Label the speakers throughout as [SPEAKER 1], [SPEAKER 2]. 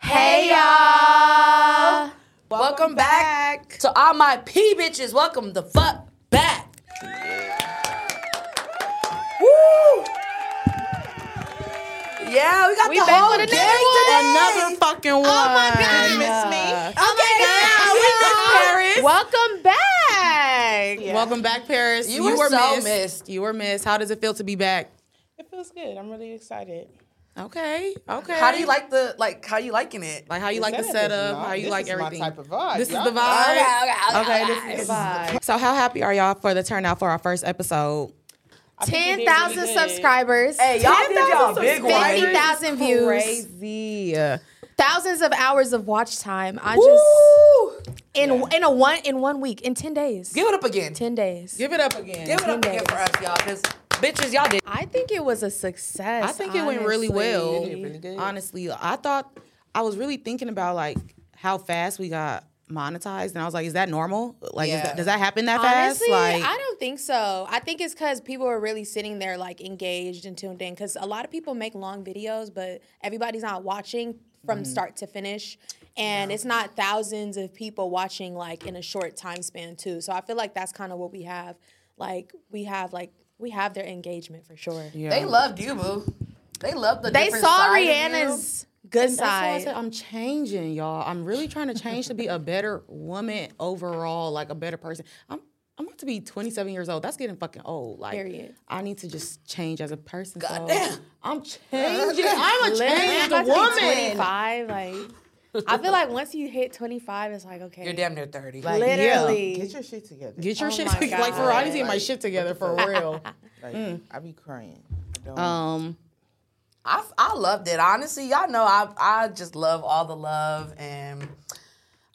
[SPEAKER 1] Hey y'all! Welcome back to all my P bitches. Welcome the fuck back. Woo! Yeah, we got
[SPEAKER 2] We
[SPEAKER 1] the
[SPEAKER 2] back
[SPEAKER 1] whole
[SPEAKER 2] with
[SPEAKER 1] gang
[SPEAKER 2] another one.
[SPEAKER 1] today.
[SPEAKER 3] Oh, Another fucking one.
[SPEAKER 2] Oh my god,
[SPEAKER 3] You miss me.
[SPEAKER 2] Oh
[SPEAKER 1] Okay, now we miss Paris.
[SPEAKER 2] Welcome back.
[SPEAKER 3] Welcome back, Paris.
[SPEAKER 1] You were so missed.
[SPEAKER 3] You were missed. How does it feel to be back?
[SPEAKER 4] It feels good. I'm really excited.
[SPEAKER 3] Okay. Okay.
[SPEAKER 1] How do you like the like? How you liking it?
[SPEAKER 3] Like how you like the
[SPEAKER 4] Setup is
[SPEAKER 3] setup?
[SPEAKER 4] not-
[SPEAKER 3] How you
[SPEAKER 4] this
[SPEAKER 3] like
[SPEAKER 4] is my
[SPEAKER 3] everything?
[SPEAKER 4] type of vibe.
[SPEAKER 3] This is
[SPEAKER 4] Y'all
[SPEAKER 3] the
[SPEAKER 4] know.
[SPEAKER 3] vibe.
[SPEAKER 1] okay, okay,
[SPEAKER 3] this is the vibe. So how happy are y'all for the turnout for our first episode?
[SPEAKER 4] I think we did
[SPEAKER 2] Ten
[SPEAKER 4] really
[SPEAKER 2] thousand
[SPEAKER 4] good.
[SPEAKER 2] subscribers.
[SPEAKER 1] Hey, y'all did y'all big
[SPEAKER 2] Fifty
[SPEAKER 1] one.
[SPEAKER 2] thousand views.
[SPEAKER 3] Crazy.
[SPEAKER 2] Thousands of hours of watch time. I
[SPEAKER 1] Woo!
[SPEAKER 2] just in in a one in one week in ten days.
[SPEAKER 1] Give it up again.
[SPEAKER 2] ten days.
[SPEAKER 3] Give it up again.
[SPEAKER 1] Give it up again for us, y'all. Cause bitches, y'all did.
[SPEAKER 2] I think it was a success.
[SPEAKER 3] I think it went really
[SPEAKER 2] honestly.
[SPEAKER 3] well.
[SPEAKER 4] did really good.
[SPEAKER 3] Honestly, I thought I was really thinking about like how fast we got monetized, and I was like, is that normal? Like,
[SPEAKER 1] Yeah.
[SPEAKER 3] is that, does that happen that
[SPEAKER 2] Honestly,
[SPEAKER 3] fast? Like,
[SPEAKER 2] I don't think so. I think it's because people are really sitting there like engaged and tuned in. Because a lot of people make long videos, but everybody's not watching from
[SPEAKER 3] Mm.
[SPEAKER 2] start to finish, and it's not thousands of people watching like in a short time span too. So I feel like that's kind of what we have. Like we have like we have their engagement for sure.
[SPEAKER 1] They loved you, boo. They loved the.
[SPEAKER 2] They
[SPEAKER 1] different
[SPEAKER 2] saw
[SPEAKER 1] side of you.
[SPEAKER 2] Rihanna's good
[SPEAKER 3] That's why I
[SPEAKER 2] side.
[SPEAKER 3] said oh, I'm changing, y'all. I'm really trying to change to be a better woman overall, like a better person. I'm I'm about to be 27 years old. That's getting fucking old. Like,
[SPEAKER 2] Period.
[SPEAKER 3] I need to just change as a person. so
[SPEAKER 1] Goddamn.
[SPEAKER 3] I'm changing. I'm a changed
[SPEAKER 2] About to be
[SPEAKER 3] woman.
[SPEAKER 2] 25, like I feel like once you hit 25, it's like okay,
[SPEAKER 1] You're damn near thirty.
[SPEAKER 2] literally.
[SPEAKER 4] Get your shit together.
[SPEAKER 3] Get your
[SPEAKER 2] Oh
[SPEAKER 3] shit
[SPEAKER 2] my
[SPEAKER 3] together. Like, for
[SPEAKER 2] God.
[SPEAKER 3] I need to get my shit together for real.
[SPEAKER 4] Like, I be crying. Don't-
[SPEAKER 3] Mm. Um,
[SPEAKER 1] I, I loved it. Honestly, y'all know I I just love all the love and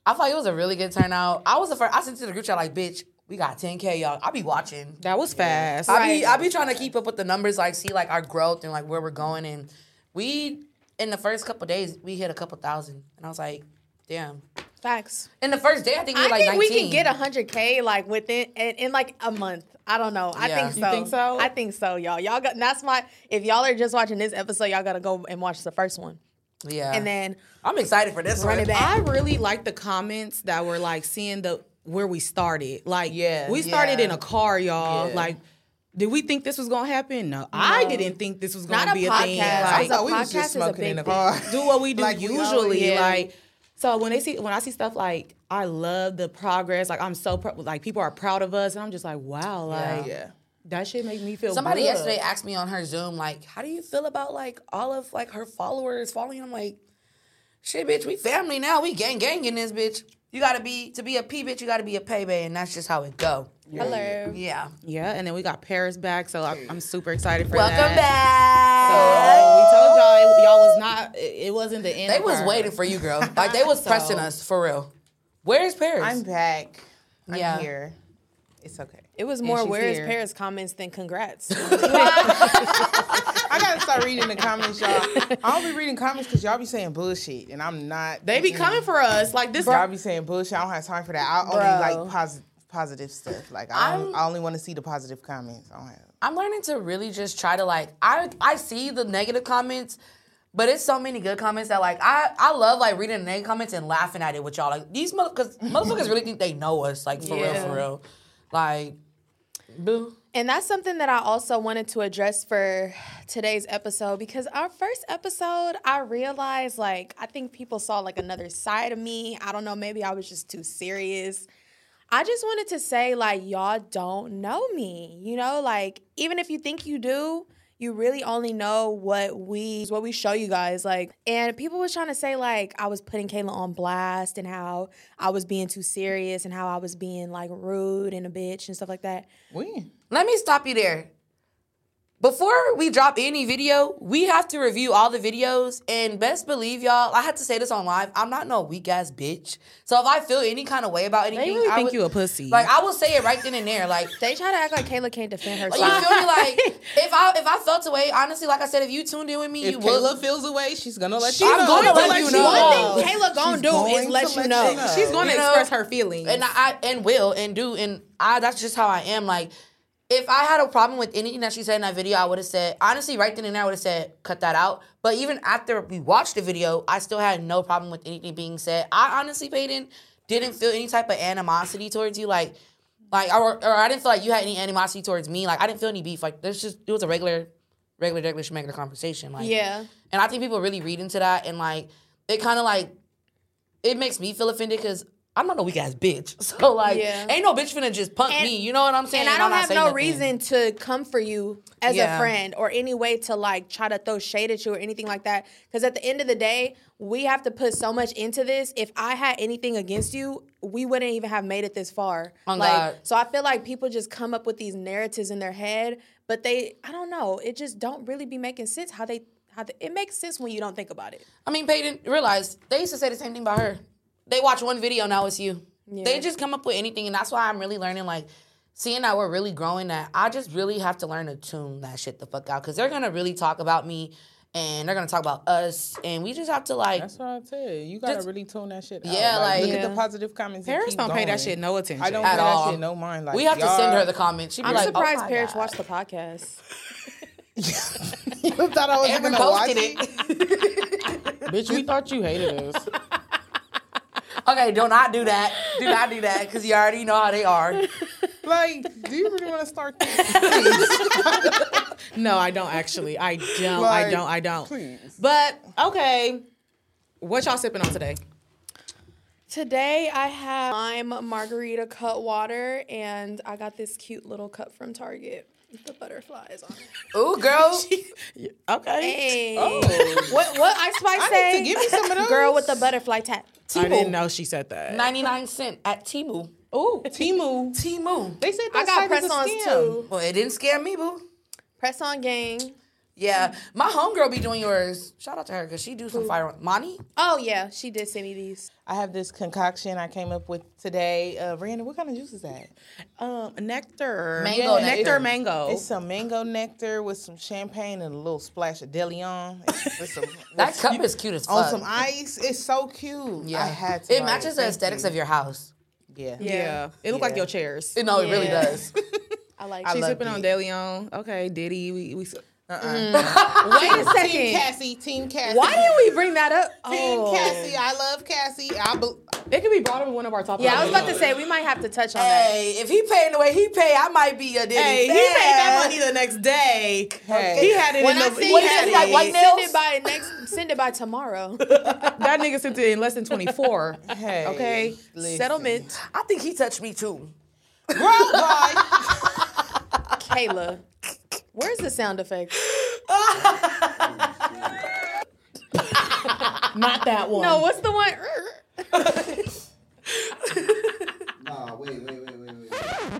[SPEAKER 1] I thought it was a really good turnout. I was the first I sent it to the group chat like, bitch, we got 10K, y'all. I be watching.
[SPEAKER 3] that was fast.
[SPEAKER 1] I be I be trying to keep up with the numbers, like see like our growth and like where we're going. And we in the first couple days, we hit a couple thousand. And I was like, damn.
[SPEAKER 2] Facts.
[SPEAKER 1] In the first day, I think we
[SPEAKER 2] I
[SPEAKER 1] were like
[SPEAKER 2] think
[SPEAKER 1] 19.
[SPEAKER 2] we can get 100k like within in, in like a month. I don't know. I
[SPEAKER 1] Yeah.
[SPEAKER 2] think so.
[SPEAKER 1] You
[SPEAKER 3] think so?
[SPEAKER 2] I think so, y'all. Y'all got that's my if y'all are just watching this episode, y'all gotta go and watch the first one.
[SPEAKER 1] Yeah.
[SPEAKER 2] And then
[SPEAKER 1] I'm excited for this
[SPEAKER 2] run
[SPEAKER 1] one.
[SPEAKER 2] it back.
[SPEAKER 3] I really like the comments that were like seeing the where we started. Like
[SPEAKER 1] Yeah,
[SPEAKER 3] we started
[SPEAKER 1] yeah.
[SPEAKER 3] in a car, y'all.
[SPEAKER 1] Yeah.
[SPEAKER 3] Like did we think this was gonna happen? No, I didn't think this was gonna
[SPEAKER 2] Not a
[SPEAKER 3] be a, thing.
[SPEAKER 2] podcast.
[SPEAKER 3] Like,
[SPEAKER 4] I thought we
[SPEAKER 2] podcast
[SPEAKER 4] was
[SPEAKER 2] is
[SPEAKER 4] just
[SPEAKER 2] a
[SPEAKER 4] smoking
[SPEAKER 2] big
[SPEAKER 4] in the
[SPEAKER 2] thing.
[SPEAKER 4] car.
[SPEAKER 3] do what we do
[SPEAKER 4] Like, we
[SPEAKER 3] usually.
[SPEAKER 2] always-
[SPEAKER 3] Like so when they see when I see stuff like I love the progress. Like I'm so pr- like people are proud of us, and I'm just like wow, like
[SPEAKER 4] Yeah.
[SPEAKER 3] that shit make me feel.
[SPEAKER 1] Somebody
[SPEAKER 3] good.
[SPEAKER 1] yesterday asked me on her Zoom, like, how do you feel about like all of like her followers following? you?" I'm like, shit, bitch, we family now. We gang gang in this bitch. You gotta be to be a P bitch, you gotta be a pay bay, and that's just how it go.
[SPEAKER 2] hello.
[SPEAKER 1] Yeah.
[SPEAKER 3] Yeah, and then we got Paris back, so I, I'm super excited for that.
[SPEAKER 1] Welcome back.
[SPEAKER 3] So, we told y'all it, y'all was not. It, it wasn't the end.
[SPEAKER 1] they
[SPEAKER 3] of
[SPEAKER 1] was
[SPEAKER 3] our-
[SPEAKER 1] waiting for you, girl. Like they was
[SPEAKER 3] So-
[SPEAKER 1] pressing us for real. Where's Paris?
[SPEAKER 4] I'm back. I'm
[SPEAKER 1] Yeah.
[SPEAKER 4] here. It's okay.
[SPEAKER 2] It was more
[SPEAKER 3] she's
[SPEAKER 2] where is
[SPEAKER 3] here.
[SPEAKER 2] Paris comments than congrats.
[SPEAKER 4] I gotta start reading the comments, y'all. I don't be reading comments because y'all be saying bullshit, and I'm not.
[SPEAKER 3] They be coming for us like this.
[SPEAKER 4] Y'all be saying bullshit. I don't have time for that. I only
[SPEAKER 2] Bro.
[SPEAKER 4] like positive positive stuff. Like I, don't,
[SPEAKER 1] I'm-
[SPEAKER 4] I only want to see the positive comments. I don't have.
[SPEAKER 1] I'm learning to really just try to like I I see the negative comments, but it's so many good comments that like I I love like reading the negative comments and laughing at it with y'all. Like these motherfuckers motherfuckers really think they know us like for real
[SPEAKER 2] Yeah.
[SPEAKER 1] for real. Like boo.
[SPEAKER 2] And that's something that I also wanted to address for today's episode because our first episode, I realized like I think people saw like another side of me. I don't know, maybe I was just too serious. I just wanted to say like y'all don't know me. You know, like even if you think you do, you really only know what we what we show you guys like and people was trying to say like i was putting kayla on blast and how i was being too serious and how i was being like rude and a bitch and stuff like that
[SPEAKER 4] When?
[SPEAKER 1] Let me stop you there. Before we drop any video, we have to review all the videos. And best believe y'all, I had to say this on live. I'm not no weak ass bitch. So if I feel any kind of way about anything,
[SPEAKER 3] really
[SPEAKER 1] I
[SPEAKER 3] think
[SPEAKER 1] would-
[SPEAKER 3] you a pussy.
[SPEAKER 1] Like I will say it right then and there. Like
[SPEAKER 2] They try to act like Kayla can't defend herself.
[SPEAKER 1] But you feel me? Like if I if I felt away, honestly, like I said, if you tuned in with me,
[SPEAKER 4] If
[SPEAKER 1] you
[SPEAKER 4] Kayla
[SPEAKER 1] would.
[SPEAKER 4] feels away, she's gonna let
[SPEAKER 1] I'm
[SPEAKER 4] you know.
[SPEAKER 1] gonna
[SPEAKER 4] She's
[SPEAKER 1] let you know.
[SPEAKER 2] One thing
[SPEAKER 1] No.
[SPEAKER 2] Kayla gonna do is
[SPEAKER 4] going
[SPEAKER 2] let,
[SPEAKER 4] to
[SPEAKER 2] you know.
[SPEAKER 3] She's gonna
[SPEAKER 1] You know,
[SPEAKER 3] express her feelings.
[SPEAKER 1] and I and will and do and I. That's just how I am. Like if I had a problem with anything that she said in that video, I would have said, honestly, right then and there, I would have said, cut that out. But even after we watched the video, I still had no problem with anything being said. I honestly, Peyton, didn't feel any type of animosity towards you. Like, like or, or I didn't feel like you had any animosity towards me. Like, I didn't feel any beef. Like, there's just, it was a regular, regular, regular, regular conversation. Like,
[SPEAKER 2] Yeah.
[SPEAKER 1] and I think people really read into that and like it kind of like it makes me feel offended because I'm not a weak ass bitch. So like
[SPEAKER 2] Yeah.
[SPEAKER 1] ain't no bitch finna just punk
[SPEAKER 2] And-
[SPEAKER 1] me. You know what I'm saying?
[SPEAKER 2] And I
[SPEAKER 1] I'm
[SPEAKER 2] don't
[SPEAKER 1] not
[SPEAKER 2] have
[SPEAKER 1] saying
[SPEAKER 2] no
[SPEAKER 1] nothing.
[SPEAKER 2] reason to come for you as
[SPEAKER 1] Yeah.
[SPEAKER 2] a friend or any way to like try to throw shade at you or anything like that. Because at the end of the day, we have to put so much into this. If I had anything against you, we wouldn't even have made it this far.
[SPEAKER 1] On
[SPEAKER 2] like,
[SPEAKER 1] God.
[SPEAKER 2] so I feel like people just come up with these narratives in their head, but they, I don't know, it just don't really be making sense how they, how they, it makes sense when you don't think about it.
[SPEAKER 1] I mean, Peyton realized they used to say the same thing about her. They watch one video, now it's you. They just come up with anything, and that's why I'm really learning. Like, seeing that we're really growing, that I just really have to learn to tune that shit the fuck out, because they're gonna really talk about me, and they're gonna talk about us, and we just have to like.
[SPEAKER 4] That's what I tell you. You gotta
[SPEAKER 1] Just-
[SPEAKER 4] really tune that shit out.
[SPEAKER 1] Yeah, like-
[SPEAKER 4] look
[SPEAKER 1] Yeah.
[SPEAKER 4] at the positive comments. and
[SPEAKER 3] Parents
[SPEAKER 4] keep
[SPEAKER 3] don't pay
[SPEAKER 4] going.
[SPEAKER 3] that shit no attention.
[SPEAKER 4] I don't
[SPEAKER 1] At
[SPEAKER 4] pay
[SPEAKER 1] all.
[SPEAKER 4] that shit no mind. Like
[SPEAKER 1] we have to
[SPEAKER 4] y'all-
[SPEAKER 1] send her the comments. She'd be
[SPEAKER 2] I'm
[SPEAKER 1] like,
[SPEAKER 2] surprised
[SPEAKER 1] oh my
[SPEAKER 2] parents
[SPEAKER 1] God.
[SPEAKER 2] watch the podcast.
[SPEAKER 4] you thought I was
[SPEAKER 1] Amber
[SPEAKER 4] gonna watch
[SPEAKER 1] posted
[SPEAKER 4] it.
[SPEAKER 3] Bitch, we thought you hated us.
[SPEAKER 1] Okay, do not do that. Do not do that because you already know how they are.
[SPEAKER 4] Like, do you really want to start this?
[SPEAKER 3] No, I don't actually. I don't. I
[SPEAKER 4] Like,
[SPEAKER 3] don't. I don't.
[SPEAKER 4] please.
[SPEAKER 3] But okay, what y'all sipping on today?
[SPEAKER 2] Today I have lime margarita cut water, and I got this cute little cup from Target with the butterflies on it.
[SPEAKER 1] Ooh, girl.
[SPEAKER 3] Okay.
[SPEAKER 2] Hey,
[SPEAKER 4] Oh.
[SPEAKER 2] what what Ice Spice
[SPEAKER 4] I
[SPEAKER 2] say?
[SPEAKER 4] need to give me some of those.
[SPEAKER 2] Girl with the butterfly tap.
[SPEAKER 3] I didn't
[SPEAKER 1] Timu.
[SPEAKER 3] know she said that.
[SPEAKER 1] 99 cent at Timu.
[SPEAKER 4] Oh, Timu.
[SPEAKER 1] Timu.
[SPEAKER 4] They said that
[SPEAKER 2] I got
[SPEAKER 4] site is a
[SPEAKER 2] press ons
[SPEAKER 4] scam.
[SPEAKER 2] too.
[SPEAKER 1] Well, it didn't scare me, boo.
[SPEAKER 2] Press on gang.
[SPEAKER 1] Yeah, my homegirl be doing yours. Shout out to her because she do some fire. Monty?
[SPEAKER 2] Oh yeah, she did send me these.
[SPEAKER 4] I have this concoction I came up with today. Uh, Brandon, what kind of juice is that?
[SPEAKER 3] Um, nectar,
[SPEAKER 1] Mango
[SPEAKER 3] nectar,
[SPEAKER 1] nectar.
[SPEAKER 3] mango.
[SPEAKER 4] It's some mango nectar with some champagne and a little splash of Deleon. It's- it's some-
[SPEAKER 1] That cup is cute as fuck.
[SPEAKER 4] on some ice. It's so cute.
[SPEAKER 1] yeah.
[SPEAKER 4] I had to.
[SPEAKER 1] it
[SPEAKER 4] buy
[SPEAKER 1] matches the
[SPEAKER 4] Thank
[SPEAKER 1] aesthetics
[SPEAKER 4] you.
[SPEAKER 1] of your house.
[SPEAKER 4] Yeah.
[SPEAKER 3] yeah. it looked like
[SPEAKER 4] Yeah.
[SPEAKER 3] your chairs.
[SPEAKER 1] No, it really
[SPEAKER 2] Yeah.
[SPEAKER 1] does.
[SPEAKER 2] I like.
[SPEAKER 4] I
[SPEAKER 2] these.
[SPEAKER 3] She's
[SPEAKER 4] love
[SPEAKER 3] sipping
[SPEAKER 4] it.
[SPEAKER 3] on DeLeon. Okay, Diddy. We we. Mm.
[SPEAKER 4] Wait a
[SPEAKER 2] second.
[SPEAKER 4] Team Cassie. Team Cassie.
[SPEAKER 2] Why did we bring that up?
[SPEAKER 4] Team
[SPEAKER 2] Oh.
[SPEAKER 4] Cassie. I love Cassie. I bel
[SPEAKER 3] It could be brought up in one of our topics.
[SPEAKER 2] Yeah, I was about to say we might have to touch on that.
[SPEAKER 1] hey, if he paying the way he pay, I might be a diddy.
[SPEAKER 3] Hey, he paid that money the next day.
[SPEAKER 4] Hey.
[SPEAKER 3] He had it
[SPEAKER 2] When
[SPEAKER 3] in
[SPEAKER 2] I
[SPEAKER 3] the.
[SPEAKER 2] see
[SPEAKER 3] he
[SPEAKER 1] what
[SPEAKER 2] you,
[SPEAKER 1] is
[SPEAKER 3] had
[SPEAKER 1] it,
[SPEAKER 3] it.
[SPEAKER 1] like white
[SPEAKER 2] send
[SPEAKER 1] nails?
[SPEAKER 2] it by next, send it by tomorrow.
[SPEAKER 3] that nigga sent it in less than twenty four.
[SPEAKER 4] Hey,
[SPEAKER 3] okay,
[SPEAKER 4] listen.
[SPEAKER 3] settlement.
[SPEAKER 1] I think he touched me too.
[SPEAKER 4] Bro, boy.
[SPEAKER 2] Kayla, where's the sound effect?
[SPEAKER 3] Not that one.
[SPEAKER 2] No, what's the one?
[SPEAKER 5] Nah, wait, wait, wait, wait, wait.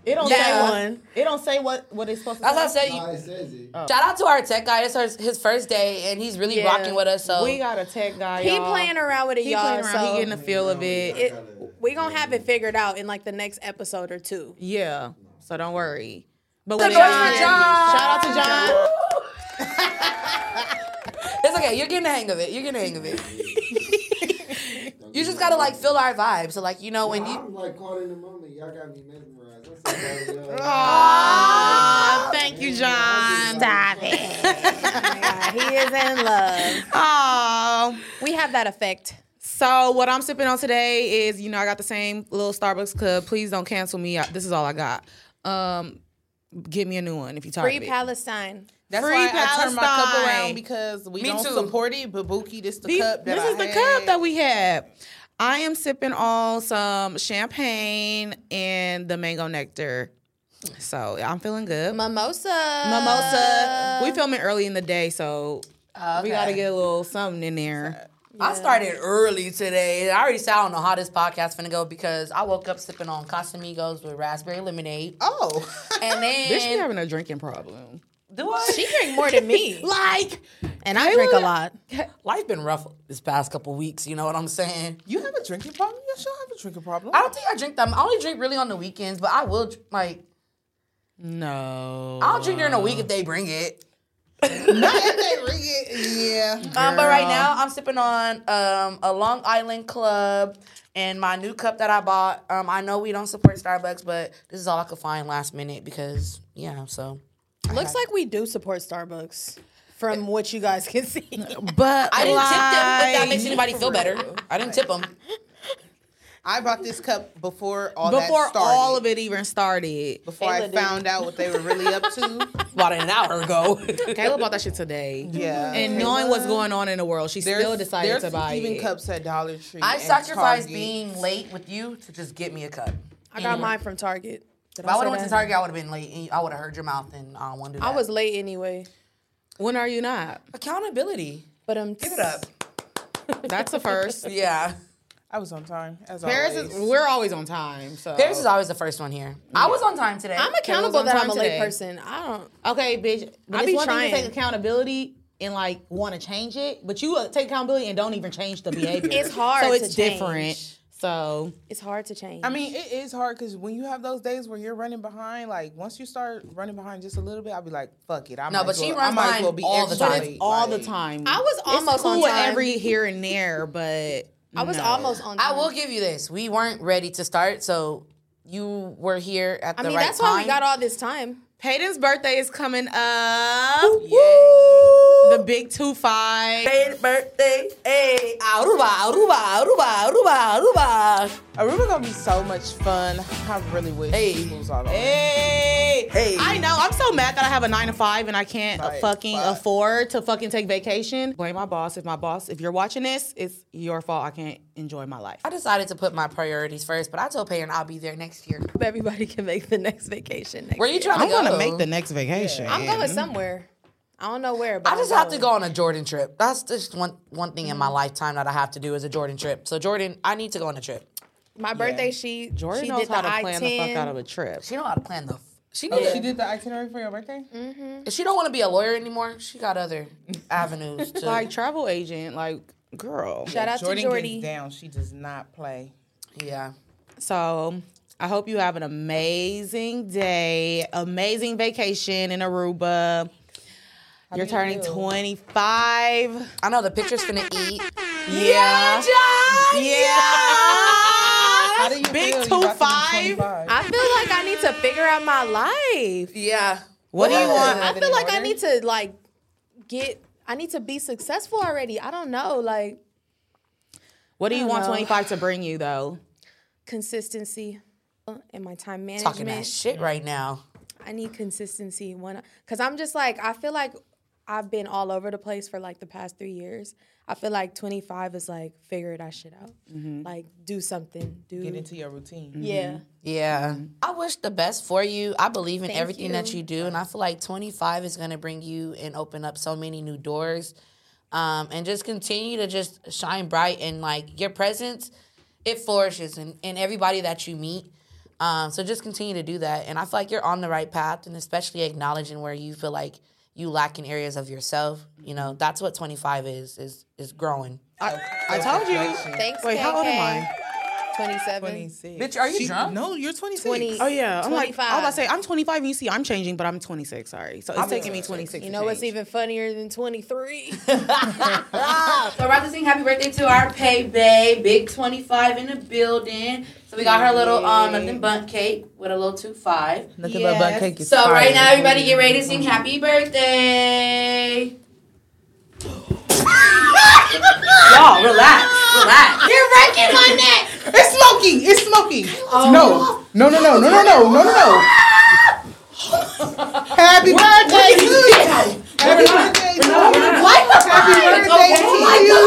[SPEAKER 3] it don't
[SPEAKER 1] Yeah.
[SPEAKER 3] say one. It don't say what what it's supposed to.
[SPEAKER 1] As I
[SPEAKER 3] say.
[SPEAKER 1] said, you,
[SPEAKER 5] Nah, it says it.
[SPEAKER 1] Shout out to our tech guy. It's his, his first day, and he's really
[SPEAKER 2] Yeah.
[SPEAKER 1] rocking with us. So
[SPEAKER 3] we got a tech guy.
[SPEAKER 2] He
[SPEAKER 3] y'all.
[SPEAKER 2] playing around with it,
[SPEAKER 3] He
[SPEAKER 2] y'all.
[SPEAKER 3] playing around.
[SPEAKER 2] so
[SPEAKER 3] he getting the feel of it.
[SPEAKER 2] it, we gonna have it figured out in like the next episode or two.
[SPEAKER 3] Yeah. So don't worry. But
[SPEAKER 1] Good
[SPEAKER 3] when
[SPEAKER 1] noise for
[SPEAKER 3] John,
[SPEAKER 1] John.
[SPEAKER 3] shout out to John.
[SPEAKER 1] it's okay. You're getting the hang of it. You're getting the hang of it. you just gotta like feel our vibe. So like you know when you
[SPEAKER 5] I'm like caught in the moment. Y'all got me mesmerized. That's so bad,
[SPEAKER 3] Thank you, John.
[SPEAKER 5] Stop
[SPEAKER 2] he is in love.
[SPEAKER 3] Oh.
[SPEAKER 2] We have that effect.
[SPEAKER 3] So what I'm sipping on today is, you know, I got the same little Starbucks cup. Please don't cancel me. I- this is all I got. Um, give me a new one if you tired
[SPEAKER 2] Free
[SPEAKER 3] of it.
[SPEAKER 2] Palestine.
[SPEAKER 4] That's
[SPEAKER 3] Free
[SPEAKER 4] why I turned my cup
[SPEAKER 3] Palestine.
[SPEAKER 4] around because we
[SPEAKER 1] Me
[SPEAKER 4] don't
[SPEAKER 1] too.
[SPEAKER 4] support it. But Buki, this the
[SPEAKER 3] These-
[SPEAKER 4] cup. That
[SPEAKER 3] this
[SPEAKER 4] I
[SPEAKER 3] is the
[SPEAKER 4] had.
[SPEAKER 3] cup that we had. I am sipping on some champagne and the mango nectar. So I'm feeling good.
[SPEAKER 2] Mimosa.
[SPEAKER 3] Mimosa.
[SPEAKER 2] Uh,
[SPEAKER 3] We filming early in the day, so
[SPEAKER 2] Oh,
[SPEAKER 3] we gotta
[SPEAKER 1] Okay.
[SPEAKER 3] get a little something in there.
[SPEAKER 1] I started early today. I already said I don't know how this podcast finna go because I woke up sipping on Casamigos with raspberry lemonade,
[SPEAKER 4] Oh,
[SPEAKER 1] and
[SPEAKER 3] Bitch, we
[SPEAKER 1] then
[SPEAKER 3] having a drinking problem.
[SPEAKER 1] do I?
[SPEAKER 2] She drink more than me,
[SPEAKER 3] Like
[SPEAKER 2] and I drink a lot.
[SPEAKER 1] Life been rough this past couple weeks. You know what I'm saying?
[SPEAKER 4] you have a drinking problem? Yes, y'all have a drinking problem.
[SPEAKER 1] I don't think I drink them. I only drink really on the weekends, but I will like
[SPEAKER 3] no.
[SPEAKER 1] I'll drink during the week if they bring it.
[SPEAKER 6] Not if they read it. Yeah.
[SPEAKER 1] Um, but right now I'm sipping on um, a Long Island Club and my new cup that I bought. Um, I know we don't support Starbucks, but this is all I could find last minute because yeah. So,
[SPEAKER 2] Looks like we do support Starbucks from what you guys can see.
[SPEAKER 3] But
[SPEAKER 1] I didn't tip them. If that
[SPEAKER 3] like-
[SPEAKER 1] makes anybody feel better, I didn't tip them.
[SPEAKER 6] I bought this cup before all
[SPEAKER 3] before
[SPEAKER 6] that started.
[SPEAKER 3] all of it even started.
[SPEAKER 6] Before I found out what they were really up to.
[SPEAKER 1] About an hour ago.
[SPEAKER 3] Kayla bought that shit today.
[SPEAKER 6] Yeah.
[SPEAKER 3] And knowing what's going on in the world, she still decided
[SPEAKER 6] there's
[SPEAKER 3] to buy
[SPEAKER 6] even
[SPEAKER 3] it.
[SPEAKER 6] cups at Dollar Tree.
[SPEAKER 1] I
[SPEAKER 6] and
[SPEAKER 1] sacrificed
[SPEAKER 6] Target.
[SPEAKER 1] being late with you to just get me a cup.
[SPEAKER 2] I got mine from Target. Did
[SPEAKER 1] If I would
[SPEAKER 2] say
[SPEAKER 1] have went to
[SPEAKER 2] that?
[SPEAKER 1] Target, I would have been late. and I would have heard your mouth, and I don't want to do that.
[SPEAKER 2] I was late anyway.
[SPEAKER 3] When are you not?
[SPEAKER 1] accountability.
[SPEAKER 2] But um,
[SPEAKER 1] Give it up.
[SPEAKER 3] That's the first.
[SPEAKER 1] Yeah.
[SPEAKER 6] I was on time. As
[SPEAKER 3] Paris
[SPEAKER 6] always.
[SPEAKER 3] is. We're always on time. So
[SPEAKER 1] Paris is always the first one here. I was on time today.
[SPEAKER 2] I'm
[SPEAKER 3] was
[SPEAKER 2] accountable
[SPEAKER 3] on
[SPEAKER 2] that
[SPEAKER 3] time
[SPEAKER 2] I'm a late
[SPEAKER 3] today.
[SPEAKER 2] person. I don't.
[SPEAKER 3] okay, bitch. But
[SPEAKER 2] I
[SPEAKER 3] it's
[SPEAKER 2] be
[SPEAKER 3] one thing to
[SPEAKER 2] trying.
[SPEAKER 3] take accountability and like want to change it, but you uh, take accountability and don't even change the behavior.
[SPEAKER 2] It's hard
[SPEAKER 3] So
[SPEAKER 2] to
[SPEAKER 3] it's different.
[SPEAKER 2] change.
[SPEAKER 3] So
[SPEAKER 2] It's hard to change.
[SPEAKER 6] I mean, it is hard because when you have those days where you're running behind, like once you start running behind just a little bit, I'll be like, "Fuck it." I
[SPEAKER 1] No,
[SPEAKER 6] might
[SPEAKER 1] but
[SPEAKER 6] as
[SPEAKER 1] she
[SPEAKER 6] well-
[SPEAKER 1] runs
[SPEAKER 6] I might as
[SPEAKER 1] behind
[SPEAKER 6] well be
[SPEAKER 1] all the
[SPEAKER 6] extra
[SPEAKER 1] time.
[SPEAKER 6] late,
[SPEAKER 3] all the
[SPEAKER 6] like-
[SPEAKER 3] time.
[SPEAKER 2] I was almost
[SPEAKER 3] it's cool
[SPEAKER 2] on time.
[SPEAKER 3] every here and there, but
[SPEAKER 2] I was
[SPEAKER 3] no.
[SPEAKER 2] almost on
[SPEAKER 1] I
[SPEAKER 2] time.
[SPEAKER 1] will give you this. We weren't ready to start, so you were here at the
[SPEAKER 2] I mean,
[SPEAKER 1] right
[SPEAKER 2] that's
[SPEAKER 1] time.
[SPEAKER 2] why we got all this time.
[SPEAKER 3] Peyton's birthday is coming up. The big two five.
[SPEAKER 1] birthday. Hey, Aruba, Aruba, Aruba, Aruba, Aruba.
[SPEAKER 6] Aruba gonna be so much fun. I really wish
[SPEAKER 1] Hey.
[SPEAKER 6] she moves all the way.
[SPEAKER 3] Hey.
[SPEAKER 1] Hey.
[SPEAKER 3] I know. I'm so mad that I have a nine to five and I can't
[SPEAKER 6] Right,
[SPEAKER 3] fucking
[SPEAKER 6] fuck.
[SPEAKER 3] afford to fucking take vacation. Blame my boss. If my boss, if you're watching this, it's your fault. I can't enjoy my life.
[SPEAKER 1] I decided to put my priorities first, but I told Peyton I'll be there next year.
[SPEAKER 2] Hope everybody can make the next vacation. Next
[SPEAKER 1] Where you
[SPEAKER 2] year.
[SPEAKER 1] trying to go?
[SPEAKER 6] next vacation.
[SPEAKER 2] I'm going somewhere. I don't know where, but
[SPEAKER 1] I just have to go on a Jordan trip. That's just one one thing in my lifetime that I have to do is a Jordan trip. So Jordan, I need to go on a trip.
[SPEAKER 2] My birthday, she
[SPEAKER 3] Jordan
[SPEAKER 2] she
[SPEAKER 3] knows
[SPEAKER 2] did
[SPEAKER 3] how
[SPEAKER 2] the
[SPEAKER 3] to plan the fuck
[SPEAKER 2] I-10.
[SPEAKER 3] out of a trip.
[SPEAKER 1] She know how to plan the. F- she
[SPEAKER 6] Oh,
[SPEAKER 1] need.
[SPEAKER 6] She did the itinerary for your birthday.
[SPEAKER 1] If she don't want to be a lawyer anymore, she got other avenues. To,
[SPEAKER 3] Like travel agent, like girl.
[SPEAKER 2] Shout out
[SPEAKER 6] Jordan
[SPEAKER 2] to Jordy.
[SPEAKER 6] gets down. She does not play.
[SPEAKER 1] yeah.
[SPEAKER 3] So I hope you have an amazing day, amazing vacation in Aruba. You're turning 25.
[SPEAKER 1] I know the picture's gonna eat.
[SPEAKER 3] Yeah.
[SPEAKER 6] How
[SPEAKER 3] Yeah.
[SPEAKER 6] do you
[SPEAKER 3] Big
[SPEAKER 6] feel? You
[SPEAKER 3] two
[SPEAKER 6] about to be
[SPEAKER 3] five.
[SPEAKER 6] 25.
[SPEAKER 2] I feel like I need to figure out my life.
[SPEAKER 1] Yeah.
[SPEAKER 3] What do you want?
[SPEAKER 2] I feel like I need to like get. I need to be successful already. I don't know, like
[SPEAKER 3] What do you want
[SPEAKER 2] know.
[SPEAKER 3] 25 to bring you though?
[SPEAKER 2] consistency and my time management.
[SPEAKER 1] Talking that shit right now.
[SPEAKER 2] I need consistency when because I'm just like I feel like I've been all over the place for like the past three years. I feel like 25 is like figure that shit out, like do something, do
[SPEAKER 6] Mm-hmm. get into Mm-hmm. your routine.
[SPEAKER 2] yeah.
[SPEAKER 1] Yeah. I wish the best for you. I believe in everything that
[SPEAKER 2] you.
[SPEAKER 1] you do. And I feel like 25 is going to bring you and open up so many new doors. Um, and just continue to just shine bright and like your presence, it flourishes and, and everybody that you meet. Um, so just continue to do that. And I feel like you're on the right path and especially acknowledging where you feel like you lack in areas of yourself. You know, that's what 25 is, is, is growing.
[SPEAKER 3] I told you.
[SPEAKER 2] Thanks.
[SPEAKER 3] Wait, how old am I?
[SPEAKER 2] 27.
[SPEAKER 1] Bitch, are you drunk?
[SPEAKER 6] No, you're 26.
[SPEAKER 3] Oh yeah, I'm like I
[SPEAKER 2] 25.
[SPEAKER 3] was about to say I'm 25 and you see I'm changing, but I'm 26. Sorry, so it's taking me 26. to
[SPEAKER 2] You know what's
[SPEAKER 3] change.
[SPEAKER 2] even funnier than 23?
[SPEAKER 1] So Roger sing happy birthday to our pay babe, big 25 in the building. So we got her little um nothing bun cake with a little two five.
[SPEAKER 6] Nothing
[SPEAKER 2] Yes.
[SPEAKER 6] but butt cake. is
[SPEAKER 1] So right
[SPEAKER 6] fire.
[SPEAKER 1] now everybody get ready to sing happy birthday. Y'all relax, relax. You're breaking my neck.
[SPEAKER 6] It's smoking. It's smoking. No. No, no, no, no, no, no, no, no, no. Happy birthday to you. Happy birthday to you. Happy birthday to you.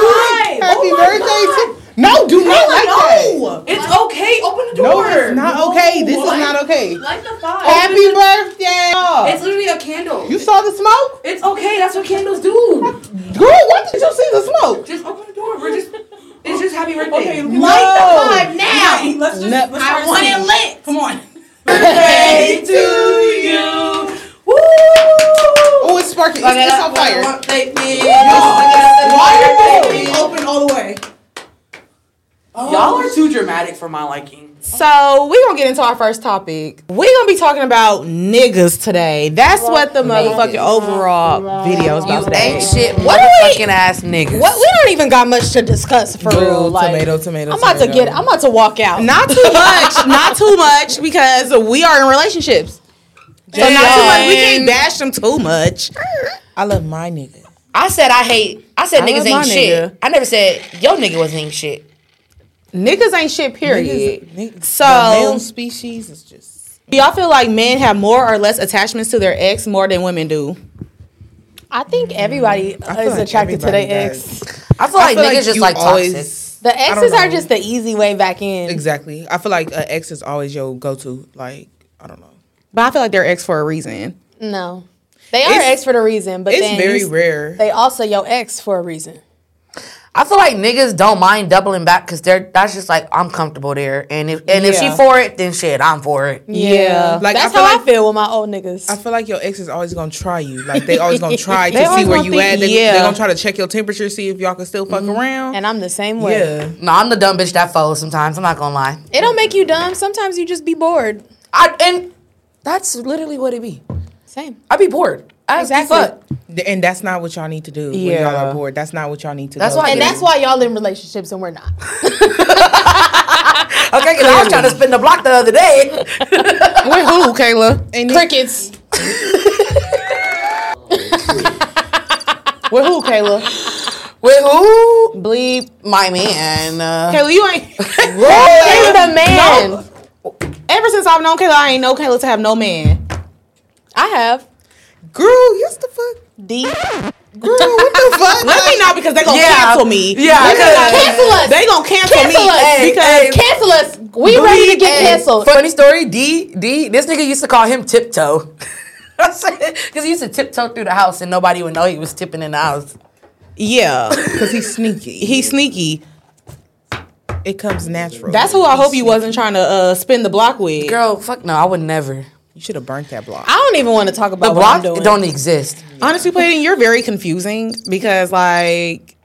[SPEAKER 6] Happy birthday to No, do not like that.
[SPEAKER 1] It's okay. Open the
[SPEAKER 6] No,
[SPEAKER 1] door.
[SPEAKER 6] it's not okay. This is not okay.
[SPEAKER 1] Light the fire.
[SPEAKER 6] Happy birthday.
[SPEAKER 1] It's literally a candle.
[SPEAKER 6] You saw the smoke?
[SPEAKER 1] It's okay. That's what candles do.
[SPEAKER 6] Girl, why did you see the smoke?
[SPEAKER 1] Just open the door. We're just. It's just happy birthday. But
[SPEAKER 6] Light
[SPEAKER 1] now.
[SPEAKER 6] the fire now.
[SPEAKER 1] I want it lit. Come on.
[SPEAKER 6] Birthday to you. Woo! Oh, it's sparking. It's, it's on fire.
[SPEAKER 1] Take me.
[SPEAKER 6] Why are you doing?
[SPEAKER 1] Open all the way. Y'all are too dramatic for my liking.
[SPEAKER 3] So we gonna get into our first topic. We gonna be talking about niggas today. That's what the motherfucking overall video is about
[SPEAKER 1] You
[SPEAKER 3] today.
[SPEAKER 1] ain't shit
[SPEAKER 3] What do we?
[SPEAKER 1] motherfucking ass niggas.
[SPEAKER 2] What we don't even got much to discuss for real.
[SPEAKER 3] Ooh,
[SPEAKER 2] Like,
[SPEAKER 3] tomato, tomato.
[SPEAKER 2] I'm about to
[SPEAKER 3] tomato.
[SPEAKER 2] get. I'm about to walk out.
[SPEAKER 3] Not too much. not too much because we are in relationships. So not too much. We can't bash them too much. I love my nigga.
[SPEAKER 1] I said I hate. I said
[SPEAKER 3] I
[SPEAKER 1] niggas
[SPEAKER 3] love my
[SPEAKER 1] ain't shit.
[SPEAKER 3] nigga.
[SPEAKER 1] I never said yo nigga wasn't ain't shit.
[SPEAKER 3] Niggas ain't shit. Period. So
[SPEAKER 6] species is just.
[SPEAKER 3] do y'all feel like men have more or less attachments to their ex more than women do?
[SPEAKER 2] I think everybody
[SPEAKER 6] Mm-hmm. feel
[SPEAKER 2] is
[SPEAKER 6] like
[SPEAKER 2] attracted to
[SPEAKER 6] everybody
[SPEAKER 2] their
[SPEAKER 6] does.
[SPEAKER 2] ex.
[SPEAKER 1] I feel like niggas just
[SPEAKER 6] you
[SPEAKER 1] like toxic.
[SPEAKER 6] always-
[SPEAKER 2] The
[SPEAKER 6] don't
[SPEAKER 2] exes are
[SPEAKER 6] know.
[SPEAKER 2] just the easy way back in.
[SPEAKER 6] Exactly. I feel like an ex is always your go-to. Like I don't know.
[SPEAKER 3] But I feel like they're ex for a reason.
[SPEAKER 2] No, they are
[SPEAKER 6] It's-
[SPEAKER 2] ex for the reason, but
[SPEAKER 6] It's
[SPEAKER 2] then
[SPEAKER 6] very
[SPEAKER 2] you-
[SPEAKER 6] rare.
[SPEAKER 2] They also your ex for a reason.
[SPEAKER 1] I feel like niggas don't mind doubling back because they're that's just like I'm comfortable there, and if and if she
[SPEAKER 3] Yeah.
[SPEAKER 1] for it, then shit, I'm for it.
[SPEAKER 3] Yeah.
[SPEAKER 6] Like,
[SPEAKER 2] that's
[SPEAKER 6] I feel
[SPEAKER 2] how I
[SPEAKER 6] like-
[SPEAKER 2] feel with my old niggas.
[SPEAKER 6] I feel like your ex is always gonna try you. Like they always gonna try to
[SPEAKER 3] They always
[SPEAKER 6] see where
[SPEAKER 3] gonna
[SPEAKER 6] you
[SPEAKER 3] think-
[SPEAKER 6] at. They,
[SPEAKER 3] yeah. Mm-hmm.
[SPEAKER 6] They're gonna try to check your temperature, see if y'all can still fuck around.
[SPEAKER 2] and I'm the same way.
[SPEAKER 6] yeah.
[SPEAKER 1] No, I'm the dumb bitch that follows sometimes. I'm not gonna lie.
[SPEAKER 2] It don't make you dumb. Sometimes you just be bored.
[SPEAKER 1] I and that's literally what it be.
[SPEAKER 2] Same.
[SPEAKER 1] I be bored. As the
[SPEAKER 2] Exactly.
[SPEAKER 1] fuck.
[SPEAKER 6] Th- And that's not what y'all need to do when
[SPEAKER 3] Yeah.
[SPEAKER 6] y'all are bored. That's not what y'all need to
[SPEAKER 1] That's
[SPEAKER 6] go
[SPEAKER 1] why-
[SPEAKER 6] do.
[SPEAKER 2] And that's why y'all in relationships and we're not.
[SPEAKER 1] Okay, because I was trying to spin the block the other day.
[SPEAKER 3] With who, Kayla?
[SPEAKER 6] And it-
[SPEAKER 2] Crickets.
[SPEAKER 3] With who, Kayla?
[SPEAKER 1] With who?
[SPEAKER 3] Bleep.
[SPEAKER 1] My man. Uh,
[SPEAKER 3] Kayla, you ain't.
[SPEAKER 2] Kayla the man.
[SPEAKER 3] Ever since I've known Kayla, I ain't know Kayla to have no man.
[SPEAKER 2] I have
[SPEAKER 6] girl, yes the fuck.
[SPEAKER 2] D.
[SPEAKER 6] Girl, what the fuck?
[SPEAKER 3] Let me know because they gonna
[SPEAKER 1] Yeah.
[SPEAKER 3] cancel me.
[SPEAKER 1] Yeah,
[SPEAKER 3] Because-
[SPEAKER 2] Cancel us.
[SPEAKER 3] They gonna cancel,
[SPEAKER 2] Cancel
[SPEAKER 3] me
[SPEAKER 2] us. Hey,
[SPEAKER 3] because
[SPEAKER 1] hey.
[SPEAKER 2] Cancel us. We ready to get
[SPEAKER 1] Hey,
[SPEAKER 2] canceled.
[SPEAKER 1] Funny story, D D. This nigga used to call him Tiptoe. Because he used to tiptoe through the house and nobody would know he was tipping in the house.
[SPEAKER 3] yeah,
[SPEAKER 6] Because he's sneaky.
[SPEAKER 3] he's sneaky.
[SPEAKER 6] It comes natural.
[SPEAKER 3] That's who I hope you wasn't trying to uh, spin the block with.
[SPEAKER 1] Girl, fuck no, I would never.
[SPEAKER 6] you should have burnt that block.
[SPEAKER 2] I don't even want to talk about
[SPEAKER 1] The
[SPEAKER 2] what I'm
[SPEAKER 1] block
[SPEAKER 2] doing.
[SPEAKER 1] don't exist.
[SPEAKER 3] Honestly, Peyton, you're very confusing because like,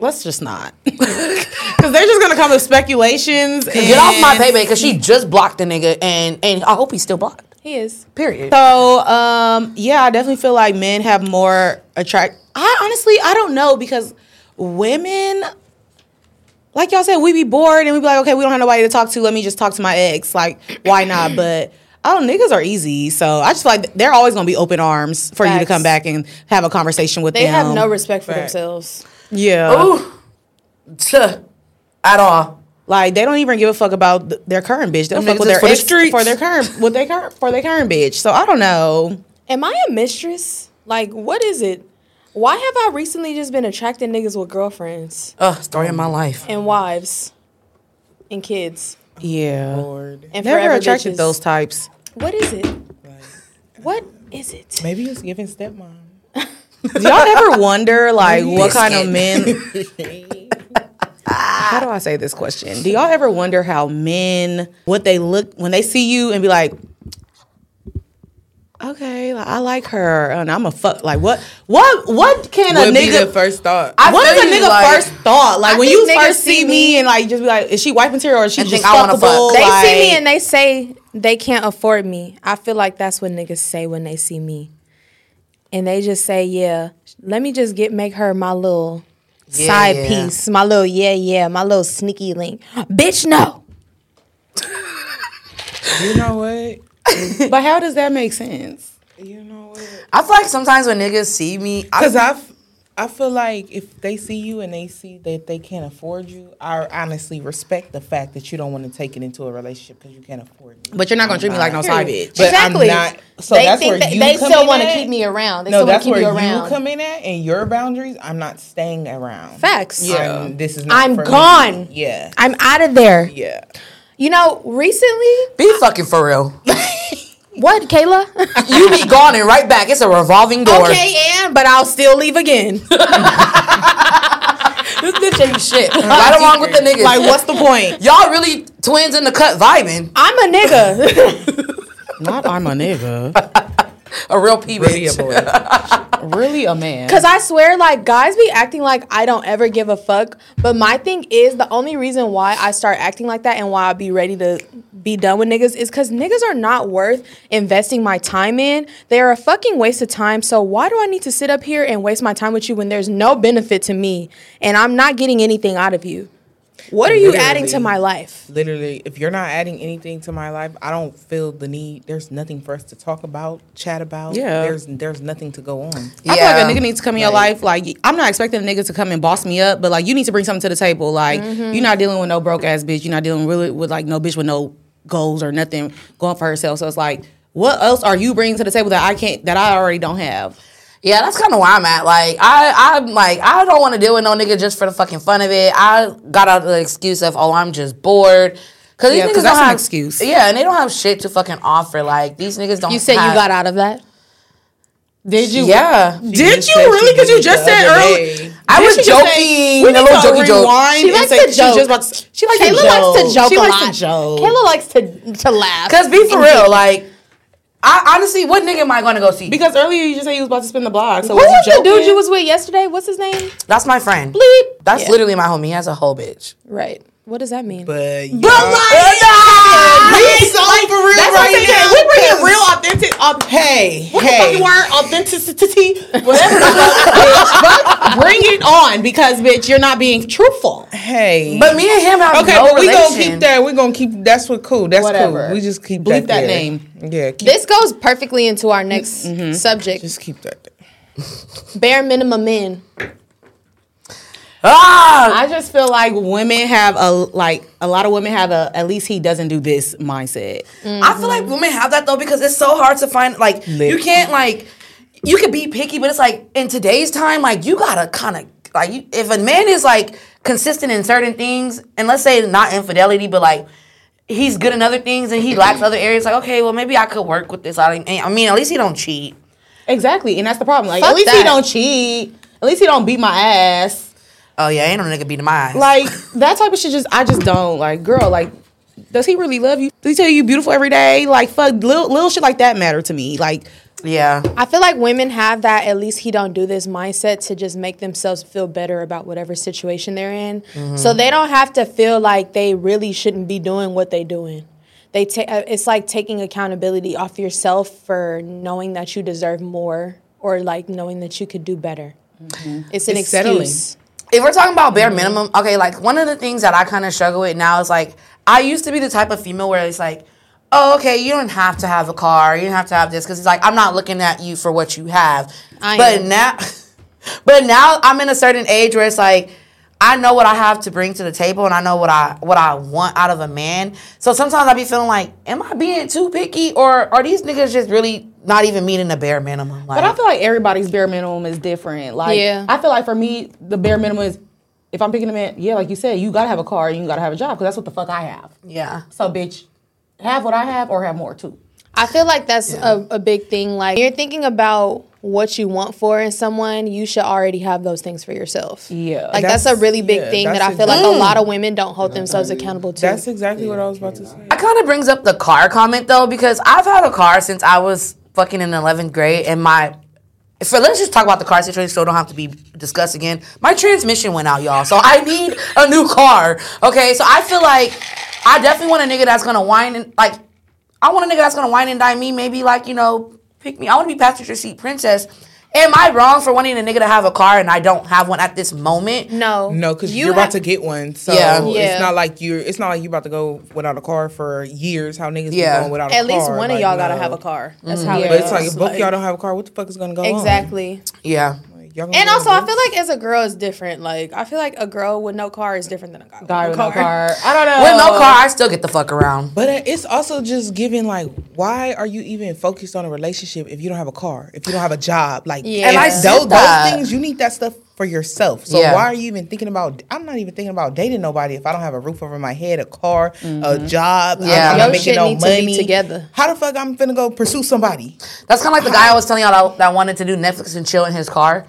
[SPEAKER 3] let's just not because they're just gonna come with speculations. And
[SPEAKER 1] Get off my baby because she just blocked the nigga and and I hope he's still blocked.
[SPEAKER 2] He is.
[SPEAKER 1] Period.
[SPEAKER 3] So, um, yeah, I definitely feel like men have more attract. I honestly, I don't know because women, like y'all said, we be bored and we be like, okay, we don't have nobody to talk to. Let me just talk to my ex. Like, why not? But I don't. Niggas are easy, so I just feel like they're always gonna be open arms for you to
[SPEAKER 2] Facts.
[SPEAKER 3] come back and have a conversation with
[SPEAKER 2] They
[SPEAKER 3] them.
[SPEAKER 2] have no respect for
[SPEAKER 6] Fact.
[SPEAKER 2] themselves.
[SPEAKER 3] Yeah,
[SPEAKER 1] Ooh. Tuh. At all.
[SPEAKER 3] like they don't even give a fuck about th- their current bitch. They'll
[SPEAKER 1] Them
[SPEAKER 3] fuck
[SPEAKER 1] niggas is
[SPEAKER 3] with their
[SPEAKER 1] for the
[SPEAKER 3] ex
[SPEAKER 1] streets.
[SPEAKER 3] for their current with their current for their current bitch. So I don't know.
[SPEAKER 2] Am I a mistress? Like, what is it? Why have I recently just been attracting niggas with girlfriends
[SPEAKER 1] Uh, story of my life.
[SPEAKER 2] and wives and kids
[SPEAKER 3] Yeah,
[SPEAKER 6] Lord.
[SPEAKER 2] and
[SPEAKER 3] never
[SPEAKER 2] forever
[SPEAKER 3] attracted
[SPEAKER 2] bitches?
[SPEAKER 3] those types.
[SPEAKER 2] What is it? What is it?
[SPEAKER 6] Maybe it's giving stepmom.
[SPEAKER 3] Do y'all ever wonder like what kind of men? How do I say this question? Do y'all ever wonder how men what they look when they see you and be like, okay, like, I like her and I'm a fuck. Like what? What? What can
[SPEAKER 6] Would
[SPEAKER 3] a
[SPEAKER 6] be the
[SPEAKER 3] nigga?
[SPEAKER 6] first thought.
[SPEAKER 1] I
[SPEAKER 3] what is
[SPEAKER 1] feel
[SPEAKER 3] a
[SPEAKER 1] you,
[SPEAKER 3] nigga
[SPEAKER 1] like-
[SPEAKER 3] first thought? Like
[SPEAKER 2] I
[SPEAKER 3] when
[SPEAKER 2] think
[SPEAKER 3] you
[SPEAKER 2] niggas
[SPEAKER 3] first
[SPEAKER 2] see
[SPEAKER 3] see
[SPEAKER 2] me-
[SPEAKER 3] me and like just be like, is she wife material or is she
[SPEAKER 1] And
[SPEAKER 3] just
[SPEAKER 1] think I wanna
[SPEAKER 3] fuckable?
[SPEAKER 1] fuck. They
[SPEAKER 2] They see me
[SPEAKER 3] Like-
[SPEAKER 2] and they say they can't afford me. I feel like that's what niggas say when they see me. And they just say, yeah, let me just get make her my little
[SPEAKER 1] Yeah,
[SPEAKER 2] side
[SPEAKER 1] yeah.
[SPEAKER 2] piece, my little yeah, yeah, my little sneaky link. Bitch, no.
[SPEAKER 6] you know what?
[SPEAKER 3] but how does that make sense?
[SPEAKER 6] You know what?
[SPEAKER 1] I feel like sometimes when niggas see me, I,
[SPEAKER 6] Because I've. I feel like if they see you and they see that they can't afford you, I honestly respect the fact that you don't want to take it into a relationship because you can't afford me.
[SPEAKER 3] But you're not gonna treat me like no side bitch.
[SPEAKER 6] But I'm not- so
[SPEAKER 2] they
[SPEAKER 6] that's
[SPEAKER 2] think
[SPEAKER 6] where
[SPEAKER 2] that-
[SPEAKER 6] you
[SPEAKER 2] they
[SPEAKER 6] come
[SPEAKER 2] still
[SPEAKER 6] in
[SPEAKER 2] want to
[SPEAKER 6] at?
[SPEAKER 2] keep me around. They
[SPEAKER 6] no,
[SPEAKER 2] still want
[SPEAKER 6] that's
[SPEAKER 2] to keep
[SPEAKER 6] where
[SPEAKER 2] you
[SPEAKER 6] you,
[SPEAKER 2] around.
[SPEAKER 6] come in at and your boundaries. I'm not staying around.
[SPEAKER 2] Facts.
[SPEAKER 6] Yeah.
[SPEAKER 3] Yeah.
[SPEAKER 6] this is. Not
[SPEAKER 2] I'm
[SPEAKER 6] for me.
[SPEAKER 2] gone.
[SPEAKER 6] Yeah.
[SPEAKER 2] I'm out of there.
[SPEAKER 6] Yeah.
[SPEAKER 2] You know, recently,
[SPEAKER 1] be fucking for real.
[SPEAKER 2] what, Kayla?
[SPEAKER 1] you be gone and right back. It's a revolving door.
[SPEAKER 2] okay, and but I'll still leave again.
[SPEAKER 1] This bitch ain't shit. Right along with the niggas.
[SPEAKER 3] Like what's the point?
[SPEAKER 1] Y'all really twins in the cut vibing.
[SPEAKER 2] I'm a nigga.
[SPEAKER 3] not I'm a nigga.
[SPEAKER 1] A real pee
[SPEAKER 6] Really a
[SPEAKER 1] bitch.
[SPEAKER 6] boy.
[SPEAKER 3] Really a man.
[SPEAKER 2] Cause I swear, like guys be acting like I don't ever give a fuck. But my thing is the only reason why I start acting like that and why I be ready to be done with niggas is cause niggas are not worth investing my time in. They are a fucking waste of time. So why do I need to sit up here and waste my time with you when there's no benefit to me and I'm not getting anything out of you? What are you adding to
[SPEAKER 6] Literally.
[SPEAKER 2] my life?
[SPEAKER 6] Literally, if you're not adding anything to my life, I don't feel the need. There's nothing for us to talk about, chat about.
[SPEAKER 3] Yeah.
[SPEAKER 6] There's there's nothing to go on.
[SPEAKER 3] I feel like a nigga needs to come in your life. Like I'm not expecting a nigga to come and boss me up, but like you need to bring something to the table. Like you're not dealing with no broke ass bitch. You're not dealing really with like no bitch with no goals or nothing going for herself. So it's like, what else are you bringing to the table that I can't that I already don't have?
[SPEAKER 1] Yeah, that's kind of where I'm at. Like, I, I'm like, I don't want to deal with no nigga just for the fucking fun of it. I got out the excuse of, oh, I'm just bored. Cause these
[SPEAKER 3] Yeah,
[SPEAKER 1] niggas
[SPEAKER 3] 'cause that's
[SPEAKER 1] don't
[SPEAKER 3] an
[SPEAKER 1] have-
[SPEAKER 3] excuse.
[SPEAKER 1] Yeah, and they don't have shit to fucking offer. Like these niggas don't.
[SPEAKER 2] You said you
[SPEAKER 1] have-
[SPEAKER 2] got out of that.
[SPEAKER 3] Did you?
[SPEAKER 1] Yeah,
[SPEAKER 3] Did
[SPEAKER 6] just
[SPEAKER 3] you
[SPEAKER 6] said she
[SPEAKER 3] really? Because
[SPEAKER 6] did
[SPEAKER 3] you
[SPEAKER 6] it
[SPEAKER 3] just
[SPEAKER 6] the
[SPEAKER 3] said
[SPEAKER 6] other
[SPEAKER 3] earlier.
[SPEAKER 6] day.
[SPEAKER 1] I was
[SPEAKER 3] Didn't she just say-
[SPEAKER 1] joking,
[SPEAKER 3] we
[SPEAKER 1] a
[SPEAKER 3] need
[SPEAKER 1] little
[SPEAKER 3] to
[SPEAKER 1] jokey joke.
[SPEAKER 3] rewind
[SPEAKER 2] She
[SPEAKER 3] and
[SPEAKER 2] likes
[SPEAKER 3] say
[SPEAKER 2] to
[SPEAKER 3] she's
[SPEAKER 2] joke.
[SPEAKER 3] just about to- She likes to
[SPEAKER 2] Kayla
[SPEAKER 3] joke.
[SPEAKER 2] likes to joke
[SPEAKER 3] She
[SPEAKER 2] a
[SPEAKER 3] likes
[SPEAKER 2] lot.
[SPEAKER 3] to joke.
[SPEAKER 2] Kayla likes to to laugh.
[SPEAKER 1] Cause be for real, like, I honestly, what nigga am I gonna go see?
[SPEAKER 3] Because earlier you just said you was about to spin the block. So
[SPEAKER 2] Who was
[SPEAKER 3] was you
[SPEAKER 2] the
[SPEAKER 3] joking?
[SPEAKER 2] dude you was with yesterday? What's his name?
[SPEAKER 1] that's my friend.
[SPEAKER 2] Bleep.
[SPEAKER 1] That's
[SPEAKER 2] Yeah.
[SPEAKER 1] literally my homie. He has a whole bitch.
[SPEAKER 2] Right. What does that mean?
[SPEAKER 6] But yeah,
[SPEAKER 3] Yes,
[SPEAKER 4] so
[SPEAKER 3] like,
[SPEAKER 4] for real
[SPEAKER 3] that's what I'm
[SPEAKER 4] right
[SPEAKER 3] saying.
[SPEAKER 4] now,
[SPEAKER 3] We bring
[SPEAKER 4] because-
[SPEAKER 3] in real authentic. au-
[SPEAKER 4] Hey,
[SPEAKER 3] what
[SPEAKER 4] hey.
[SPEAKER 3] the fucking word? Authenticity, whatever. the fuck, bitch, but bring it on because bitch, you're not being truthful.
[SPEAKER 6] hey.
[SPEAKER 1] But me and him have
[SPEAKER 6] okay,
[SPEAKER 1] no
[SPEAKER 6] but we
[SPEAKER 1] relation.
[SPEAKER 6] gonna keep that. We're gonna keep. That's what cool. That's
[SPEAKER 3] Whatever.
[SPEAKER 6] cool. We just keep
[SPEAKER 3] Bleep that
[SPEAKER 6] there.
[SPEAKER 3] name.
[SPEAKER 6] Yeah, keep,
[SPEAKER 2] This goes perfectly into our next subject.
[SPEAKER 6] Mm-hmm. just keep that. There.
[SPEAKER 2] bare minimum men.
[SPEAKER 1] Ah,
[SPEAKER 3] I just feel like women have a like a lot of women have a at least he doesn't do this mindset.
[SPEAKER 1] I feel like women have that though because it's so hard to find. Like
[SPEAKER 6] Lit.
[SPEAKER 1] you can't like you can be picky, but it's like in today's time, like you gotta kind of like you, if a man is like consistent in certain things, and let's say not infidelity, but like he's good in other things and he lacks other areas. Like okay, well maybe I could work with this. I, I mean, at least he don't cheat.
[SPEAKER 3] Exactly, and that's the problem. Like
[SPEAKER 2] Fuck
[SPEAKER 3] at least
[SPEAKER 2] that.
[SPEAKER 3] he don't cheat. At least he don't beat my ass.
[SPEAKER 1] Oh yeah, ain't no nigga beating my eyes.
[SPEAKER 3] Like that type of shit. Just I just don't like, girl. Like, does he really love you? Does he tell you you beautiful every day? Like, fuck, little little shit like that matter to me. Like,
[SPEAKER 1] yeah,
[SPEAKER 2] I feel like women have that at least he don't do this mindset to just make themselves feel better about whatever situation they're in.
[SPEAKER 6] Mm-hmm.
[SPEAKER 2] So they don't have to feel like they really shouldn't be doing what they doing. They take it's like taking accountability off yourself for knowing that you deserve more or like knowing that you could do better. It's an
[SPEAKER 6] Mm-hmm. It's settling.
[SPEAKER 2] excuse.
[SPEAKER 1] if we're talking about bare minimum, okay, like one of the things that I kind of struggle with now is like I used to be the type of female where it's like, oh, okay, you don't have to have a car, you don't have to have this, because it's like I'm not looking at you for what you have.
[SPEAKER 2] I
[SPEAKER 1] but
[SPEAKER 2] am.
[SPEAKER 1] now, but now I'm in a certain age where it's like. I know what I have to bring to the table, and I know what I what I want out of a man. So sometimes I be feeling like, am I being too picky, or are these niggas just really not even meeting the bare minimum? Like,
[SPEAKER 3] But I feel like everybody's bare minimum is different. Like,
[SPEAKER 2] Yeah.
[SPEAKER 3] I feel like for me, the bare minimum is if I'm picking a man, yeah, like you said, you gotta have a car and you gotta have a job because that's what the fuck I have.
[SPEAKER 1] yeah,
[SPEAKER 3] So, bitch, have what I have or have more too.
[SPEAKER 2] I feel like that's a, a big thing. Like when you're thinking about what you want for in someone, you should already have those things for yourself.
[SPEAKER 3] Yeah.
[SPEAKER 2] Like that's, a
[SPEAKER 6] That's-
[SPEAKER 2] really big
[SPEAKER 6] yeah,
[SPEAKER 2] thing that I
[SPEAKER 6] that's
[SPEAKER 2] feel like a
[SPEAKER 6] exactly-
[SPEAKER 2] lot of women don't hold themselves accountable to.
[SPEAKER 6] That's exactly what I was about to say.
[SPEAKER 1] That kind of brings up the car comment though, because I've had a car since I was fucking in 11th grade, and my for let's just talk about the car situation so it don't have to be discussed again. My transmission went out, y'all, so I need a new car. Okay, so I feel like I definitely want a nigga that's gonna whine and like I want a nigga that's gonna whine and dine me. Maybe like you know, pick me. I want to be passenger seat princess. Am I wrong for wanting a nigga to have a car and I don't have one at this moment?
[SPEAKER 2] no.
[SPEAKER 6] No, because
[SPEAKER 2] You
[SPEAKER 6] you are
[SPEAKER 2] have-
[SPEAKER 6] about to get one, so
[SPEAKER 1] Yeah.
[SPEAKER 2] Yeah.
[SPEAKER 6] it's not like you're. It's not like you're about to go without a car for years. How niggas
[SPEAKER 1] Yeah.
[SPEAKER 6] be going without a
[SPEAKER 2] At
[SPEAKER 6] car?
[SPEAKER 2] least one of
[SPEAKER 6] Like,
[SPEAKER 2] y'all gotta
[SPEAKER 6] no. Mm-hmm.
[SPEAKER 2] have a car. That's how it
[SPEAKER 6] But
[SPEAKER 2] is.
[SPEAKER 6] it's like if both y'all don't have a car, what the fuck is gonna go on?
[SPEAKER 2] Exactly.
[SPEAKER 1] Yeah.
[SPEAKER 6] Y'all gonna
[SPEAKER 2] And
[SPEAKER 6] go
[SPEAKER 2] also, I
[SPEAKER 6] on?
[SPEAKER 2] feel like as a girl, it's different. Like I feel like a girl with no car is different than a guy,
[SPEAKER 3] Guy
[SPEAKER 2] with
[SPEAKER 3] with
[SPEAKER 2] no car.
[SPEAKER 3] no car. I don't know.
[SPEAKER 1] With no
[SPEAKER 2] Oh.
[SPEAKER 1] car, I still get the fuck around.
[SPEAKER 6] But uh, it's also just giving like, why are you even focused on a relationship if you don't have a car, if you don't have a job? Like,
[SPEAKER 2] Yeah. And I
[SPEAKER 6] tho-
[SPEAKER 1] said
[SPEAKER 6] those,
[SPEAKER 1] that.
[SPEAKER 6] things you need that stuff for yourself. So
[SPEAKER 1] Yeah.
[SPEAKER 6] why are you even thinking about? I'm not even thinking about dating nobody if I don't have a roof over my head, a car, a job. I'm-
[SPEAKER 1] Mm-hmm. Yeah.
[SPEAKER 6] I'm,
[SPEAKER 1] Your
[SPEAKER 6] not making
[SPEAKER 2] shit
[SPEAKER 6] no
[SPEAKER 2] need to be
[SPEAKER 6] money
[SPEAKER 2] together.
[SPEAKER 6] How the fuck I'm finna go pursue somebody?
[SPEAKER 1] That's kind of like the guy I was telling y'all that, that wanted to do Netflix and chill in his car.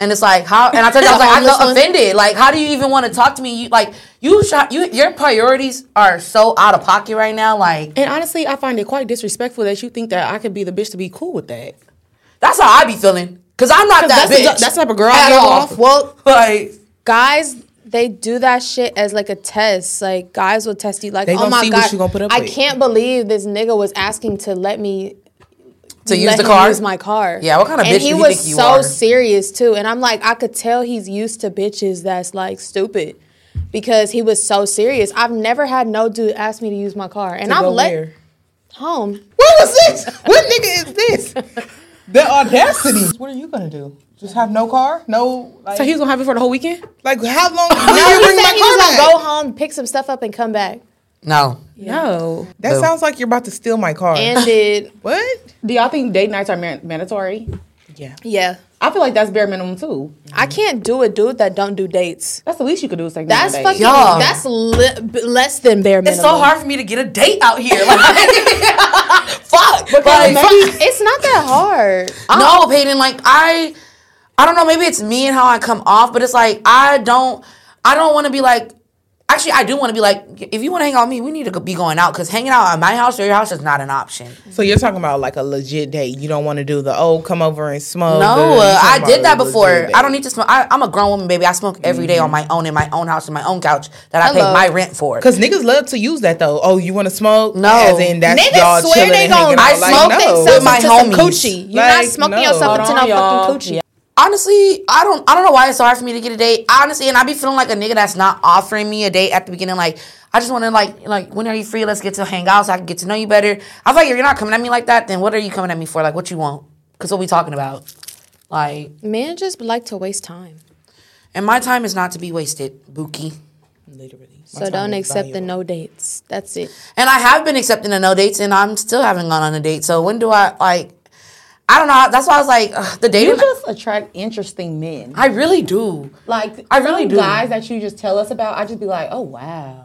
[SPEAKER 1] And it's like how, and I told you I was
[SPEAKER 2] The
[SPEAKER 1] like I
[SPEAKER 2] homeless
[SPEAKER 1] felt
[SPEAKER 2] one?
[SPEAKER 1] offended. Like how do you even want to talk to me? You like you, shot, you your priorities are so out of pocket right now. Like
[SPEAKER 3] And honestly, I find it quite disrespectful that you think that I could be the bitch to be cool with that.
[SPEAKER 1] that's how I be feeling because I'm not that
[SPEAKER 3] that's the-
[SPEAKER 1] bitch.
[SPEAKER 3] that's the type of girl I
[SPEAKER 1] at
[SPEAKER 3] give
[SPEAKER 1] all.
[SPEAKER 3] off.
[SPEAKER 1] Well, like
[SPEAKER 2] guys they do that shit as like a test. Like guys will test you like,
[SPEAKER 6] They
[SPEAKER 2] oh
[SPEAKER 6] gonna
[SPEAKER 2] my
[SPEAKER 6] see
[SPEAKER 2] god,
[SPEAKER 6] what you gonna put up
[SPEAKER 2] I
[SPEAKER 6] with."
[SPEAKER 2] can't believe this nigga was asking to let me
[SPEAKER 1] to use
[SPEAKER 2] let
[SPEAKER 1] the
[SPEAKER 2] him
[SPEAKER 1] car.
[SPEAKER 2] Use my car.
[SPEAKER 1] Yeah, what kind of
[SPEAKER 2] and
[SPEAKER 1] bitch
[SPEAKER 2] he
[SPEAKER 1] do you
[SPEAKER 2] was
[SPEAKER 1] think you
[SPEAKER 2] so
[SPEAKER 1] are?
[SPEAKER 2] serious too, and I'm like, I could tell he's used to bitches that's like stupid. Because he was so serious. I've never had no dude ask me to use my car. And I've
[SPEAKER 6] Go
[SPEAKER 2] let
[SPEAKER 6] where?
[SPEAKER 2] home.
[SPEAKER 6] What was this? What nigga is this? The audacity. What are you gonna do? Just have no car? No, like,
[SPEAKER 3] So he was gonna have it for the whole weekend?
[SPEAKER 6] like how long?
[SPEAKER 2] No,
[SPEAKER 6] you
[SPEAKER 2] he
[SPEAKER 6] bring
[SPEAKER 2] said
[SPEAKER 6] my
[SPEAKER 2] he
[SPEAKER 6] car
[SPEAKER 2] was gonna
[SPEAKER 6] back?
[SPEAKER 2] go home, pick some stuff up, and come back.
[SPEAKER 1] no,
[SPEAKER 3] No.
[SPEAKER 6] That
[SPEAKER 1] Boom.
[SPEAKER 6] sounds like you're about to steal my car.
[SPEAKER 2] And did
[SPEAKER 6] what?
[SPEAKER 3] Do y'all think date nights are man- mandatory?
[SPEAKER 2] yeah.
[SPEAKER 3] I feel like that's bare minimum too.
[SPEAKER 2] I can't do a dude that don't do dates.
[SPEAKER 3] That's the least you could do is take me on
[SPEAKER 2] That's
[SPEAKER 3] a date.
[SPEAKER 2] fucking.
[SPEAKER 1] Y'all.
[SPEAKER 2] That's li- b- less than bare minimum.
[SPEAKER 1] it's so hard for me to get a date out here. Like, fuck. Like,
[SPEAKER 2] Fu- it's not that hard.
[SPEAKER 1] no, Peyton. Like I, I don't know. Maybe it's me and how I come off, but it's like I don't, I don't want to be like. Actually, I do want to be like, if you want to hang out with me, we need to go- be going out because hanging out at my house or your house is not an option.
[SPEAKER 6] So you're talking about like a legit date. You don't want to do the oh come over and smoke.
[SPEAKER 1] No,
[SPEAKER 6] the-
[SPEAKER 1] uh,
[SPEAKER 6] you're
[SPEAKER 1] I
[SPEAKER 6] talking about
[SPEAKER 1] did that
[SPEAKER 6] a legit
[SPEAKER 1] before.
[SPEAKER 6] date.
[SPEAKER 1] I don't e- need to smoke. I, I'm a grown woman, baby. I smoke every day on my own in my own house in my own couch that I
[SPEAKER 2] Hello.
[SPEAKER 1] pay my rent for.
[SPEAKER 6] Cause niggas love to use that though. Oh, you want to smoke?
[SPEAKER 1] No.
[SPEAKER 6] as in that's
[SPEAKER 2] Niggas
[SPEAKER 6] y'all
[SPEAKER 2] swear
[SPEAKER 6] chilling
[SPEAKER 2] they
[SPEAKER 6] and
[SPEAKER 2] gonna
[SPEAKER 6] hanging out.
[SPEAKER 1] I
[SPEAKER 6] Like,
[SPEAKER 1] smoke
[SPEAKER 6] no.
[SPEAKER 1] themselves
[SPEAKER 2] With my
[SPEAKER 1] into
[SPEAKER 2] homies.
[SPEAKER 1] some
[SPEAKER 2] coochie.
[SPEAKER 1] coochie.
[SPEAKER 2] You're not
[SPEAKER 6] Like,
[SPEAKER 2] smoking
[SPEAKER 6] no.
[SPEAKER 2] yourself into
[SPEAKER 3] Hold
[SPEAKER 2] no
[SPEAKER 3] on, y'all.
[SPEAKER 2] fucking coochie.
[SPEAKER 1] honestly, I don't I don't know why it's so hard for me to get a date. Honestly, and I be feeling like a nigga that's not offering me a date at the beginning. Like I just want to like like when are you free? Let's get to hang out so I can get to know you better. I feel like if you're not coming at me like that, then what are you coming at me for? Like what you want? Cause what we talking about? Like
[SPEAKER 2] Men just like to waste time,
[SPEAKER 1] and my time is not to be wasted, Buki.
[SPEAKER 6] Literally. My
[SPEAKER 2] so
[SPEAKER 6] time
[SPEAKER 2] don't
[SPEAKER 6] is
[SPEAKER 2] accept the
[SPEAKER 6] valuable.
[SPEAKER 2] no dates. That's it.
[SPEAKER 1] And I have been accepting the no dates, and I'm still haven't gone on a date. So when do I like? I don't know. That's why I was like ugh, the
[SPEAKER 3] You
[SPEAKER 1] dating.
[SPEAKER 3] just attract interesting men.
[SPEAKER 1] I really do.
[SPEAKER 3] Like
[SPEAKER 1] I really
[SPEAKER 3] some
[SPEAKER 1] do.
[SPEAKER 3] guys that you just tell us about, I just be like, oh wow.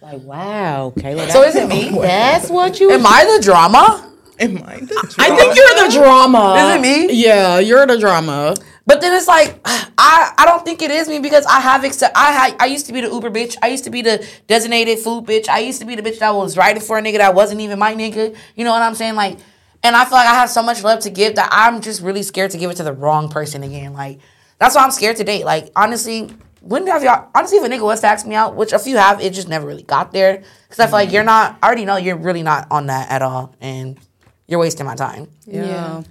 [SPEAKER 3] Like wow, Kayla.
[SPEAKER 1] So is it me?
[SPEAKER 3] that's what you
[SPEAKER 1] Am I the drama?
[SPEAKER 6] Am I the
[SPEAKER 3] I think you're the drama.
[SPEAKER 1] Is it me?
[SPEAKER 3] Yeah, you're the drama.
[SPEAKER 1] But then it's like I, I don't think it is me because I have accept I ha- I used to be the Uber bitch. I used to be the designated food bitch. I used to be the bitch that was riding for a nigga that wasn't even my nigga. You know what I'm saying? Like, and I feel like I have so much love to give that I'm just really scared to give it to the wrong person again. Like, that's why I'm scared to date. Like, honestly, when have y'all honestly if a nigga was to ask me out, which a few have, it just never really got there because I feel like you're not. I already know you're really not on that at all, and you're wasting my time.
[SPEAKER 3] Yeah.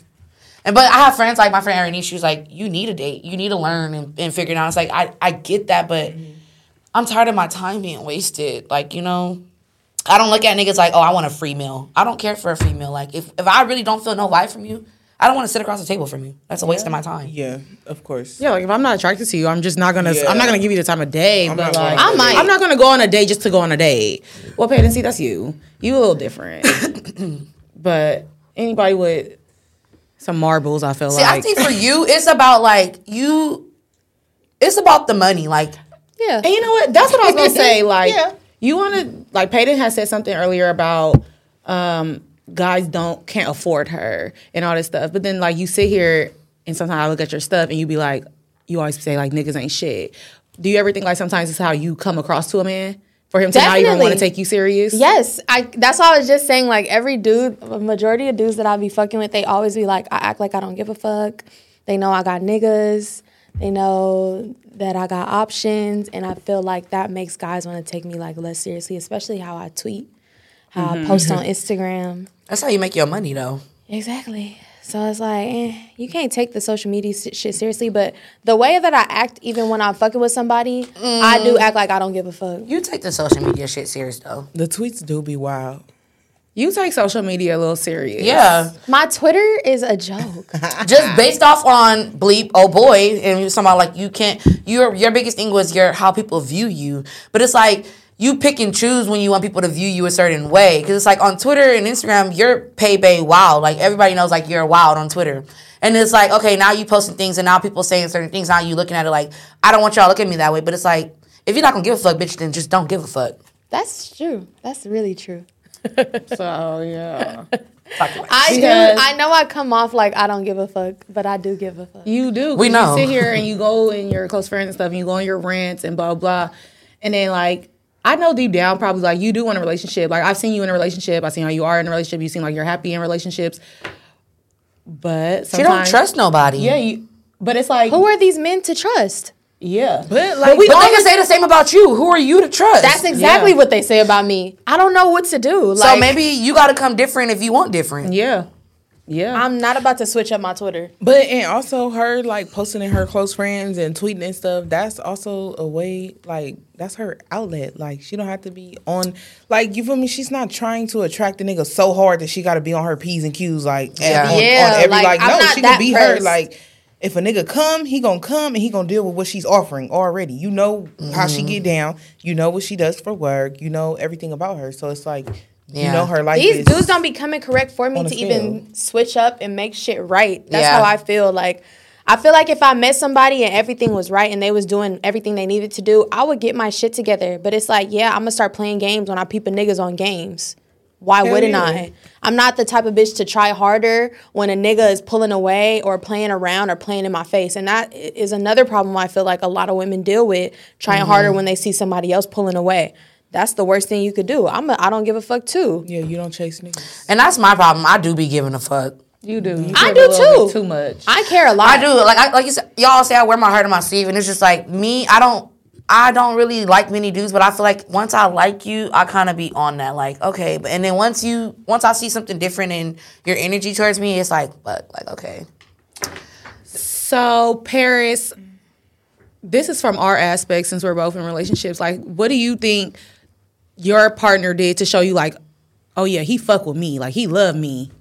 [SPEAKER 1] And but I have friends like my friend Erin, E, she was like, "You need a date. You need to learn and, and figure it out." It's like I I get that, but I'm tired of my time being wasted. Like you know, I don't look at niggas like, "Oh, I want a free meal." I don't care for a free meal. Like if if I really don't feel no vibe from you, I don't want to sit across the table from you. That's a waste of my time.
[SPEAKER 6] Yeah, of course.
[SPEAKER 3] Yeah, like if I'm not attracted to you, I'm just not gonna.
[SPEAKER 6] Yeah.
[SPEAKER 3] I'm not gonna give you the time of day. but like,
[SPEAKER 6] not going on
[SPEAKER 3] I
[SPEAKER 2] a
[SPEAKER 3] might.
[SPEAKER 2] date.
[SPEAKER 3] I'm not gonna go on a date just to go on a date. Well, Peyton, see, that's you. You a little different. but anybody with some marbles, I feel
[SPEAKER 1] See,
[SPEAKER 3] like.
[SPEAKER 1] I think for you, it's about like you. It's about the money. Like
[SPEAKER 2] Yeah.
[SPEAKER 3] and you know what? That's what I was gonna say. Like,
[SPEAKER 6] Yeah.
[SPEAKER 3] you wanna like Peyton has said something earlier about um, guys don't can't afford her and all this stuff. But then like you sit here and sometimes I look at your stuff and you be like, you always say like niggas ain't shit. Do you ever think like sometimes it's how you come across to a man for him to not even
[SPEAKER 2] Definitely.
[SPEAKER 3] want to take you serious?
[SPEAKER 2] Yes, I. That's why I was just saying. Like every dude, a majority of dudes that I be fucking with, they always be like, I act like I don't give a fuck. They know I got niggas. They know that I got options, and I feel like that makes guys want to take me like less seriously, especially how I tweet, how I post on Instagram.
[SPEAKER 1] that's how you make your money, though.
[SPEAKER 2] Exactly. So it's like, eh, you can't take the social media s- shit seriously, but the way that I act, even when I'm fucking with somebody, I do act like I don't give a fuck.
[SPEAKER 1] You take the social media shit serious, though.
[SPEAKER 6] The tweets do be wild.
[SPEAKER 3] You take social media a little serious.
[SPEAKER 1] Yeah.
[SPEAKER 2] My Twitter is a joke.
[SPEAKER 1] just based off on bleep oh boy and you're somebody like you can't your your biggest thing was your how people view you but it's like you pick and choose when you want people to view you a certain way because it's like on twitter and instagram you're payday wild like everybody knows like you're wild on twitter and it's like okay now you posting things and now people saying certain things now you looking at it like i don't want y'all looking at me that way but it's like if you're not gonna give a fuck bitch then just don't give a fuck
[SPEAKER 2] That's true. That's really true.
[SPEAKER 3] So yeah.
[SPEAKER 1] Talk your way.
[SPEAKER 2] I do.
[SPEAKER 3] Because-
[SPEAKER 2] I know I come off like I don't give a fuck, but I do give a fuck.
[SPEAKER 3] You do. 'cause
[SPEAKER 1] We know.
[SPEAKER 3] You sit here and you go and your close friends and stuff, and you go on your rants and blah blah, and then like I know deep down probably like you do want a relationship. Like I've seen you in a relationship. I've seen how you are in a relationship. You seem like you're happy in relationships, but
[SPEAKER 1] She don't
[SPEAKER 3] sometimes,
[SPEAKER 1] trust nobody.
[SPEAKER 3] Yeah, you, but it's like
[SPEAKER 2] Who are these men to trust?
[SPEAKER 3] yeah,
[SPEAKER 6] But like,
[SPEAKER 1] But they can say the same about you. Who are you to trust?
[SPEAKER 2] That's exactly what they say about me. I don't know what to do.
[SPEAKER 1] so
[SPEAKER 2] Like,
[SPEAKER 1] maybe you got to come different if you want different.
[SPEAKER 3] yeah, yeah.
[SPEAKER 2] I'm not about to switch up my Twitter.
[SPEAKER 6] but and also her like posting in her close friends and tweeting and stuff. That's also a way like that's her outlet. Like she don't have to be on. Like you feel me? She's not trying to attract the nigga so hard that she got to be on her p's and q's. Like
[SPEAKER 1] Yeah.
[SPEAKER 6] yeah, on,
[SPEAKER 2] Yeah,
[SPEAKER 6] on every
[SPEAKER 2] like,
[SPEAKER 6] like,
[SPEAKER 2] I'm
[SPEAKER 6] no,
[SPEAKER 2] not
[SPEAKER 6] she
[SPEAKER 2] that
[SPEAKER 6] can be her
[SPEAKER 2] person.
[SPEAKER 6] like. If a nigga come, he gonna come and he gonna deal with what she's offering already. You know how she
[SPEAKER 1] Mm-hmm.
[SPEAKER 6] get down. You know what she does for work. You know everything about her. So it's like
[SPEAKER 1] Yeah.
[SPEAKER 6] you know her life.
[SPEAKER 2] These
[SPEAKER 6] is-
[SPEAKER 2] dudes don't be coming correct for me
[SPEAKER 6] on
[SPEAKER 2] to
[SPEAKER 6] the
[SPEAKER 2] even switch up and make shit right. That's
[SPEAKER 1] Yeah.
[SPEAKER 2] how I feel. Like I feel like if I met somebody and everything was right and they was doing everything they needed to do, I would get my shit together. But it's like, yeah, I'm gonna start playing games when I peep a niggas on games. Why wouldn't
[SPEAKER 6] yeah.
[SPEAKER 2] I? I'm not the type of bitch to try harder when a nigga is pulling away or playing around or playing in my face. And that i- is another problem I feel like a lot of women deal with trying harder when they see somebody else pulling away. That's the worst thing you could do. I'm a, I don't give a fuck too.
[SPEAKER 6] Yeah, you don't chase niggas.
[SPEAKER 1] And that's my problem. I do be giving a fuck.
[SPEAKER 3] you do. You
[SPEAKER 2] I
[SPEAKER 3] give
[SPEAKER 2] do
[SPEAKER 3] a little bit
[SPEAKER 2] too.
[SPEAKER 3] Too much.
[SPEAKER 2] I care a lot.
[SPEAKER 1] I do. Like I, like you said, y'all say I wear my heart on my sleeve, and it's just like me. I don't. I don't really like many dudes, but I feel like once I like you, I kind of be on that. Like okay, but and then once you, once I see something different in your energy towards me, it's like, fuck, like okay,
[SPEAKER 3] So, Paris, this is from our aspect since we're both in relationships. Like, what do you think your partner did to show you, like, oh yeah, he fuck with me, like he love me?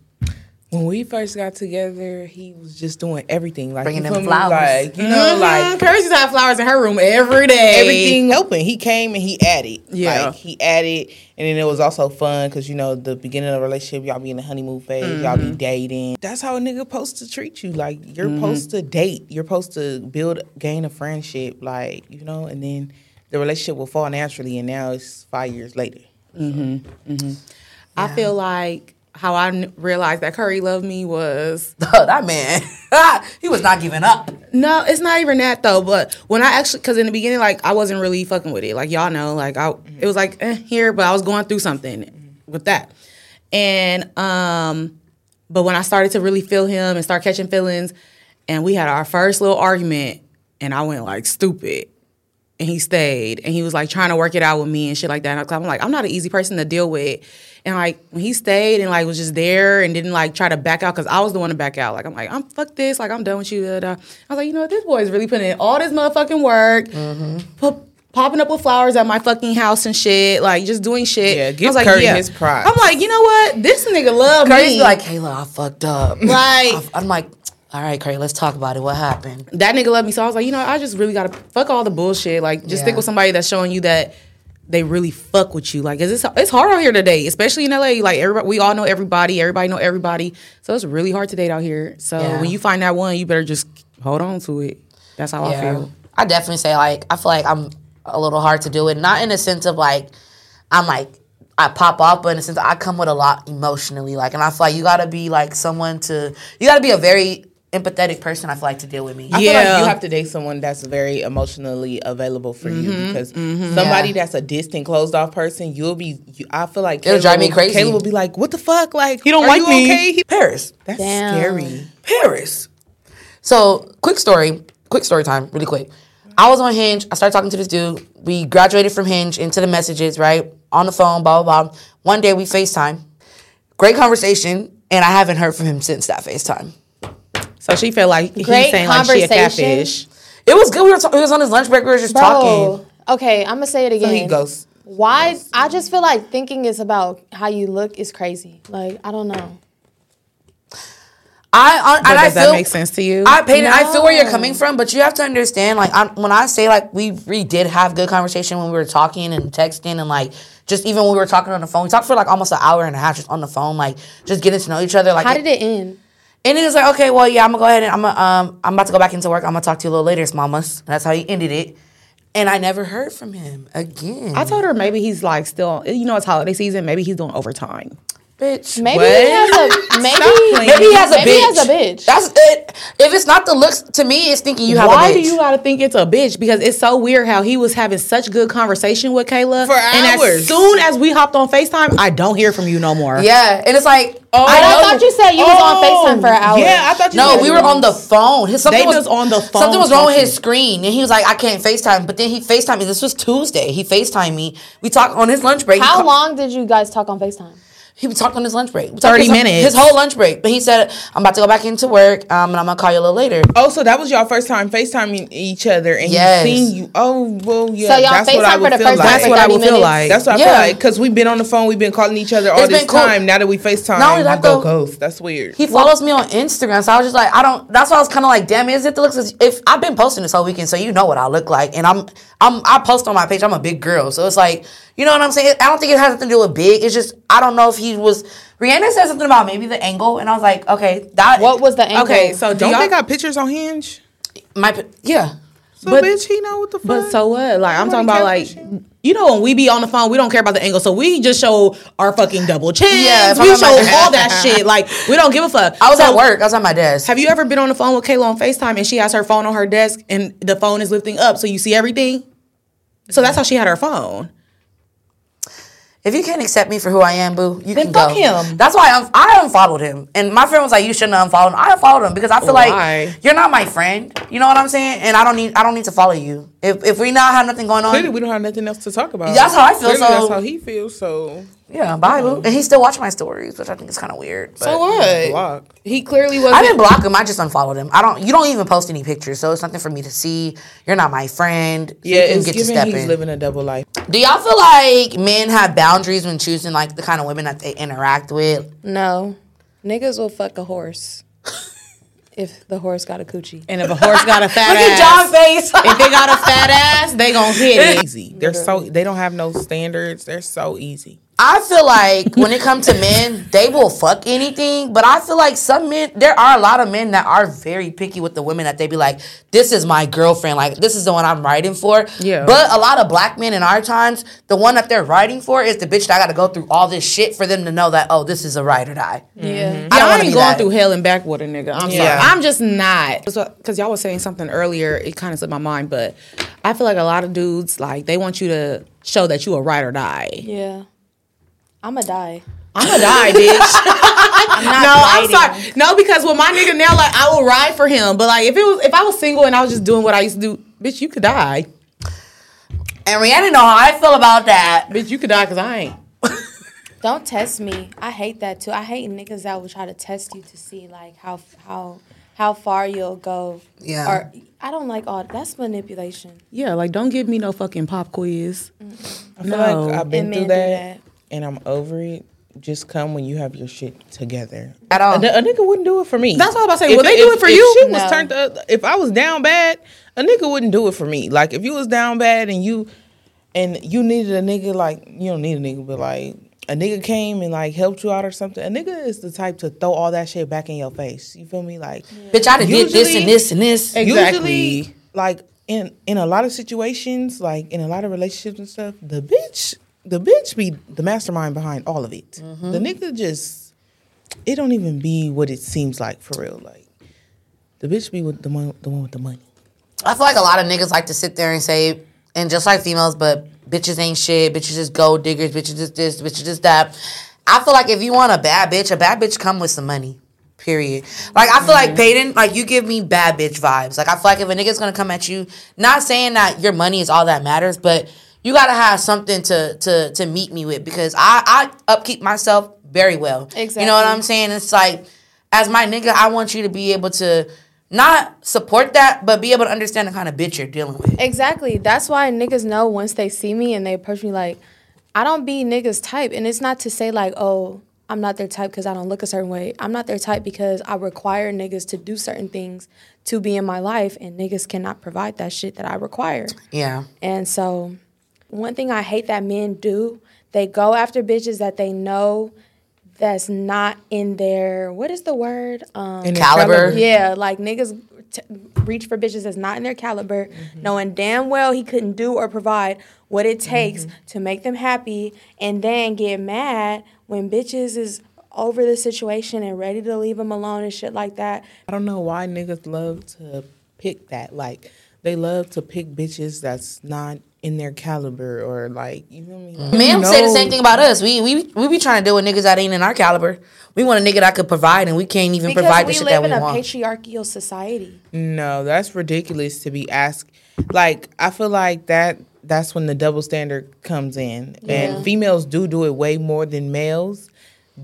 [SPEAKER 6] when we first got together, he was just doing everything, like
[SPEAKER 1] Bringing
[SPEAKER 6] you
[SPEAKER 1] them
[SPEAKER 6] feel me?
[SPEAKER 1] flowers.
[SPEAKER 6] like you know,
[SPEAKER 3] Like,
[SPEAKER 6] like
[SPEAKER 3] Paris used to have flowers in her room every day.
[SPEAKER 6] everything open. He came and he added,
[SPEAKER 3] Yeah.
[SPEAKER 6] like he added, and then it was also fun because you know the beginning of a relationship, y'all be in the honeymoon phase, y'all
[SPEAKER 1] Mm-hmm.
[SPEAKER 6] be dating. That's how a nigga supposed to treat you. Like you're supposed to date, you're supposed to build, gain a friendship, like you know, and then the relationship will fall naturally. And now it's five years later.
[SPEAKER 3] I feel like how I kn- realized that Curry loved me was
[SPEAKER 1] that man, he was not giving up.
[SPEAKER 3] No, it's not even that though. But when I actually, because in the beginning, like I wasn't really fucking with it. Like y'all know, like I, it was like eh, here, but I was going through something with that. And um, but when I started to really feel him and start catching feelings, and we had our first little argument, and I went like stupid, and he stayed, and he was like trying to work it out with me and shit like that. And I'm like, I'm not an easy person to deal with. And like when he stayed and like was just there and didn't like try to back out because I was the one to back out. Like I'm like, I'm fuck this. Like I'm done with you. Da, da. I was like, you know what? This boy is really putting in all this motherfucking work.
[SPEAKER 6] Mm-hmm.
[SPEAKER 3] pop- Popping up with flowers at my fucking house and shit, like just doing shit.
[SPEAKER 6] Yeah,
[SPEAKER 3] I
[SPEAKER 6] give
[SPEAKER 3] was like,
[SPEAKER 6] Curry his props.
[SPEAKER 3] I'm like, you know what? This nigga love
[SPEAKER 1] Curry's
[SPEAKER 3] me.
[SPEAKER 1] be like, Kayla, I fucked up.
[SPEAKER 3] Like-
[SPEAKER 1] I- I'm like, all right, Curry, let's talk about it. What happened?
[SPEAKER 3] that nigga loved me. So I was like, you know, I just really gotta fuck all the bullshit. Like, just stick
[SPEAKER 1] Yeah.
[SPEAKER 3] with somebody that's showing you that they really fuck with you. Like, 'cause it's it's hard out here today, especially in LA. Like, everybody, we all know everybody. Everybody know everybody. So it's really hard to date out here. So
[SPEAKER 1] Yeah.
[SPEAKER 3] when you find that one, you better just hold on to it. That's how I feel.
[SPEAKER 1] I definitely say like I feel like I'm a little hard to do it. Not in the sense of like I'm like I pop off, but in the sense I come with a lot emotionally. Like, and I feel like you gotta be like someone to you gotta be a very empathetic person. I feel like to deal with me.
[SPEAKER 6] I feel
[SPEAKER 3] Yeah.
[SPEAKER 6] like you have to date someone that's very emotionally available for you because somebody
[SPEAKER 1] Yeah.
[SPEAKER 6] that's a distant, closed off person, you'll be. You, I feel like
[SPEAKER 1] It'll
[SPEAKER 6] Kayla
[SPEAKER 1] drive me
[SPEAKER 6] will-
[SPEAKER 1] crazy.
[SPEAKER 6] Kayla will be like, "What the fuck? Like he
[SPEAKER 3] don't like me."
[SPEAKER 6] He-
[SPEAKER 1] Paris,
[SPEAKER 6] that's
[SPEAKER 2] Damn.
[SPEAKER 6] scary.
[SPEAKER 1] Paris. So quick story, quick story time, really quick. I was on Hinge. I started talking to this dude. We graduated from Hinge into the messages, right? On the phone, blah blah blah. One day we FaceTime. Great conversation, and I haven't heard from him since that FaceTime.
[SPEAKER 6] So she felt like he's
[SPEAKER 2] Great saying, like, she a conversation. catfish.
[SPEAKER 1] It was good. We were, ta- we was on his lunch break. We were just talking.
[SPEAKER 2] Okay, I'm gonna say it again.
[SPEAKER 6] He goes.
[SPEAKER 2] Why? I just feel like thinking is about how you look is crazy. Like I don't know.
[SPEAKER 1] I, I and I
[SPEAKER 6] does that
[SPEAKER 1] feel,
[SPEAKER 6] make sense to you?
[SPEAKER 1] I paid. I feel where you're coming from, but you have to understand. Like I'm, when I say like we really did have good conversation when we were talking and texting and like just even when we were talking on the phone. We talked for like almost an hour and a half just on the phone, like just getting to know each other. Like
[SPEAKER 2] How did it end?
[SPEAKER 1] And it was like, okay, well, yeah, I'm gonna go ahead and I'm gonna, um, I'm about to go back into work. I'm gonna talk to you a little later, it's mamas. And that's how he ended it. And I never heard from him again.
[SPEAKER 6] told her maybe he's like still. You know, it's holiday season. Maybe he's doing overtime.
[SPEAKER 1] bitch.
[SPEAKER 2] Maybe
[SPEAKER 6] What?
[SPEAKER 2] he has a maybe.
[SPEAKER 1] Maybe he has a
[SPEAKER 2] Maybe he
[SPEAKER 1] bitch.
[SPEAKER 2] has a bitch.
[SPEAKER 1] That's it. If it's not the looks, to me, it's thinking you have
[SPEAKER 3] Why
[SPEAKER 1] a bitch.
[SPEAKER 3] do you gotta think it's a bitch? Because it's so weird how he was having such good conversation with Kayla
[SPEAKER 6] For
[SPEAKER 3] And as
[SPEAKER 6] hours.
[SPEAKER 3] soon as we hopped on Facetime, I don't hear from you no more.
[SPEAKER 1] yeah, and it's like, oh,
[SPEAKER 2] I, thought you said you was on Facetime for an hour.
[SPEAKER 6] Yeah, I thought you
[SPEAKER 1] No,
[SPEAKER 6] said
[SPEAKER 1] we
[SPEAKER 6] it
[SPEAKER 1] were on the phone. His, something
[SPEAKER 3] They was on the phone
[SPEAKER 1] Something was wrong with
[SPEAKER 3] talking.
[SPEAKER 1] his screen, and he was like, "I can't Facetime." But then he Facetimed me. This was Tuesday. He Facetimed me. We talked on his lunch break. He
[SPEAKER 2] How
[SPEAKER 1] ca-
[SPEAKER 2] long did you guys talk on Facetime?
[SPEAKER 1] He talked on his lunch break. We talked
[SPEAKER 3] 30
[SPEAKER 1] his-
[SPEAKER 3] minutes.
[SPEAKER 1] His whole lunch break. But he said, "I'm about to go back into work, um, and I'm gonna call you a little later."
[SPEAKER 6] Oh, so that was y'all first time FaceTiming each other, and
[SPEAKER 1] Yes.
[SPEAKER 6] he seen you. Oh, well, yeah.
[SPEAKER 2] so y'all
[SPEAKER 6] that's what I
[SPEAKER 2] Facetime
[SPEAKER 6] would
[SPEAKER 2] for the
[SPEAKER 6] feel
[SPEAKER 2] first
[SPEAKER 6] like.
[SPEAKER 2] time
[SPEAKER 3] That's
[SPEAKER 2] for
[SPEAKER 3] what I
[SPEAKER 2] 30
[SPEAKER 3] would feel
[SPEAKER 2] minutes?
[SPEAKER 3] like.
[SPEAKER 6] That's what I
[SPEAKER 1] Yeah.
[SPEAKER 6] feel like because we've been on the phone, we've been calling each other all
[SPEAKER 1] It's
[SPEAKER 6] this
[SPEAKER 1] been cool.
[SPEAKER 6] time. Now that we Facetime,
[SPEAKER 1] Not only that,
[SPEAKER 6] you go
[SPEAKER 1] though-
[SPEAKER 6] ghost. That's weird.
[SPEAKER 1] He follows me on Instagram, so I was just like, I don't. That's why I was kind of like, damn, is it the looks? 'Cause If I've been posting this whole weekend, so you know what I look like, and I'm, I'm, I post on my page. I'm a big girl, so it's like, you know what I'm saying. I don't think it has anything to do with big. It's just I don't know if he was. Rihanna said something about maybe the angle, and I was like, okay, that.
[SPEAKER 2] What was the angle?
[SPEAKER 3] Okay, so do
[SPEAKER 6] Don't
[SPEAKER 3] y'all,
[SPEAKER 6] they got pictures on Hinge?
[SPEAKER 1] my? p- Yeah.
[SPEAKER 6] So
[SPEAKER 3] But-
[SPEAKER 6] bitch, he know what the fuck.
[SPEAKER 3] But so what? Like I'm talking about like
[SPEAKER 6] catfish
[SPEAKER 3] you know when we be on the phone, we don't care about the angle, so we just show our fucking double chins.
[SPEAKER 1] Yeah, if
[SPEAKER 3] we
[SPEAKER 1] I'm
[SPEAKER 3] show
[SPEAKER 1] at my-
[SPEAKER 3] all that shit. Like we don't give a fuck.
[SPEAKER 1] I was
[SPEAKER 3] So,
[SPEAKER 1] at work. I was at my desk.
[SPEAKER 3] Have you ever been on the phone with Kayla on Facetime and she has her phone on her desk and the phone is lifting up, so you see everything? So that's how she had her phone.
[SPEAKER 1] If you can't accept me for who I am, boo, you
[SPEAKER 3] Then
[SPEAKER 1] can
[SPEAKER 3] fuck
[SPEAKER 1] go.
[SPEAKER 3] him.
[SPEAKER 1] That's why I, un- I unfollowed him. And my friend was like, "You shouldn't have unfollowed him." I unfollowed him because I feel
[SPEAKER 6] Why?
[SPEAKER 1] like you're not my friend. You know what I'm saying? And I don't need I don't need to follow you. If if we not have nothing going on,
[SPEAKER 6] Clearly, we don't have nothing else to talk about.
[SPEAKER 1] That's how I feel,
[SPEAKER 6] Clearly, that's
[SPEAKER 1] so-
[SPEAKER 6] how he feels. So
[SPEAKER 1] yeah, bye, boo. And he still watch my stories, which I think is kind of weird. But
[SPEAKER 3] So what?
[SPEAKER 6] block.
[SPEAKER 3] He clearly wasn't
[SPEAKER 1] I didn't block him. I just unfollowed him. I don't. You don't even post any pictures, so it's nothing for me to see. You're not my friend. So
[SPEAKER 6] Yeah,
[SPEAKER 1] you can
[SPEAKER 6] it's
[SPEAKER 1] get to
[SPEAKER 6] given
[SPEAKER 1] step
[SPEAKER 6] he's
[SPEAKER 1] in.
[SPEAKER 6] living a double life.
[SPEAKER 1] Do y'all feel like men have boundaries when choosing like the kind of women that they interact with?
[SPEAKER 2] No, niggas will fuck a horse if the horse got a coochie.
[SPEAKER 3] and if a horse got a fat
[SPEAKER 1] Look at
[SPEAKER 3] ass.
[SPEAKER 1] John's face.
[SPEAKER 3] If they got a fat ass, they gonna hit it.
[SPEAKER 6] Easy. They're so they don't have no standards. They're so easy.
[SPEAKER 1] I feel like when it comes to men, they will fuck anything. But I feel like some men, there are a lot of men that are very picky with the women that they be like, this is my girlfriend. Like, this is the one I'm writing for.
[SPEAKER 6] Yeah.
[SPEAKER 1] But a lot of black men in our times, the one that they're writing for is the bitch that I got to go through all this shit for them to know that, oh, this is a ride or die.
[SPEAKER 2] Yeah.
[SPEAKER 1] I don't
[SPEAKER 3] I
[SPEAKER 1] want to be
[SPEAKER 3] ain't going
[SPEAKER 1] that.
[SPEAKER 3] through hell and backwater, nigga. I'm
[SPEAKER 6] Yeah.
[SPEAKER 3] sorry. I'm just not. Because y'all was saying something earlier, it kind of slipped my mind, but I feel like a lot of dudes, like, they want you to show that you a ride or die.
[SPEAKER 2] Yeah. I'ma die.
[SPEAKER 3] I'm a die, bitch.
[SPEAKER 2] I'm not
[SPEAKER 3] no, I'm
[SPEAKER 2] biting.
[SPEAKER 3] sorry. No, because with my nigga now, like, I will ride for him. But, like, if it was, if I was single and I was just doing what I used to do, bitch, you could die.
[SPEAKER 1] And Rihanna know how I feel about that.
[SPEAKER 3] Bitch, you could die because I ain't.
[SPEAKER 2] Don't test me. I hate that too. I hate niggas that will try to test you to see like how how how far you'll go.
[SPEAKER 1] Yeah.
[SPEAKER 2] Or I don't like all that's manipulation.
[SPEAKER 3] Yeah, like, don't give me no fucking pop quiz.
[SPEAKER 6] I feel
[SPEAKER 3] No.
[SPEAKER 6] like I've been
[SPEAKER 2] And men
[SPEAKER 6] through
[SPEAKER 2] do
[SPEAKER 6] that,
[SPEAKER 2] that.
[SPEAKER 6] and I'm over it. Just come when you have your shit together.
[SPEAKER 1] At all.
[SPEAKER 6] A, a nigga wouldn't do it for me.
[SPEAKER 3] That's what I was about to say.
[SPEAKER 6] If-
[SPEAKER 3] Will they
[SPEAKER 6] if-
[SPEAKER 3] do it for
[SPEAKER 6] if
[SPEAKER 3] you?
[SPEAKER 6] shit was
[SPEAKER 2] No.
[SPEAKER 6] turned up, if I was down bad, a nigga wouldn't do it for me. Like if you was down bad and you and you needed a nigga, like you don't need a nigga, but like a nigga came and like helped you out or something. A nigga is the type to throw all that shit back in your face. You feel me? Like
[SPEAKER 1] Bitch, I done did this
[SPEAKER 6] Usually-
[SPEAKER 1] and this and this.
[SPEAKER 6] usually like in in a lot of situations like in a lot of relationships and stuff the bitch the bitch be the mastermind behind all of it
[SPEAKER 1] Mm-hmm.
[SPEAKER 6] the nigga just it don't even be what it seems like for real like the bitch be with the one the one with the money
[SPEAKER 1] I feel like a lot of niggas like to sit there and say, and just like females, but bitches ain't shit. Bitches just gold diggers. Bitches just this. Bitches just that. I feel like if you want a bad bitch, a bad bitch come with some money. Period. Like I feel like Peyton, like you give me bad bitch vibes. Like I feel like if a nigga's gonna come at you, not saying that your money is all that matters, but you gotta have something to to to meet me with because I I upkeep myself very well. You know what
[SPEAKER 2] Exactly.
[SPEAKER 1] I'm saying? It's like as my nigga, I want you to be able to not support that, but be able to understand the kind of bitch you're dealing with.
[SPEAKER 2] Exactly. That's why niggas know once they see me and they approach me like, I don't be niggas type. And it's not to say like, oh, I'm not their type because I don't look a certain way. I'm not their type because I require niggas to do certain things to be in my life and niggas cannot provide that shit that I require.
[SPEAKER 1] Yeah.
[SPEAKER 2] And so, one thing I hate that men do, they go after bitches that they know that's not in their what is the word? Um
[SPEAKER 6] and
[SPEAKER 1] Caliber.
[SPEAKER 2] yeah, like niggas t- reach for bitches that's not in their caliber,
[SPEAKER 1] Mm-hmm.
[SPEAKER 2] knowing damn well he couldn't do or provide what it takes
[SPEAKER 1] Mm-hmm.
[SPEAKER 2] to make them happy, and then get mad when bitches is over the situation and ready to leave him alone and shit like that.
[SPEAKER 6] I don't know why niggas love to pick that. Like they love to pick bitches that's not in their caliber or like you feel me?
[SPEAKER 1] Ma'am
[SPEAKER 6] No.
[SPEAKER 1] say the same thing about us. We we we be trying to deal with niggas that ain't in our caliber. We want a nigga that could provide, and we can't even provide
[SPEAKER 2] Because
[SPEAKER 1] the
[SPEAKER 2] we
[SPEAKER 1] shit that
[SPEAKER 2] live
[SPEAKER 1] we
[SPEAKER 2] in a
[SPEAKER 1] want.
[SPEAKER 2] patriarchal society.
[SPEAKER 6] No, that's ridiculous to be asked. Like I feel like that that's when the double standard comes in. And females do do it way more than males.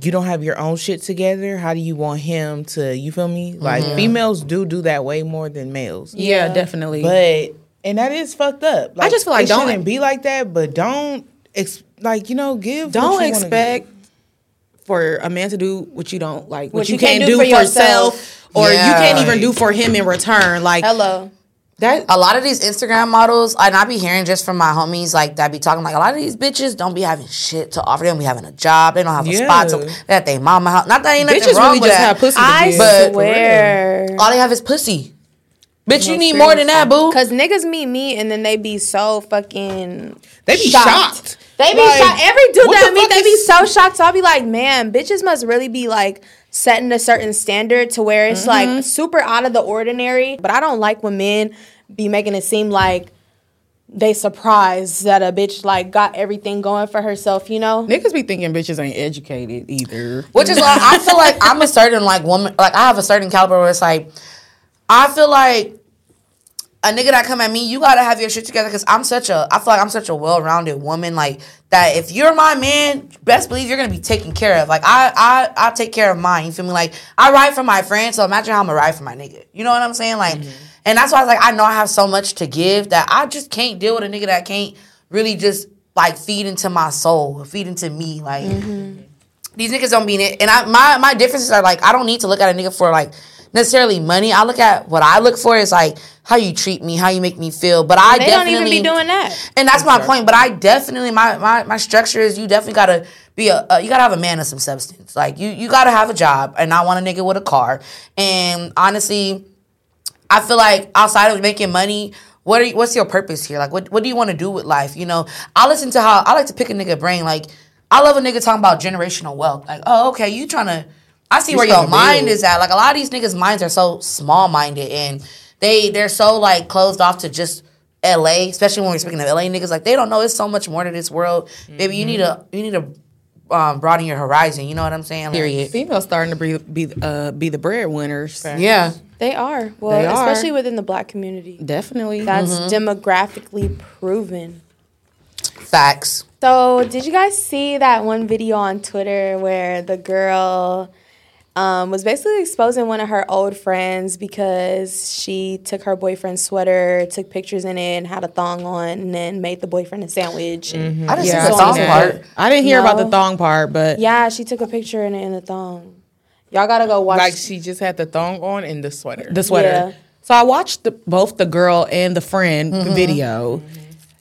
[SPEAKER 6] You don't have your own shit together. How do you want him to, you feel me? Like females do do that way more than males.
[SPEAKER 3] Mm-hmm. Yeah, definitely.
[SPEAKER 6] But and that is fucked up. Like,
[SPEAKER 3] just feel like
[SPEAKER 6] it
[SPEAKER 3] don't-
[SPEAKER 6] shouldn't be like that, but don't ex- like you know give what you
[SPEAKER 3] don't
[SPEAKER 6] wanna
[SPEAKER 3] expect for a man to do what you don't like, what,
[SPEAKER 2] What
[SPEAKER 3] you, can't, do, for yourself, or you
[SPEAKER 1] Yeah.
[SPEAKER 3] can't even do for him in return. Like
[SPEAKER 2] Hello.
[SPEAKER 3] that.
[SPEAKER 1] A lot of these Instagram models, and I be hearing just from my homies, like that be talking like a lot of these bitches don't be having shit to offer. They don't be having a job. They don't have a spot. To,
[SPEAKER 6] Yeah.
[SPEAKER 1] they at they mama house. Not that ain't nothing
[SPEAKER 3] Bitches
[SPEAKER 1] wrong
[SPEAKER 3] really
[SPEAKER 1] with
[SPEAKER 3] just
[SPEAKER 1] that.
[SPEAKER 3] have pussy. to
[SPEAKER 2] I
[SPEAKER 3] give.
[SPEAKER 1] But-
[SPEAKER 2] swear.
[SPEAKER 1] All they have is pussy. Bitch, you need more than that, boo.
[SPEAKER 2] Cause niggas meet me and then they be so fucking.
[SPEAKER 6] They be shocked.
[SPEAKER 2] They be
[SPEAKER 6] Like,
[SPEAKER 2] shocked. Every dude
[SPEAKER 6] what
[SPEAKER 2] that I
[SPEAKER 6] the
[SPEAKER 2] meet,
[SPEAKER 6] fuck
[SPEAKER 2] they be
[SPEAKER 6] is-
[SPEAKER 2] so shocked. So I'll be like, man, bitches must really be like setting a certain standard to where it's like super out of the ordinary. But I don't like when men be making it seem like they surprised that a bitch like got everything going for herself. You know,
[SPEAKER 3] niggas be thinking bitches ain't educated either.
[SPEAKER 1] Which is why I feel like I'm a certain like woman, like I have a certain caliber where it's like, I feel like a nigga that come at me, you gotta have your shit together because I'm such a, I feel like I'm such a well-rounded woman. Like that, if you're my man, best believe you're gonna be taken care of. Like I, I, I take care of mine. You feel me? Like I ride for my friends, so imagine how I'm gonna ride for my nigga. You know what I'm saying? Like, and that's why I was like, I know I have so much to give that I just can't deal with a nigga that can't really just like feed into my soul, feed into me, like these niggas don't mean it. And I my my differences are like I don't need to look at a nigga for like necessarily money. I look at what I look for is like how you treat me, how you make me feel. But I
[SPEAKER 2] they don't
[SPEAKER 1] definitely
[SPEAKER 2] even be doing that.
[SPEAKER 1] and that's my point. But I definitely my my, my structure is you definitely gotta be a uh, you gotta have a man of some substance. Like you you gotta have a job, and I want a nigga with a car. And honestly, I feel like outside of making money. What are you, what's your purpose here? Like, what, what do you want to do with life? You know, I listen to how I like to pick a nigga brain. Like, I love a nigga talking about generational wealth. Like, oh, okay, you trying to? I see where your
[SPEAKER 6] tryna
[SPEAKER 1] mind
[SPEAKER 6] build.
[SPEAKER 1] is at. Like, a lot of these niggas' minds are so small minded, and they they're so like closed off to just LA, especially when we're speaking of LA niggas, like they don't know it's so much more to this world. Baby, you need to
[SPEAKER 6] Mm-hmm.
[SPEAKER 1] you need to um, broaden your horizon. You know what I'm saying? Like,
[SPEAKER 3] Females starting to be be, uh, be the breadwinners.
[SPEAKER 1] Yeah.
[SPEAKER 2] They are Mm-hmm. well,
[SPEAKER 3] They are.
[SPEAKER 2] especially within the black community.
[SPEAKER 3] Definitely.
[SPEAKER 2] That's demographically proven.
[SPEAKER 1] Facts.
[SPEAKER 2] So, did you guys see that one video on Twitter where the girl um, was basically exposing one of her old friends because she took her boyfriend's sweater, took pictures in it, and had a thong on, and then made the boyfriend a sandwich?
[SPEAKER 6] Mm-hmm.
[SPEAKER 1] I didn't
[SPEAKER 3] Yeah,
[SPEAKER 1] see
[SPEAKER 3] I
[SPEAKER 1] the
[SPEAKER 3] seen
[SPEAKER 1] song
[SPEAKER 3] that.
[SPEAKER 1] part.
[SPEAKER 3] I didn't hear about
[SPEAKER 2] No.
[SPEAKER 3] the thong part, but
[SPEAKER 2] Yeah, she took a picture in it in a thong. Y'all gotta go watch.
[SPEAKER 6] Like she just had the thong on and the sweater.
[SPEAKER 3] the sweater.
[SPEAKER 2] Yeah.
[SPEAKER 3] So I watched the, both the girl and the friend video. Mm-hmm.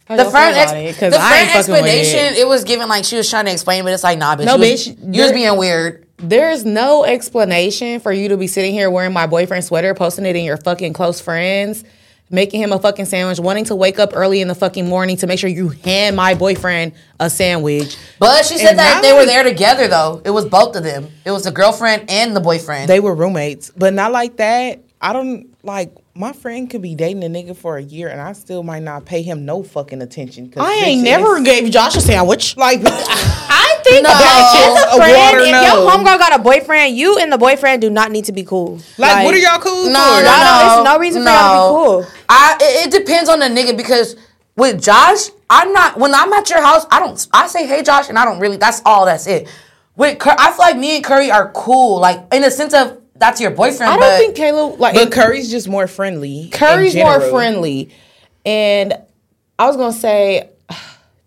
[SPEAKER 3] How
[SPEAKER 1] The
[SPEAKER 3] y'all feel
[SPEAKER 1] friend,
[SPEAKER 3] about
[SPEAKER 1] ex-
[SPEAKER 3] it?
[SPEAKER 1] the
[SPEAKER 3] 'Cause I ain't
[SPEAKER 1] friend
[SPEAKER 3] fucking with it.
[SPEAKER 1] explanation, it was given like she was trying to explain, but it's like, nah, bitch.
[SPEAKER 3] No,
[SPEAKER 1] you was-
[SPEAKER 3] bitch,
[SPEAKER 1] you was
[SPEAKER 3] there-
[SPEAKER 1] being weird.
[SPEAKER 3] There's no explanation for you to be sitting here wearing my boyfriend's sweater, posting it in your fucking close friends, making him a fucking sandwich, wanting to wake up early in the fucking morning to make sure you hand my boyfriend a sandwich.
[SPEAKER 1] But she said
[SPEAKER 6] And
[SPEAKER 1] that
[SPEAKER 6] not
[SPEAKER 1] they were
[SPEAKER 6] like-
[SPEAKER 1] there together though. It was both of them. It was the girlfriend and the boyfriend.
[SPEAKER 6] They were roommates, but not like that. I don't like my friend could be dating a nigga for a year and I still might not pay him no fucking attention. 'cause
[SPEAKER 3] I ain't
[SPEAKER 6] bitch,
[SPEAKER 3] never
[SPEAKER 6] it's-
[SPEAKER 3] gave Josh a sandwich. Like
[SPEAKER 2] I think
[SPEAKER 1] No.
[SPEAKER 2] that as
[SPEAKER 6] Oh, A
[SPEAKER 2] a friend,
[SPEAKER 6] water
[SPEAKER 2] if
[SPEAKER 6] no.
[SPEAKER 2] your homegirl got a boyfriend, you and the boyfriend do not need to be cool.
[SPEAKER 6] like, what are y'all
[SPEAKER 1] No,
[SPEAKER 6] cool for?
[SPEAKER 1] no,
[SPEAKER 2] Y'all
[SPEAKER 1] no.
[SPEAKER 2] don't- there's no reason for y'all to be cool.
[SPEAKER 1] I it, it depends on the nigga because with Josh, I'm not when I'm at your house, I don't I say hey Josh and I don't really that's all that's it. With Cur- I feel like me and Curry are cool, like in the sense of that's your boyfriend.
[SPEAKER 3] I
[SPEAKER 1] but
[SPEAKER 3] don't think Caleb like
[SPEAKER 6] But Curry's just more friendly. in
[SPEAKER 3] Curry's more
[SPEAKER 6] general.
[SPEAKER 3] friendly. And I was gonna say,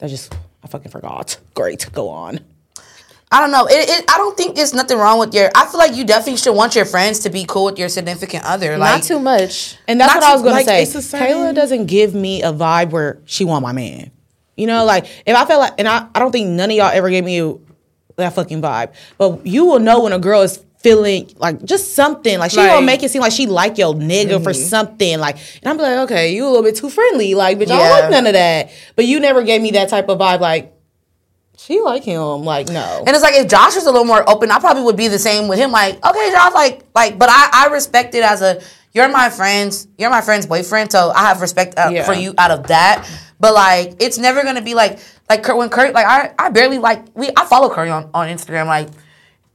[SPEAKER 3] I just I fucking forgot. Great, go on.
[SPEAKER 1] I don't know. It, it I don't think it's nothing wrong with your I feel like you definitely should want your friends to be cool with your significant other. Like
[SPEAKER 2] Not too much.
[SPEAKER 3] And that's
[SPEAKER 6] Not
[SPEAKER 3] what I
[SPEAKER 6] to-
[SPEAKER 3] was gonna
[SPEAKER 6] like,
[SPEAKER 3] say.
[SPEAKER 6] it's a certain-
[SPEAKER 3] Kayla doesn't give me a vibe where she want my man. You know, like if I felt like, and I, I don't think none of y'all ever gave me that fucking vibe. But you will know when a girl is feeling like just something like she
[SPEAKER 6] Like-
[SPEAKER 3] gonna make it seem like she like your nigga for something like and I'm like okay you a little bit too friendly like bitch I don't
[SPEAKER 6] Yeah.
[SPEAKER 3] like none of that but you never gave me that type of vibe like she like him like no
[SPEAKER 1] And it's like if Josh was a little more open, I probably would be the same with him. Like, okay, Josh, like, like, but I, I respect it as a you're my friends, you're my friend's boyfriend, so I have respect uh,
[SPEAKER 6] Yeah.
[SPEAKER 1] for you out of that. But like, it's never gonna be like like Kurt when Kurt like I I barely like we I follow Kurt on on Instagram like,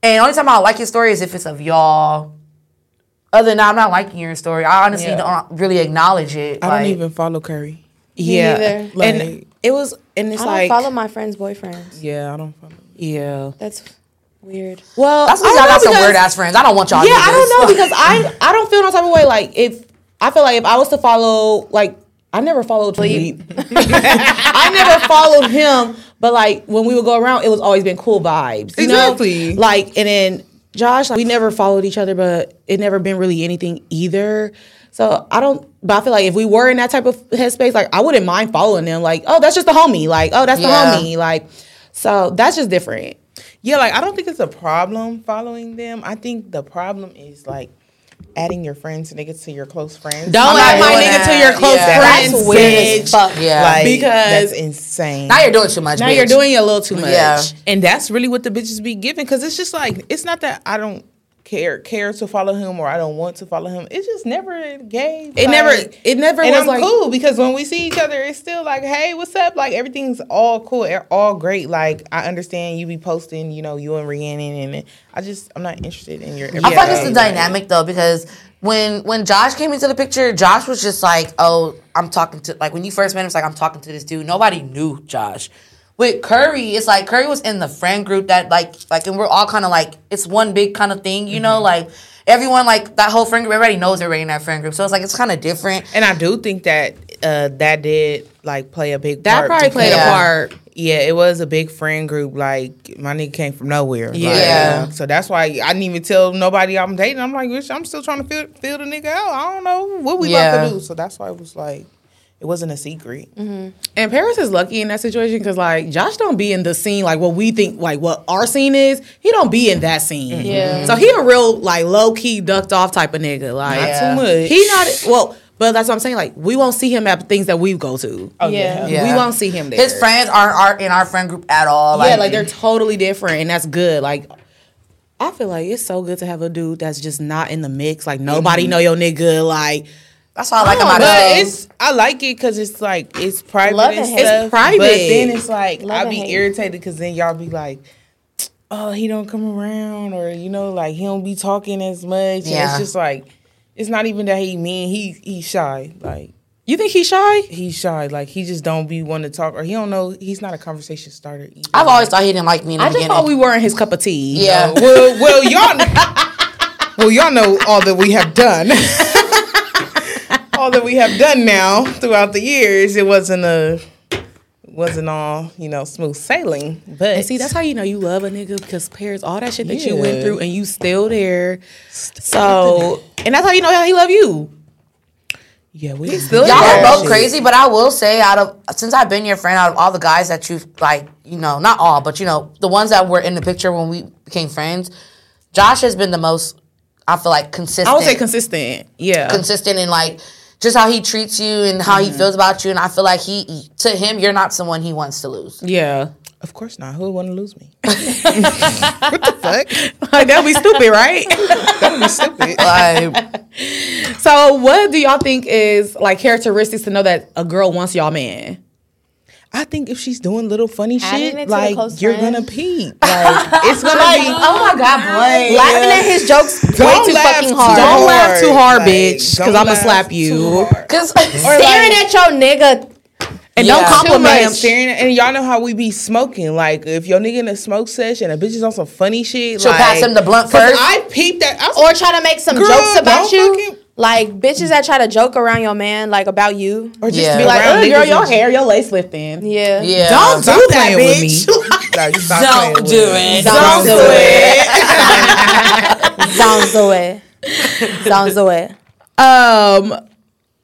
[SPEAKER 1] and only time I like his story is if it's of y'all. Other than that, I'm not liking your story. I honestly
[SPEAKER 6] Yeah.
[SPEAKER 1] don't really acknowledge it.
[SPEAKER 6] I
[SPEAKER 1] like,
[SPEAKER 6] don't even follow Curry.
[SPEAKER 2] neither.
[SPEAKER 3] yeah and
[SPEAKER 6] Like-
[SPEAKER 3] it was and it's
[SPEAKER 2] I don't
[SPEAKER 3] like
[SPEAKER 2] follow my friends' boyfriends.
[SPEAKER 6] Yeah, I don't follow.
[SPEAKER 3] yeah
[SPEAKER 2] That's weird.
[SPEAKER 3] well
[SPEAKER 1] That's because
[SPEAKER 3] I
[SPEAKER 1] y'all
[SPEAKER 3] don't
[SPEAKER 1] got
[SPEAKER 3] know
[SPEAKER 1] some weird
[SPEAKER 3] because-
[SPEAKER 1] ass friends. I don't want y'all.
[SPEAKER 3] Yeah, I
[SPEAKER 1] niggas.
[SPEAKER 3] don't know because I I don't feel no type of way. Like if I feel like if I was to follow, like I never followed Talib. I never followed him, but like when we would go around, it was always been cool vibes. You
[SPEAKER 6] Exactly.
[SPEAKER 3] Know? Like and then Josh, like, we never followed each other, but it never been really anything either. So I don't. But I feel like if we were in that type of headspace, like I wouldn't mind following them. Like oh, that's just the homie. Like oh, that's
[SPEAKER 1] Yeah.
[SPEAKER 3] the homie. Like so that's just different.
[SPEAKER 6] Yeah, like I don't think it's a problem following them. I think the problem is like adding your friends niggas to your close friends.
[SPEAKER 3] Don't
[SPEAKER 1] not
[SPEAKER 3] add my
[SPEAKER 1] doing
[SPEAKER 3] nigga
[SPEAKER 1] that.
[SPEAKER 3] to your close
[SPEAKER 6] Yeah.
[SPEAKER 3] friends.
[SPEAKER 6] That's weird
[SPEAKER 3] bitch.
[SPEAKER 6] as fuck.
[SPEAKER 1] Yeah.
[SPEAKER 6] like,
[SPEAKER 3] Because-
[SPEAKER 6] that's insane.
[SPEAKER 1] now you're doing too much.
[SPEAKER 3] Now
[SPEAKER 1] bitch.
[SPEAKER 3] you're doing a little too much.
[SPEAKER 1] Yeah.
[SPEAKER 6] and that's really what the bitches be giving because it's just like it's not that I don't care care to follow him or I don't want to follow him. It's just never gave.
[SPEAKER 3] It
[SPEAKER 6] like-
[SPEAKER 3] never it never
[SPEAKER 6] and
[SPEAKER 3] was
[SPEAKER 6] I'm
[SPEAKER 3] like
[SPEAKER 6] cool because when we see each other, it's still like, hey, what's up? Like everything's all cool, e- all great. Like I understand you be posting, you know, you and Rhiannon, and I just I'm not interested in your.
[SPEAKER 1] I thought it's
[SPEAKER 6] everyday,
[SPEAKER 1] the
[SPEAKER 6] like-
[SPEAKER 1] dynamic though because when when Josh came into the picture, Josh was just like, "Oh, I'm talking to like when you first met him, it's like I'm talking to this dude." Nobody knew Josh. With Curry, it's like Curry was in the friend group that like like and we're all kind of like it's one big kind of thing, you know, like everyone like that whole friend group everybody knows everybody in that friend group. So it's like it's kind of different.
[SPEAKER 6] And I do think that uh, that did like play a big
[SPEAKER 3] that
[SPEAKER 6] part.
[SPEAKER 3] probably played
[SPEAKER 1] Yeah.
[SPEAKER 3] a part.
[SPEAKER 6] Yeah, it was a big friend group. Like my nigga came from nowhere. Like,
[SPEAKER 1] Yeah.
[SPEAKER 6] so that's why I didn't even tell nobody I'm dating. I'm like, bitch, I'm still trying to feel, feel the nigga out. I don't know what we about
[SPEAKER 1] Yeah.
[SPEAKER 6] to do. So that's why it was like, it wasn't a secret.
[SPEAKER 3] Mm-hmm. And Paris is lucky in that situation because like Josh don't be in the scene like what we think like what our scene is. He don't be in that
[SPEAKER 6] Mm-hmm.
[SPEAKER 3] scene.
[SPEAKER 2] Yeah.
[SPEAKER 3] So he a real like low key ducked off type of nigga. Like
[SPEAKER 6] Not too much.
[SPEAKER 3] he not well, but that's what I'm saying. Like we won't see him at things that we go to.
[SPEAKER 6] Oh,
[SPEAKER 2] Yeah.
[SPEAKER 1] Yeah.
[SPEAKER 3] We won't see him there.
[SPEAKER 1] His friends aren't are in our friend group at all.
[SPEAKER 3] yeah, like they're totally different, and that's good. Like, I feel like it's so good to have a dude that's just not in the mix. Like nobody
[SPEAKER 6] Mm-hmm.
[SPEAKER 3] know your nigga. Like
[SPEAKER 1] that's all I like
[SPEAKER 3] I don't
[SPEAKER 1] about
[SPEAKER 3] know,
[SPEAKER 6] But
[SPEAKER 1] it.
[SPEAKER 6] it's I like it because it's like it's private.
[SPEAKER 2] Love
[SPEAKER 6] and
[SPEAKER 2] and
[SPEAKER 6] stuff,
[SPEAKER 2] hate.
[SPEAKER 3] It's private.
[SPEAKER 6] But then it's like
[SPEAKER 2] Love
[SPEAKER 6] I
[SPEAKER 2] and
[SPEAKER 6] be
[SPEAKER 2] hate.
[SPEAKER 6] irritated because then y'all be like, oh, he don't come around, or you know, like he don't be talking as much. And
[SPEAKER 1] Yeah.
[SPEAKER 6] it's just like it's not even that he mean. He he's shy. Like
[SPEAKER 3] you think he's shy?
[SPEAKER 6] he's shy. Like he just don't be one to talk, or he don't know. He's not a conversation starter. Either.
[SPEAKER 1] I've always thought he didn't like me in the
[SPEAKER 3] I just
[SPEAKER 1] beginning.
[SPEAKER 6] Oh,
[SPEAKER 3] thought we weren't his cup of tea.
[SPEAKER 1] yeah.
[SPEAKER 6] well, well, y'all. Well, y'all know all that we have done. all that we have done now throughout the years, it wasn't a wasn't all you know smooth sailing. But
[SPEAKER 3] And see, that's how you know you love a nigga because Paris, all that shit that you went
[SPEAKER 6] Yeah.
[SPEAKER 3] through, and you still there. So, and that's how you know how he love you.
[SPEAKER 6] yeah, we still
[SPEAKER 1] Y'all are both crazy, but I will say, out of since I've been your friend, out of all the guys that you've like, you know, not all, but you know, the ones that were in the picture when we became friends, Josh has been the most. I feel like consistent.
[SPEAKER 3] I would say consistent. Yeah.
[SPEAKER 1] consistent in like just how he treats you and how
[SPEAKER 3] Mm-hmm.
[SPEAKER 1] he feels about you, and I feel like he to him, you're not someone he wants to lose.
[SPEAKER 3] yeah.
[SPEAKER 6] Of course not. Who would want to lose me? what the fuck?
[SPEAKER 3] Like that would be stupid, right?
[SPEAKER 6] That would be stupid.
[SPEAKER 1] Like,
[SPEAKER 3] So, what do y'all think is like characteristics to know that a girl wants y'all man?
[SPEAKER 6] I think if she's doing little funny
[SPEAKER 2] Adding it to
[SPEAKER 6] shit,
[SPEAKER 2] the
[SPEAKER 6] like
[SPEAKER 2] close
[SPEAKER 6] you're
[SPEAKER 2] friend.
[SPEAKER 6] gonna peep. Like it's gonna be.
[SPEAKER 1] oh my god, boy!
[SPEAKER 3] Laughing at his jokes way
[SPEAKER 6] Don't
[SPEAKER 3] too
[SPEAKER 6] laugh
[SPEAKER 3] fucking
[SPEAKER 6] too
[SPEAKER 3] hard. Don't laugh too hard,
[SPEAKER 6] Like,
[SPEAKER 3] bitch, because
[SPEAKER 6] don't
[SPEAKER 3] I'm gonna
[SPEAKER 6] laugh
[SPEAKER 3] slap
[SPEAKER 6] too
[SPEAKER 3] you.
[SPEAKER 6] hard.
[SPEAKER 1] Because
[SPEAKER 2] Staring at your nigga.
[SPEAKER 3] And don't
[SPEAKER 1] Yeah.
[SPEAKER 6] too much
[SPEAKER 3] compliment him.
[SPEAKER 6] staring at- and y'all know how we be smoking. Like if your nigga in a smoke session, a bitch is on some funny shit.
[SPEAKER 1] She'll
[SPEAKER 6] like,
[SPEAKER 1] pass him the blunt
[SPEAKER 6] 'cause
[SPEAKER 1] first.
[SPEAKER 6] I peeped that. I was
[SPEAKER 2] Or try to make some
[SPEAKER 6] Girl,
[SPEAKER 2] jokes about
[SPEAKER 6] don't
[SPEAKER 2] you.
[SPEAKER 6] fucking-
[SPEAKER 2] Like bitches that try to joke around your man, like about you.
[SPEAKER 6] or just
[SPEAKER 1] Yeah.
[SPEAKER 6] be
[SPEAKER 1] Be
[SPEAKER 6] like,
[SPEAKER 3] Like,
[SPEAKER 6] around
[SPEAKER 3] oh, girl,
[SPEAKER 6] niggas
[SPEAKER 3] your
[SPEAKER 6] and-
[SPEAKER 3] hair, your lace lifting.
[SPEAKER 2] Yeah.
[SPEAKER 1] yeah,
[SPEAKER 3] Don't
[SPEAKER 6] Stop
[SPEAKER 3] do that,
[SPEAKER 6] playing with me.
[SPEAKER 3] bitch.
[SPEAKER 6] Like, stop playing
[SPEAKER 1] Don't
[SPEAKER 6] with
[SPEAKER 1] do
[SPEAKER 6] me.
[SPEAKER 1] it.
[SPEAKER 3] Don't do it.
[SPEAKER 2] Sounds away. Sounds away.
[SPEAKER 3] Um,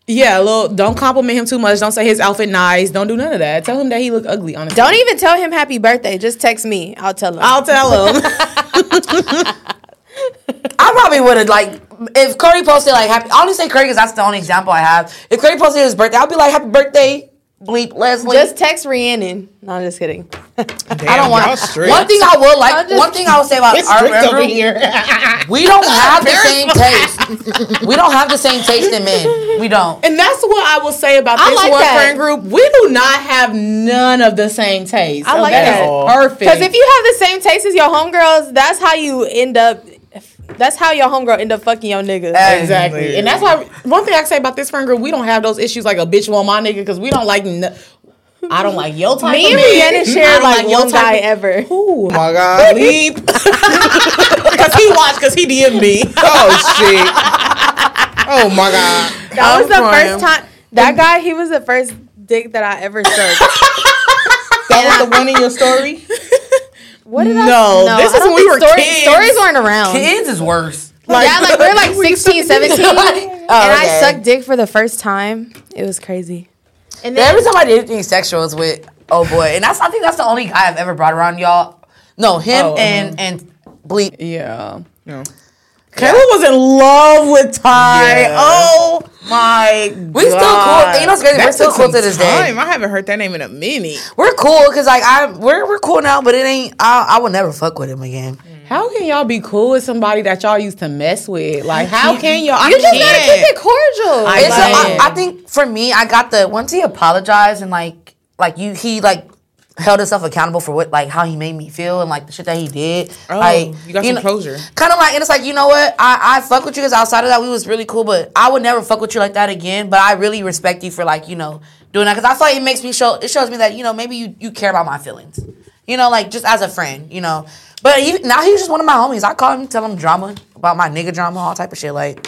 [SPEAKER 3] yeah, little. Don't compliment him too much. Don't say his outfit nice. Don't do none of that. Tell him that he look ugly. Honestly,
[SPEAKER 2] Don't even tell him happy birthday. Just text me. I'll tell him.
[SPEAKER 3] I'll tell him.
[SPEAKER 1] I probably would have like if Curry posted like happy. I only say Curry because that's the only example I have. If Curry posted his birthday, I'd be like happy birthday, bleep Leslie.
[SPEAKER 2] Just text Rhiannon. No, I'm just kidding.
[SPEAKER 1] I don't want. One thing I would like. one thing I would say about
[SPEAKER 4] It's
[SPEAKER 1] our
[SPEAKER 4] strict over
[SPEAKER 1] bedroom,
[SPEAKER 4] here.
[SPEAKER 1] we don't have the same taste. we don't have the same taste in men. We don't.
[SPEAKER 3] And that's what I will say about
[SPEAKER 2] I
[SPEAKER 3] this
[SPEAKER 2] like
[SPEAKER 3] one
[SPEAKER 2] that.
[SPEAKER 3] friend group. We do not have none of the same taste.
[SPEAKER 2] I like
[SPEAKER 3] that.
[SPEAKER 2] that.
[SPEAKER 3] is perfect.
[SPEAKER 2] Because if you have the same taste as your homegirls, that's how you end up. That's how your homegirl end up fucking your nigga.
[SPEAKER 3] Exactly. And that's why one thing I can say about this friend group, we don't have those issues like a bitch want my nigga because we don't like. No, I don't like your type.
[SPEAKER 2] Me
[SPEAKER 3] of
[SPEAKER 2] and
[SPEAKER 3] bitch.
[SPEAKER 2] Rhiannon
[SPEAKER 3] I
[SPEAKER 2] share
[SPEAKER 3] don't
[SPEAKER 2] like
[SPEAKER 3] your
[SPEAKER 2] one
[SPEAKER 3] type
[SPEAKER 2] guy
[SPEAKER 3] of-
[SPEAKER 2] ever.
[SPEAKER 6] Oh my god, leap!
[SPEAKER 3] Cause he watched, cause he DM'd me.
[SPEAKER 6] Oh shit! Oh my god!
[SPEAKER 2] That was the
[SPEAKER 3] crying.
[SPEAKER 2] first time. That guy, he was the first dick that I ever sucked.
[SPEAKER 6] That was the one in your story.
[SPEAKER 2] What did I?
[SPEAKER 3] No, this
[SPEAKER 2] I
[SPEAKER 3] is
[SPEAKER 2] don't
[SPEAKER 3] when we
[SPEAKER 2] think
[SPEAKER 3] were kids.
[SPEAKER 2] Stories weren't around.
[SPEAKER 1] Kids is worse.
[SPEAKER 2] yeah, like we're like 16, 17. and I
[SPEAKER 1] okay.
[SPEAKER 2] sucked dick for the first time. It was crazy. And then
[SPEAKER 1] Every time I did anything sexual was with oh boy, and that's I think that's the only guy I've ever brought around y'all. No, him
[SPEAKER 3] Oh,
[SPEAKER 1] and and bleep.
[SPEAKER 3] yeah. Kayla was in love with Ty.
[SPEAKER 6] Yeah.
[SPEAKER 3] Oh my
[SPEAKER 1] We still cool. You know what's crazy? We're still cool to this day.
[SPEAKER 6] I haven't heard that name in a minute.
[SPEAKER 1] We're cool because like I we're we're cool now, but it ain't. I I would never fuck with him again.
[SPEAKER 3] How can y'all be cool with somebody that y'all used to mess with? Like, how can y'all?
[SPEAKER 2] you just gotta
[SPEAKER 6] can't.
[SPEAKER 2] keep it cordial.
[SPEAKER 3] I
[SPEAKER 1] It's
[SPEAKER 3] like
[SPEAKER 1] I,
[SPEAKER 3] it.
[SPEAKER 1] I think for me, I got the once he apologized and like like you he like held himself accountable for what like how he made me feel and like the shit that he did.
[SPEAKER 6] Oh,
[SPEAKER 1] like,
[SPEAKER 6] you got some closure.
[SPEAKER 1] Kind of like and it's like you know what I I fuck with you because outside of that we was really cool, but I would never fuck with you like that again. But I really respect you for like you know doing that because I feel like it makes me show it shows me that you know maybe you you care about my feelings, you know like just as a friend, you know. But he, now he's just one of my homies. I call him, tell him drama about my nigga drama, all type of shit. Like,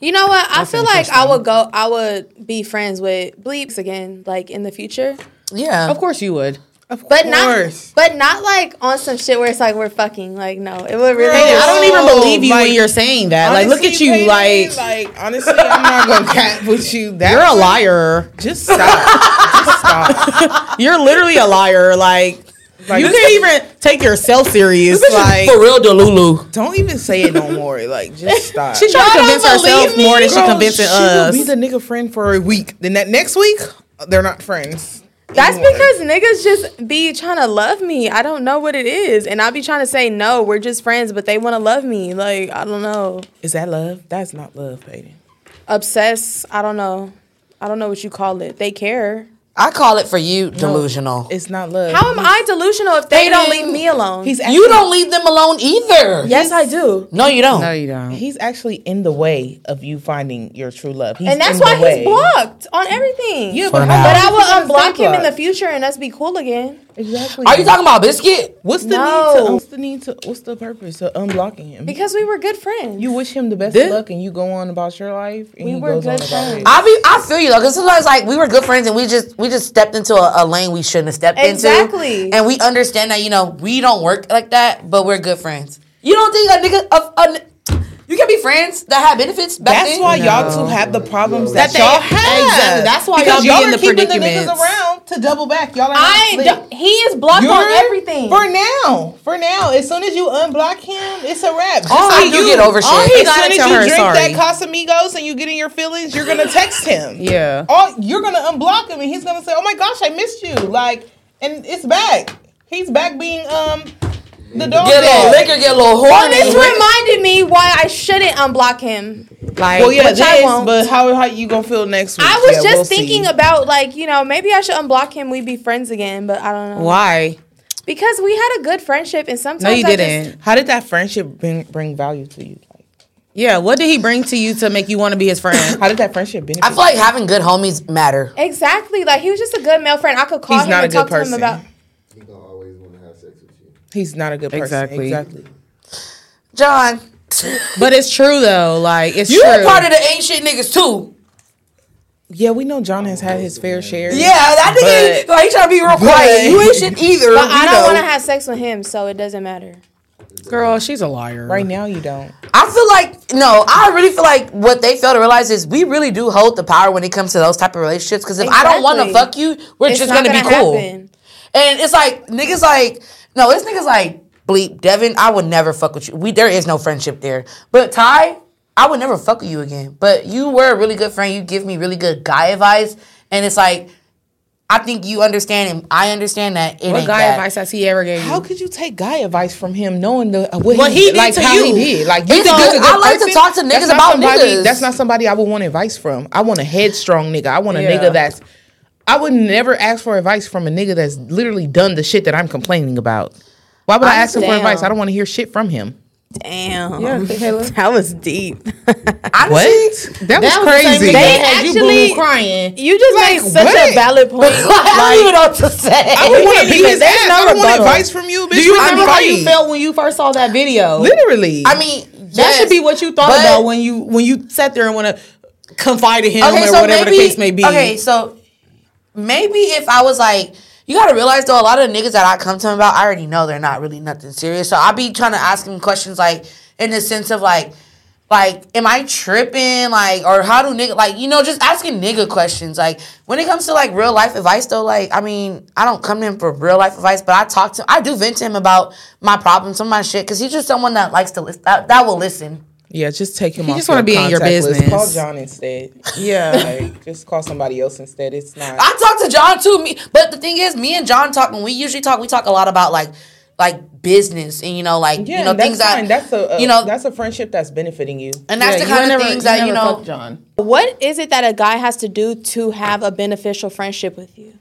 [SPEAKER 2] You know what? I feel like I would go. I would be friends with bleeps again, like in the future,
[SPEAKER 1] yeah,
[SPEAKER 3] Of course you would.
[SPEAKER 2] but
[SPEAKER 6] course.
[SPEAKER 2] not, but not like on some shit where it's like we're fucking. Like no, it would really.
[SPEAKER 6] Girl,
[SPEAKER 3] I don't even
[SPEAKER 6] Oh,
[SPEAKER 3] believe you
[SPEAKER 6] like,
[SPEAKER 3] when you're saying that. like, look at
[SPEAKER 6] Honestly,
[SPEAKER 3] you.
[SPEAKER 6] Peyton,
[SPEAKER 3] like,
[SPEAKER 6] like honestly, I'm not gonna cap with you. That
[SPEAKER 3] you're a
[SPEAKER 6] one-
[SPEAKER 3] liar.
[SPEAKER 6] Just stop. Just stop.
[SPEAKER 3] You're literally a liar. Like,
[SPEAKER 6] Like,
[SPEAKER 3] you can't even take yourself serious. Like,
[SPEAKER 1] for real, Delulu.
[SPEAKER 6] Don't even say it no more. Like just stop.
[SPEAKER 3] she trying to convince herself more than she
[SPEAKER 6] Girl,
[SPEAKER 3] convincing
[SPEAKER 6] she will
[SPEAKER 3] us.
[SPEAKER 6] Be the nigga friend for a week. Then that next week, they're not friends.
[SPEAKER 2] That's
[SPEAKER 6] anymore.
[SPEAKER 2] because niggas just be trying to love me. I don't know what it is, and I be trying to say no. We're just friends, but they want to love me. Like I don't know.
[SPEAKER 6] Is that love? That's not love, Peyton.
[SPEAKER 2] Obsess. I don't know. I don't know what you call it. They care.
[SPEAKER 1] I call it for you delusional.
[SPEAKER 6] It's not love.
[SPEAKER 2] How am I delusional if they don't leave me alone?
[SPEAKER 6] He's actually,
[SPEAKER 1] you don't leave them alone either.
[SPEAKER 2] yes, I do.
[SPEAKER 1] No, you don't.
[SPEAKER 3] you don't.
[SPEAKER 6] He's actually in the way of you finding your true love. He's
[SPEAKER 2] and that's
[SPEAKER 6] in the
[SPEAKER 2] why
[SPEAKER 6] way.
[SPEAKER 2] he's blocked on everything.
[SPEAKER 6] Yeah, but,
[SPEAKER 2] But I
[SPEAKER 6] how long is he
[SPEAKER 2] will
[SPEAKER 6] gonna
[SPEAKER 2] unblock
[SPEAKER 6] stay
[SPEAKER 2] him in the
[SPEAKER 6] blocked?
[SPEAKER 2] future and let's be cool again.
[SPEAKER 6] Exactly.
[SPEAKER 1] Are you talking about biscuit?
[SPEAKER 6] What's the need to?
[SPEAKER 2] No.
[SPEAKER 6] What's the need to? What's the purpose of unblocking him?
[SPEAKER 2] Because we were good friends.
[SPEAKER 6] you wish him the best
[SPEAKER 3] This-
[SPEAKER 6] of luck, and you go on about your life, and
[SPEAKER 2] We
[SPEAKER 6] he
[SPEAKER 2] were
[SPEAKER 6] goes on
[SPEAKER 2] good
[SPEAKER 6] about his.
[SPEAKER 2] friends.
[SPEAKER 1] I be, I feel you though, because sometimes like we were good friends and we just we just stepped into a, a lane we shouldn't have stepped into.
[SPEAKER 2] Exactly.
[SPEAKER 1] And we understand that you know we don't work like that, but we're good friends. You don't think a nigga of a, n- you can be friends that have benefits back
[SPEAKER 6] That's
[SPEAKER 1] then?
[SPEAKER 6] why y'all two have the problems
[SPEAKER 3] That
[SPEAKER 6] that,
[SPEAKER 3] they-
[SPEAKER 6] y'all have.
[SPEAKER 3] Exactly. That's why y'all be in
[SPEAKER 6] are
[SPEAKER 3] the
[SPEAKER 6] keeping The
[SPEAKER 3] predicaments.
[SPEAKER 6] niggas around to double back. Y'all are not
[SPEAKER 2] I
[SPEAKER 6] slick.
[SPEAKER 2] don't- he is blocked on
[SPEAKER 6] You're-
[SPEAKER 2] everything.
[SPEAKER 6] For now. For now. As soon as you unblock him, it's a wrap. Just
[SPEAKER 1] Oh, I do get over
[SPEAKER 6] All
[SPEAKER 1] shit.
[SPEAKER 6] he-
[SPEAKER 1] He
[SPEAKER 6] As
[SPEAKER 3] gotta
[SPEAKER 6] soon as
[SPEAKER 3] tell
[SPEAKER 6] you
[SPEAKER 3] her
[SPEAKER 6] drink
[SPEAKER 3] sorry.
[SPEAKER 6] that Casamigos and you get in your feelings, you're gonna text him.
[SPEAKER 3] Yeah.
[SPEAKER 6] All you're gonna unblock him and he's gonna say, Oh my gosh, I missed you. Like, and it's back. He's back being um the dog.
[SPEAKER 1] Get a little
[SPEAKER 6] dad.
[SPEAKER 1] liquor, get a little
[SPEAKER 2] Oh,
[SPEAKER 1] horny.
[SPEAKER 2] this reminded me why I shouldn't unblock him.
[SPEAKER 3] Like,
[SPEAKER 6] Well, yeah,
[SPEAKER 2] Which I
[SPEAKER 6] this,
[SPEAKER 2] won't.
[SPEAKER 6] but how how you gonna feel next week?
[SPEAKER 2] I was
[SPEAKER 6] Yeah,
[SPEAKER 2] just
[SPEAKER 6] we'll see.
[SPEAKER 2] thinking about like you know maybe I should unblock him. We be friends again, but I don't know
[SPEAKER 3] why?
[SPEAKER 2] because we had a good friendship and sometimes
[SPEAKER 3] No, you
[SPEAKER 2] I just-
[SPEAKER 3] didn't.
[SPEAKER 6] How did that friendship bring, bring value to you? Like,
[SPEAKER 3] Yeah, what did he bring to you to make you want to be his friend?
[SPEAKER 6] how did that friendship benefit?
[SPEAKER 1] I feel like having good homies matter.
[SPEAKER 2] exactly like he was just a good male friend. I could call
[SPEAKER 6] He's
[SPEAKER 2] him
[SPEAKER 6] not a
[SPEAKER 2] and
[SPEAKER 6] good
[SPEAKER 2] talk to
[SPEAKER 6] person.
[SPEAKER 2] him about.
[SPEAKER 5] He gonna always wanna have sex with you.
[SPEAKER 6] He's not a good person.
[SPEAKER 3] Exactly.
[SPEAKER 6] Exactly.
[SPEAKER 1] John,
[SPEAKER 3] but it's true though. Like, it's
[SPEAKER 1] you
[SPEAKER 3] true.
[SPEAKER 1] were part of the ain't shit niggas too.
[SPEAKER 6] Yeah, we know John has had his fair share.
[SPEAKER 1] Yeah, that nigga, like, he trying to be real quiet. You ain't shit either.
[SPEAKER 2] But I
[SPEAKER 1] you
[SPEAKER 2] don't
[SPEAKER 1] know.
[SPEAKER 2] want to have sex with him, so it doesn't matter.
[SPEAKER 3] Girl, she's a liar.
[SPEAKER 6] Right now, you don't.
[SPEAKER 1] I feel like no. I really feel like what they fail to realize is we really do hold the power when it comes to those type of relationships. Because if I don't want to
[SPEAKER 2] Exactly.
[SPEAKER 1] fuck you, we're
[SPEAKER 2] It's
[SPEAKER 1] just
[SPEAKER 2] not
[SPEAKER 1] gonna, be
[SPEAKER 2] gonna
[SPEAKER 1] cool.
[SPEAKER 2] happen.
[SPEAKER 1] And it's like niggas like no, it's niggas like bleep, Devin, I would never fuck with you. We there is no friendship there. But Ty, I would never fuck with you again. But you were a really good friend. You give me really good guy advice, and it's like. I think you understand, and I understand that. It
[SPEAKER 7] What
[SPEAKER 1] ain't
[SPEAKER 7] guy
[SPEAKER 1] that.
[SPEAKER 7] advice has he ever gave you?
[SPEAKER 6] How could you take guy advice from him knowing the uh, what,
[SPEAKER 7] What he did
[SPEAKER 6] like
[SPEAKER 7] to
[SPEAKER 6] how
[SPEAKER 7] you.
[SPEAKER 6] he did? Like you
[SPEAKER 1] It's
[SPEAKER 6] know,
[SPEAKER 1] good-
[SPEAKER 6] it's a good
[SPEAKER 1] I like to
[SPEAKER 6] person.
[SPEAKER 1] talk to
[SPEAKER 6] That's
[SPEAKER 1] niggas
[SPEAKER 6] not
[SPEAKER 1] about
[SPEAKER 6] somebody,
[SPEAKER 1] niggas.
[SPEAKER 6] That's not somebody I would want advice from. I want a headstrong nigga. I want a
[SPEAKER 7] Yeah.
[SPEAKER 6] nigga that's. I would never ask for advice from a nigga that's literally done the shit that I'm complaining about. Why would i ask him for
[SPEAKER 2] Damn.
[SPEAKER 6] advice? I don't want to hear shit from him.
[SPEAKER 2] Damn.
[SPEAKER 7] Kayla.
[SPEAKER 2] That was deep.
[SPEAKER 6] What? That was crazy.
[SPEAKER 2] They
[SPEAKER 7] They had you
[SPEAKER 2] actually-
[SPEAKER 7] boo-boo crying.
[SPEAKER 2] You just made such
[SPEAKER 6] what?
[SPEAKER 2] a valid point.
[SPEAKER 1] I don't even know what to say.
[SPEAKER 6] I would want to beat his
[SPEAKER 2] there's
[SPEAKER 6] ass.
[SPEAKER 2] no
[SPEAKER 6] I don't want
[SPEAKER 2] rebuttal.
[SPEAKER 6] advice from you, bitch.
[SPEAKER 7] Do you
[SPEAKER 6] I'm
[SPEAKER 7] remember how you
[SPEAKER 6] fighting.
[SPEAKER 7] felt when you first saw that video?
[SPEAKER 6] Literally.
[SPEAKER 1] I mean,
[SPEAKER 7] That
[SPEAKER 1] yes,
[SPEAKER 7] should be what you thought
[SPEAKER 1] but-
[SPEAKER 7] about when you when you sat there and want to confide in him
[SPEAKER 1] okay,
[SPEAKER 7] or
[SPEAKER 1] so
[SPEAKER 7] whatever
[SPEAKER 1] maybe,
[SPEAKER 7] the case may be.
[SPEAKER 1] Okay, so maybe if I was like, you gotta realize though, a lot of the niggas that I come to him about, I already know they're not really nothing serious. So I be trying to ask him questions like in the sense of like, like, am I tripping? Like, or how do nigga like, you know, just asking nigga questions. Like, when it comes to like real life advice though, like, I mean, I don't come to him for real life advice, but I talk to him. I do vent to him about my problems, some of my shit, because he's just someone that likes to listen, that, that will listen.
[SPEAKER 6] Yeah, just take him. He off
[SPEAKER 7] just wanna
[SPEAKER 6] your
[SPEAKER 7] be in your
[SPEAKER 6] contact list.
[SPEAKER 7] business.
[SPEAKER 6] Call John instead. Yeah, like, just call somebody else instead. It's not.
[SPEAKER 1] I talk to John too. Me, but the thing is, me and John talk when we usually talk. We talk a lot about like, like business and you know, like
[SPEAKER 6] yeah,
[SPEAKER 1] you know
[SPEAKER 6] that's
[SPEAKER 1] things
[SPEAKER 6] fine.
[SPEAKER 1] that
[SPEAKER 6] that's a, a
[SPEAKER 1] you know,
[SPEAKER 6] that's a friendship that's benefiting you.
[SPEAKER 1] and that's the kind of things that you know.
[SPEAKER 7] John.
[SPEAKER 2] What is it that a guy has to do to have a beneficial friendship with you?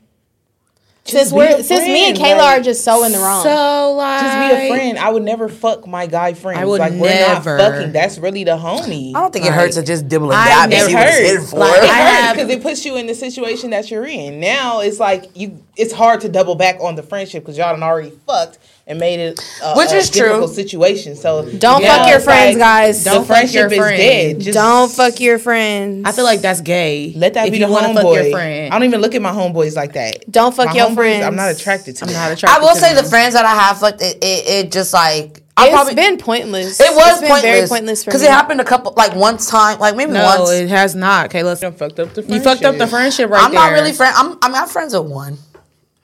[SPEAKER 2] since
[SPEAKER 6] be
[SPEAKER 2] we're
[SPEAKER 6] a
[SPEAKER 2] since me and Kayla
[SPEAKER 6] friend, like-
[SPEAKER 2] are just so in the wrong.
[SPEAKER 7] So like,
[SPEAKER 6] Just be a friend. I would never fuck my guy friends.
[SPEAKER 7] I would
[SPEAKER 6] like
[SPEAKER 7] never.
[SPEAKER 6] we're not fucking. That's really the homie.
[SPEAKER 1] I don't think it hurts to just dibble and
[SPEAKER 7] I
[SPEAKER 1] dab and
[SPEAKER 7] never
[SPEAKER 1] see what it's
[SPEAKER 6] heard.
[SPEAKER 1] in for.
[SPEAKER 7] Like, I- have-
[SPEAKER 6] because it puts you in the situation that you're in. Now it's like you. It's hard to double back on the friendship because y'all done already fucked and made it, a,
[SPEAKER 1] Which
[SPEAKER 6] a
[SPEAKER 1] is true.
[SPEAKER 6] difficult situation. So
[SPEAKER 2] Don't
[SPEAKER 6] now
[SPEAKER 2] fuck your
[SPEAKER 6] it's
[SPEAKER 2] friends, guys.
[SPEAKER 6] The
[SPEAKER 2] Don't
[SPEAKER 7] fuck your
[SPEAKER 6] friendship is
[SPEAKER 7] friend.
[SPEAKER 6] dead. Just
[SPEAKER 2] Don't fuck your friends.
[SPEAKER 7] I feel like that's gay.
[SPEAKER 6] Let that
[SPEAKER 7] if
[SPEAKER 6] be
[SPEAKER 7] you
[SPEAKER 6] the
[SPEAKER 7] wanna
[SPEAKER 6] homeboy.
[SPEAKER 7] Fuck your friend.
[SPEAKER 6] I don't even look at my homeboys like that.
[SPEAKER 2] Don't fuck
[SPEAKER 6] My
[SPEAKER 2] your
[SPEAKER 6] homeboys,
[SPEAKER 2] friends.
[SPEAKER 6] I'm not attracted to.
[SPEAKER 7] I'm
[SPEAKER 6] them.
[SPEAKER 7] not attracted.
[SPEAKER 1] I will
[SPEAKER 7] to
[SPEAKER 1] say the
[SPEAKER 7] them.
[SPEAKER 1] friends that I have fucked it. It, it just like I
[SPEAKER 2] It's
[SPEAKER 1] probably
[SPEAKER 2] been pointless.
[SPEAKER 1] it was
[SPEAKER 2] It's been
[SPEAKER 1] pointless.
[SPEAKER 2] Very pointless for me.
[SPEAKER 1] because it happened a couple like one time, like maybe
[SPEAKER 7] No,
[SPEAKER 1] once.
[SPEAKER 7] it has not. Okay, let's.
[SPEAKER 6] Done fucked up the
[SPEAKER 7] You fucked up the friendship right
[SPEAKER 1] I'm
[SPEAKER 7] there.
[SPEAKER 1] not really friend. I'm I mean I'm friends with one.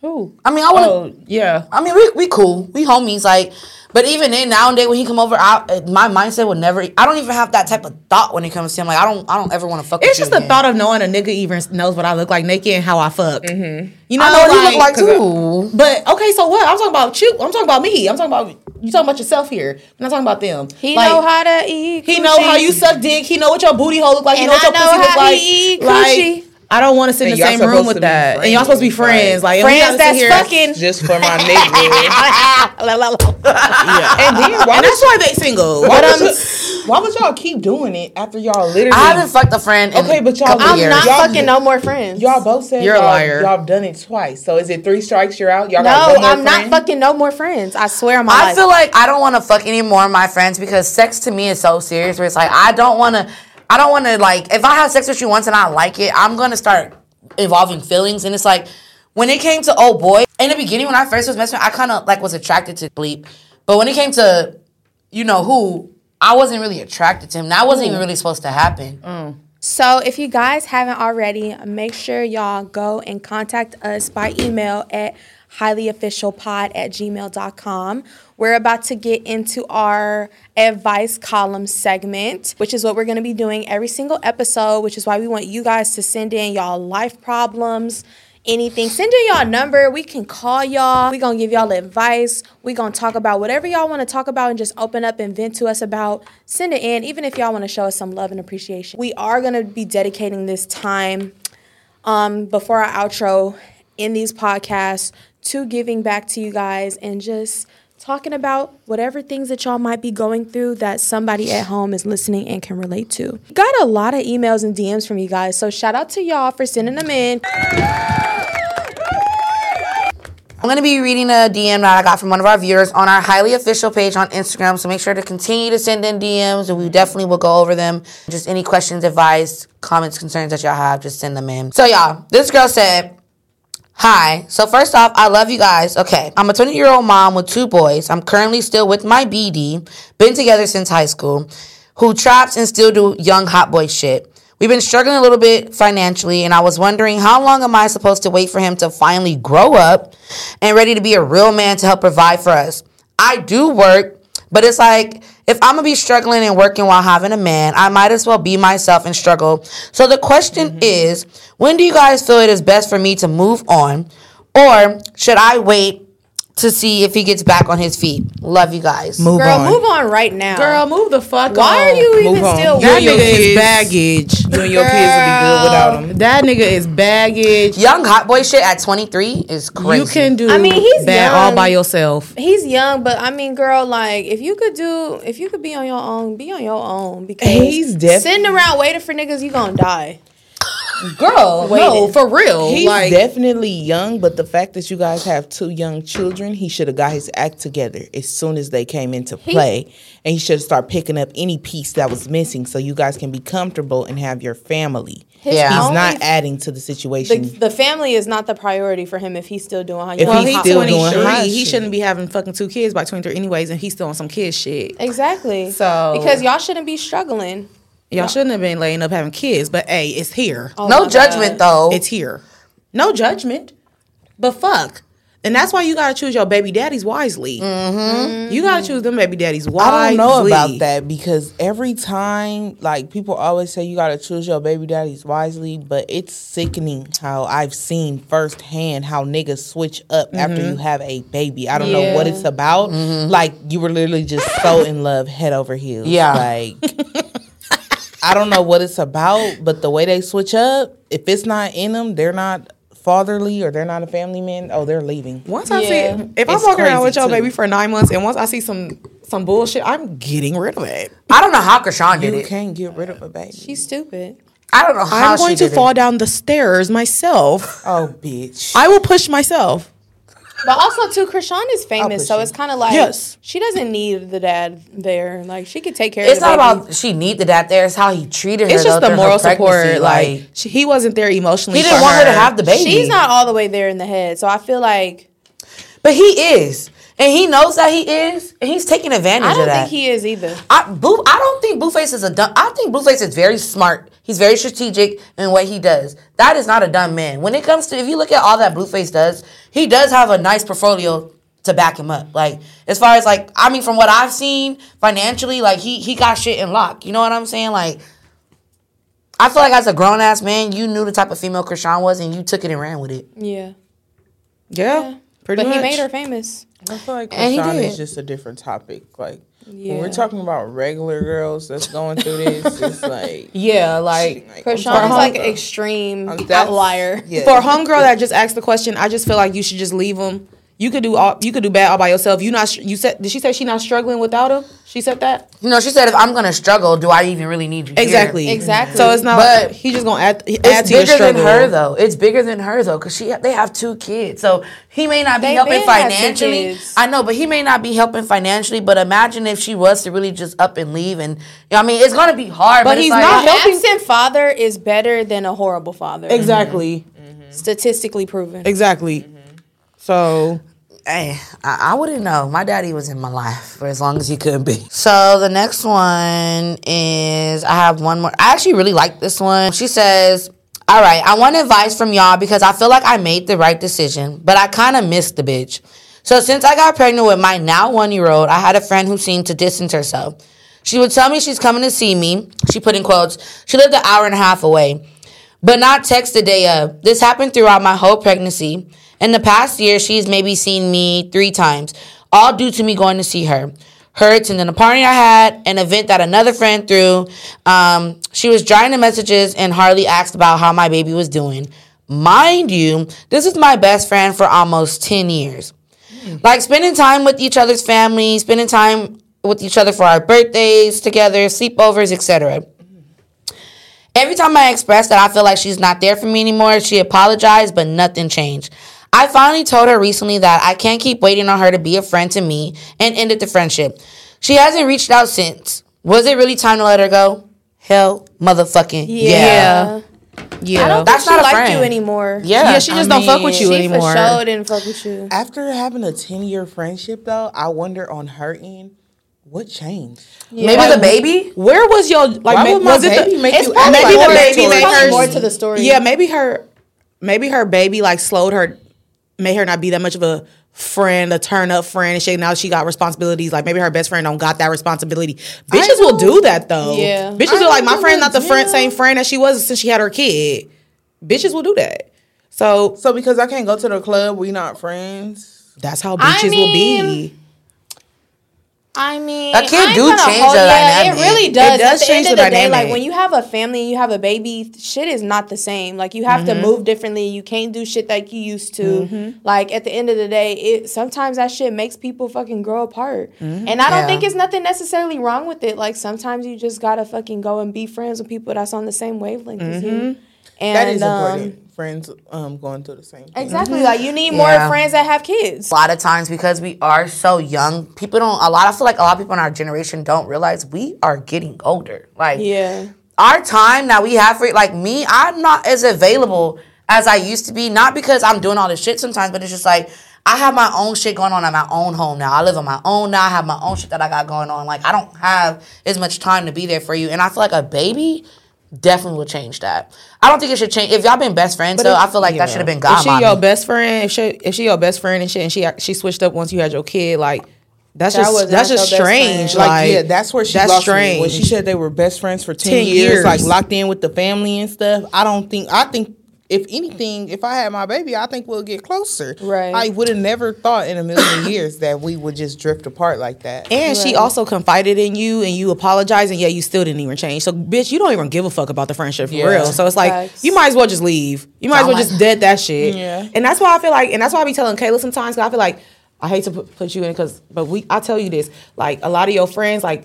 [SPEAKER 7] Who?
[SPEAKER 1] I mean I want to.
[SPEAKER 7] Oh yeah.
[SPEAKER 1] I mean, we we cool, we homies. Like, but even then, nowadays when he come over, I, uh, my mindset would never. I don't even have that type of thought when it comes to him. Like, I don't, I don't ever want to fuck.
[SPEAKER 7] It's
[SPEAKER 1] with
[SPEAKER 7] just
[SPEAKER 1] you
[SPEAKER 7] the thought of knowing a nigga even knows what I look like naked and how I fuck.
[SPEAKER 6] Mm-hmm.
[SPEAKER 7] You know,
[SPEAKER 1] I know what he look
[SPEAKER 7] like-
[SPEAKER 1] like too.
[SPEAKER 7] But okay, so what? I'm talking about you. I'm talking about me. I'm talking about you. Talking about yourself here. I'm not talking about them.
[SPEAKER 2] He
[SPEAKER 7] Like,
[SPEAKER 2] know how to eat.
[SPEAKER 7] He know how
[SPEAKER 2] coochie.
[SPEAKER 7] you suck dick. He know what your booty hole look like.
[SPEAKER 2] And
[SPEAKER 7] he know what your
[SPEAKER 2] I know
[SPEAKER 7] pussy look
[SPEAKER 2] how
[SPEAKER 7] like.
[SPEAKER 2] he eat coochie.
[SPEAKER 7] like I don't want to sit in
[SPEAKER 6] And
[SPEAKER 7] the
[SPEAKER 6] y'all
[SPEAKER 7] same room
[SPEAKER 6] supposed
[SPEAKER 7] with
[SPEAKER 6] to be
[SPEAKER 7] that. And y'all supposed to be friends.
[SPEAKER 6] friends,
[SPEAKER 7] Like and we
[SPEAKER 2] friends
[SPEAKER 7] gotta sit
[SPEAKER 2] that's
[SPEAKER 7] here.
[SPEAKER 2] fucking.
[SPEAKER 6] Just for my nigga.
[SPEAKER 2] La, la, la.
[SPEAKER 6] and then why,
[SPEAKER 7] And
[SPEAKER 6] would,
[SPEAKER 7] that's why they single.
[SPEAKER 6] why,
[SPEAKER 7] But,
[SPEAKER 6] would
[SPEAKER 7] um,
[SPEAKER 6] y'all- why would y'all keep doing it after y'all literally?
[SPEAKER 1] I haven't fucked a friend. In
[SPEAKER 6] Okay, but y'all-
[SPEAKER 1] couple
[SPEAKER 2] I'm
[SPEAKER 1] years.
[SPEAKER 2] not
[SPEAKER 6] Y'all-
[SPEAKER 2] fucking no more friends.
[SPEAKER 6] y'all both said
[SPEAKER 7] You're a
[SPEAKER 6] y'all,
[SPEAKER 7] liar.
[SPEAKER 6] Y'all done it twice. So is it three strikes? You're out. Y'all got
[SPEAKER 2] no,
[SPEAKER 6] one more
[SPEAKER 2] I'm
[SPEAKER 6] friend?
[SPEAKER 2] not fucking no more friends. I swear on my
[SPEAKER 1] I
[SPEAKER 2] life.
[SPEAKER 1] feel like I don't want to fuck any more of my friends because sex to me is so serious. Where it's like I don't want to, I don't want to like if I have sex with you once and I like it, I'm gonna start involving feelings. And it's like when it came to oh boy in the beginning when I first was messing, I kind of like was attracted to bleep, but when it came to you know who, I wasn't really attracted to him. That wasn't even really supposed to happen.
[SPEAKER 2] So, if you guys haven't already, make sure y'all go and contact us by email at highlyofficialpod at gmail.com. We're about to get into our advice column segment, which is what we're going to be doing every single episode, which is why we want you guys to send in y'all life problems. Anything, send in y'all number. We can call y'all. we gonna give y'all advice. we gonna talk about whatever y'all wanna talk about and just open up and vent to us about. Send it in, even if y'all wanna show us some love and appreciation. We are gonna be dedicating this time um, before our outro in these podcasts to giving back to you guys and just talking about whatever things that y'all might be going through that somebody at home is listening and can relate to. Got a lot of emails and DMs from you guys, so shout out to y'all for sending them in.
[SPEAKER 1] I'm gonna be reading a DM that I got from one of our viewers on our highly official page on Instagram. So make sure to continue to send in DMs, and we definitely will go over them. Just any questions, advice, comments, concerns that y'all have, just send them in. So y'all, this girl said. Hi. So first off, I love you guys. Okay. I'm a 20-year-old mom with two boys. I'm currently still with my BD, been together since high school, who traps and still do young hot boy shit. We've been struggling a little bit financially, and I was wondering how long am I supposed to wait for him to finally grow up and ready to be a real man to help provide for us? I do work, but it's like if I'm gonna be struggling and working while having a man, I might as well be myself and struggle. So the question
[SPEAKER 3] Mm-hmm.
[SPEAKER 1] is, when do you guys feel it is best for me to move on, or should I wait to see if he gets back on his feet? Love you guys.
[SPEAKER 6] Move
[SPEAKER 2] Girl,
[SPEAKER 6] on.
[SPEAKER 2] move on right now.
[SPEAKER 3] Girl, move the fuck
[SPEAKER 2] why
[SPEAKER 3] on.
[SPEAKER 2] are you
[SPEAKER 6] Move
[SPEAKER 2] even
[SPEAKER 6] on.
[SPEAKER 2] still
[SPEAKER 6] You and your
[SPEAKER 2] working?
[SPEAKER 6] kids.
[SPEAKER 3] baggage.
[SPEAKER 6] You and your kids will be good without them.
[SPEAKER 3] That nigga is baggage.
[SPEAKER 1] Young hot boy shit at 23 is crazy.
[SPEAKER 3] You can do
[SPEAKER 2] I mean, he's
[SPEAKER 3] that
[SPEAKER 2] young.
[SPEAKER 3] all by yourself.
[SPEAKER 2] He's young, but I mean, girl, like if you could do, if you could be on your own, be on your own because
[SPEAKER 6] He's def-
[SPEAKER 2] sitting around waiting for niggas, you gonna die.
[SPEAKER 3] Girl, no,
[SPEAKER 2] Waiting.
[SPEAKER 3] for
[SPEAKER 2] Oh,
[SPEAKER 3] real.
[SPEAKER 6] He's
[SPEAKER 3] like
[SPEAKER 6] definitely young, but the fact that you guys have two young children, he should have got his act together as soon as they came into play, and he should start picking up any piece that was missing, so you guys can be comfortable and have your family.
[SPEAKER 2] His
[SPEAKER 1] Yeah.
[SPEAKER 6] He's
[SPEAKER 2] only-
[SPEAKER 6] not adding to the
[SPEAKER 2] the,
[SPEAKER 6] situation.
[SPEAKER 2] the family is not the priority for him if he's still doing how you
[SPEAKER 6] If
[SPEAKER 2] want
[SPEAKER 6] he's
[SPEAKER 2] hot
[SPEAKER 6] still
[SPEAKER 2] ones.
[SPEAKER 6] doing hot
[SPEAKER 3] He
[SPEAKER 6] shit.
[SPEAKER 3] shouldn't be having fucking two kids by 23 anyways, and he's still on some kid shit.
[SPEAKER 2] exactly
[SPEAKER 3] So-
[SPEAKER 2] because y'all shouldn't be struggling.
[SPEAKER 3] Y'all shouldn't have been laying up having kids, but hey, it's here.
[SPEAKER 1] no judgment though.
[SPEAKER 3] Oh It's here. No judgment, but fuck. And that's why you gotta choose your baby daddies wisely. You gotta choose them baby daddies wisely.
[SPEAKER 6] I don't know about that because every time, like people always say, you gotta choose your baby daddies wisely, but it's sickening how I've seen firsthand how niggas switch up after
[SPEAKER 3] Mm-hmm.
[SPEAKER 6] you have a baby. I don't know what it's about. Like you were literally just so in love, head over heels.
[SPEAKER 1] Yeah.
[SPEAKER 6] like I don't know what it's about, but the way they switch up, if it's not in them, they're not fatherly or they're not a family man. Oh, they're leaving.
[SPEAKER 3] Once I
[SPEAKER 2] Yeah.
[SPEAKER 3] see, if I'm
[SPEAKER 6] It's
[SPEAKER 3] walking around with
[SPEAKER 6] crazy,
[SPEAKER 3] your
[SPEAKER 6] too.
[SPEAKER 3] baby for nine months, and once I see some some bullshit, I'm getting rid of it.
[SPEAKER 1] I don't know how Krishan did
[SPEAKER 6] You
[SPEAKER 1] it.
[SPEAKER 6] can't get rid of a baby.
[SPEAKER 2] He's stupid.
[SPEAKER 1] I don't know how
[SPEAKER 3] I'm going
[SPEAKER 1] she
[SPEAKER 3] to
[SPEAKER 1] did
[SPEAKER 3] fall
[SPEAKER 1] It.
[SPEAKER 3] down the stairs myself.
[SPEAKER 6] Oh, bitch.
[SPEAKER 3] I will push myself.
[SPEAKER 2] But also too, Krishan is famous,
[SPEAKER 6] push
[SPEAKER 2] so
[SPEAKER 6] you.
[SPEAKER 2] it's kind of like
[SPEAKER 3] Yes.
[SPEAKER 2] she doesn't need the dad there. Like she could take care
[SPEAKER 1] It's
[SPEAKER 2] of the
[SPEAKER 1] not
[SPEAKER 2] baby.
[SPEAKER 1] about she need the dad there. It's how he treated her.
[SPEAKER 3] It's just
[SPEAKER 1] though,
[SPEAKER 3] the
[SPEAKER 1] during her
[SPEAKER 3] moral support.
[SPEAKER 1] pregnancy,
[SPEAKER 3] Like she, he wasn't there emotionally.
[SPEAKER 1] he didn't
[SPEAKER 3] for
[SPEAKER 1] want her to
[SPEAKER 3] her.
[SPEAKER 1] have the baby.
[SPEAKER 2] She's not all the way there in the head, so I feel like
[SPEAKER 1] but he is, and he knows that he is, and he's taking advantage
[SPEAKER 2] I
[SPEAKER 1] of
[SPEAKER 2] don't
[SPEAKER 1] that.
[SPEAKER 2] think he is either.
[SPEAKER 1] I, Blue, I don't think Blueface is a dumb. I think Blueface is very smart. He's very strategic in what he does. That is not a dumb man. When it comes to, if you look at all that Blueface does, he does have a nice portfolio to back him up. Like as far as like, I mean, from what I've seen financially, like he he got shit in lock. You know what I'm saying? Like, I feel like as a grown ass man, you knew the type of female Krishan was, and you took it and ran with it.
[SPEAKER 2] Yeah,
[SPEAKER 3] Yeah, pretty
[SPEAKER 2] but
[SPEAKER 3] much.
[SPEAKER 2] he made her famous.
[SPEAKER 6] I feel like
[SPEAKER 1] And he
[SPEAKER 6] Krishan is
[SPEAKER 1] did.
[SPEAKER 6] just a different topic. Like when
[SPEAKER 2] Yeah.
[SPEAKER 6] we're talking about regular girls that's going through this, it's like
[SPEAKER 3] Yeah, like
[SPEAKER 6] I'm
[SPEAKER 2] Krishan is
[SPEAKER 6] sorry.
[SPEAKER 2] like an
[SPEAKER 1] Oh,
[SPEAKER 2] extreme
[SPEAKER 6] That's-
[SPEAKER 2] outlier.
[SPEAKER 6] yeah.
[SPEAKER 3] for a homegirl that just asked the question, I just feel like you should just leave him. You could do all you could do bad all by yourself. You not you said did she say she not struggling without him? She said that
[SPEAKER 1] You know, she said, if I'm gonna struggle, do I even really need you? here?"
[SPEAKER 2] Exactly.
[SPEAKER 3] So it's not.
[SPEAKER 1] But-
[SPEAKER 3] he just gonna add he- add
[SPEAKER 1] It's
[SPEAKER 3] to your
[SPEAKER 1] bigger than
[SPEAKER 3] struggle.
[SPEAKER 1] her though. It's bigger than her though, cause she they have two kids. So he may not be
[SPEAKER 2] They
[SPEAKER 1] helping
[SPEAKER 2] been had two
[SPEAKER 1] financially.
[SPEAKER 2] kids.
[SPEAKER 1] I know, but he may not be helping financially. But imagine if she was to really just up and leave, and you know, what I mean, it's gonna be hard. But, it's
[SPEAKER 3] he's
[SPEAKER 1] like,
[SPEAKER 3] not
[SPEAKER 2] an
[SPEAKER 3] helping-
[SPEAKER 2] absent father is better than a horrible father.
[SPEAKER 3] Exactly.
[SPEAKER 2] Statistically proven.
[SPEAKER 3] Exactly. So
[SPEAKER 1] Hey, I, I wouldn't know. My daddy was in my life for as long as he could be. So the next one is I have one more. I actually really like this one. She says, All right, I want advice from y'all because I feel like I made the right decision, but I kind of missed the bitch. So since I got pregnant with my now one year old, I had a friend who seemed to distance herself. She would tell me she's coming to see me. She put in quotes, she lived an hour and a half away but not text the day of. This happened throughout my whole pregnancy. In the past year, she's maybe seen me three times, all due to me going to see her. Her attending a party I had, an event that another friend threw. Um, she was drying the messages and hardly asked about how my baby was doing. Mind you, this is my best friend for almost 10 years like spending time with each other's family, spending time with each other for our birthdays together, sleepovers, etc. Every time I expressed that I feel like she's not there for me anymore, she apologized, but nothing changed. I finally told her recently that I can't keep waiting on her to be a friend to me and ended the friendship. She hasn't reached out since. Was it really time to let her go? Hell, motherfucking yeah.
[SPEAKER 2] Yeah.
[SPEAKER 3] yeah,
[SPEAKER 2] I don't
[SPEAKER 1] That's
[SPEAKER 2] think
[SPEAKER 1] not a
[SPEAKER 2] she liked
[SPEAKER 1] friend.
[SPEAKER 2] you anymore.
[SPEAKER 3] yeah, She just don't fuck with
[SPEAKER 2] She
[SPEAKER 3] you
[SPEAKER 2] for
[SPEAKER 3] anymore.
[SPEAKER 2] sure didn't fuck with you.
[SPEAKER 6] After having a ten year friendship though, I wonder on her end, what changed?
[SPEAKER 1] Maybe the baby.
[SPEAKER 3] Where was your like?
[SPEAKER 6] Why
[SPEAKER 3] ma-
[SPEAKER 6] would my
[SPEAKER 3] was it
[SPEAKER 6] baby
[SPEAKER 3] the,
[SPEAKER 6] make
[SPEAKER 3] it's
[SPEAKER 6] you
[SPEAKER 3] probably
[SPEAKER 6] act
[SPEAKER 3] maybe
[SPEAKER 6] like
[SPEAKER 3] the
[SPEAKER 6] that
[SPEAKER 3] baby
[SPEAKER 6] towards
[SPEAKER 3] made
[SPEAKER 6] me?
[SPEAKER 3] her
[SPEAKER 2] More to the story.
[SPEAKER 3] Yeah, maybe her, maybe her baby like slowed her, made her not be that much of a friend, a turn up friend, and shit. Now she got responsibilities. Like maybe her best friend don't got that responsibility. Bitches will do that though.
[SPEAKER 2] Yeah.
[SPEAKER 3] Bitches are like my friend, not the friend, same friend that she was since she had her kid. Bitches will do that. So
[SPEAKER 6] So because I can't go to the club, we not friends.
[SPEAKER 3] that's how
[SPEAKER 2] I
[SPEAKER 3] bitches will be.
[SPEAKER 2] mean, I mean,
[SPEAKER 1] A kid
[SPEAKER 2] I ain't
[SPEAKER 1] do
[SPEAKER 2] gonna
[SPEAKER 1] change
[SPEAKER 2] hold-
[SPEAKER 1] the
[SPEAKER 2] yeah,
[SPEAKER 1] dynamic.
[SPEAKER 2] It really
[SPEAKER 1] It
[SPEAKER 2] does.
[SPEAKER 3] does
[SPEAKER 2] At the
[SPEAKER 3] change
[SPEAKER 2] end
[SPEAKER 3] the
[SPEAKER 2] of the, day,
[SPEAKER 3] dynamic.
[SPEAKER 2] like when you have a family and you have a baby, shit is not the same. Like you have to move differently. You can't do shit like you used to. Like at the end of the day, it sometimes that shit makes people fucking grow apart. And I don't
[SPEAKER 1] Yeah.
[SPEAKER 2] think it's nothing necessarily wrong with it. Like sometimes you just gotta fucking go and be friends with people that's on the same wavelength as you. And
[SPEAKER 6] That is
[SPEAKER 2] um,
[SPEAKER 6] important. friends um going through the same thing.
[SPEAKER 2] Exactly. Like you need more
[SPEAKER 1] Yeah.
[SPEAKER 2] friends that have kids.
[SPEAKER 1] a lot of times because we are so young, people don't. A lot. I feel like a lot of people in our generation don't realize we are getting older. Like
[SPEAKER 2] Yeah.
[SPEAKER 1] our time that we have for like me, I'm not as available as I used to be. Not because I'm doing all this shit sometimes, but it's just like I have my own shit going on at my own home now. I live on my own now. I have my own shit that I got going on. Like I don't have as much time to be there for you. And I feel like a baby definitely will change that. I don't think it should change. If y'all been best friends, so I feel like that should have been
[SPEAKER 3] If she
[SPEAKER 1] godmommy.
[SPEAKER 3] your best friend, if she if she your best friend and shit, and she she switched up once you had your kid, like that's
[SPEAKER 2] That was
[SPEAKER 3] just that's
[SPEAKER 2] not
[SPEAKER 3] just
[SPEAKER 2] your best
[SPEAKER 3] strange.
[SPEAKER 2] friend.
[SPEAKER 3] Like,
[SPEAKER 6] Like, yeah, that's where she
[SPEAKER 3] that's
[SPEAKER 6] lost me. When
[SPEAKER 3] strange.
[SPEAKER 6] she said they were best friends for 10,
[SPEAKER 3] 10
[SPEAKER 6] years,
[SPEAKER 3] years.
[SPEAKER 6] like locked in with the family and stuff. I don't think I think if anything, if I had my baby, I think we'll get closer.
[SPEAKER 2] Right.
[SPEAKER 6] I would have never thought in a million years that we would just drift apart like that.
[SPEAKER 3] And she also confided in you and you apologized and yeah, you still didn't even change. So bitch, you don't even give a fuck about the friendship for
[SPEAKER 6] Yeah.
[SPEAKER 3] real. So it's like
[SPEAKER 2] Facts.
[SPEAKER 3] you might as well just leave. You might as well
[SPEAKER 1] Sound
[SPEAKER 3] just dead that shit.
[SPEAKER 6] Yeah.
[SPEAKER 3] And that's why I feel like and that's why I be telling Kayla sometimes cuz I feel like I hate to put, put you in cuz but we I tell you this, like a lot of your friends like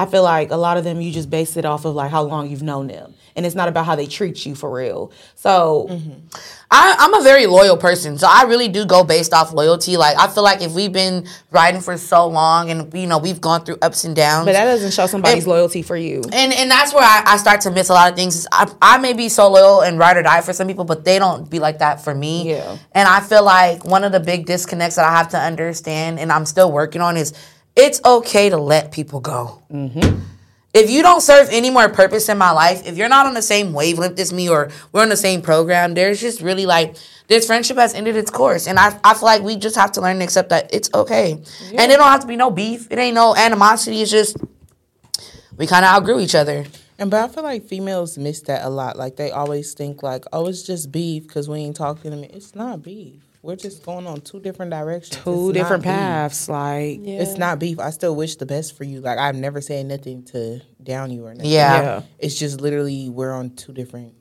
[SPEAKER 3] I feel like a lot of them you just base it off of like how long you've known them. And it's not about how they treat you for real. So
[SPEAKER 6] Mm-hmm.
[SPEAKER 1] I, I'm a very loyal person, so I really do go based off loyalty. Like I feel like if we've been riding for so long, and you know we've gone through ups and downs,
[SPEAKER 3] but that doesn't show somebody's
[SPEAKER 1] It-
[SPEAKER 3] loyalty for you.
[SPEAKER 1] and and that's where I, I start to miss a lot of things. is I, I may be so loyal and ride or die for some people, but they don't be like that for me.
[SPEAKER 3] Yeah.
[SPEAKER 1] And I feel like one of the big disconnects that I have to understand, and I'm still working on, is it's okay to let people go. If you don't serve any more purpose in my life, if you're not on the same wavelength as me or we're on the same program, there's just really like this friendship has ended its course. And I, I feel like we just have to learn to accept that it's okay. And it don't have to be no beef. It ain't no animosity. It's just we kind of outgrew each other.
[SPEAKER 6] And but I feel like females miss that a lot. Like they always think like, oh, it's just beef because we ain't talking to me. It's not beef. We're just going on two different directions.
[SPEAKER 3] Two
[SPEAKER 6] It's not
[SPEAKER 3] different
[SPEAKER 6] beef.
[SPEAKER 3] paths like
[SPEAKER 6] It's not beef. I still wish the best for you. Like I've never said nothing to down you or nothing.
[SPEAKER 1] Yeah.
[SPEAKER 3] yeah.
[SPEAKER 6] It's just literally we're on two different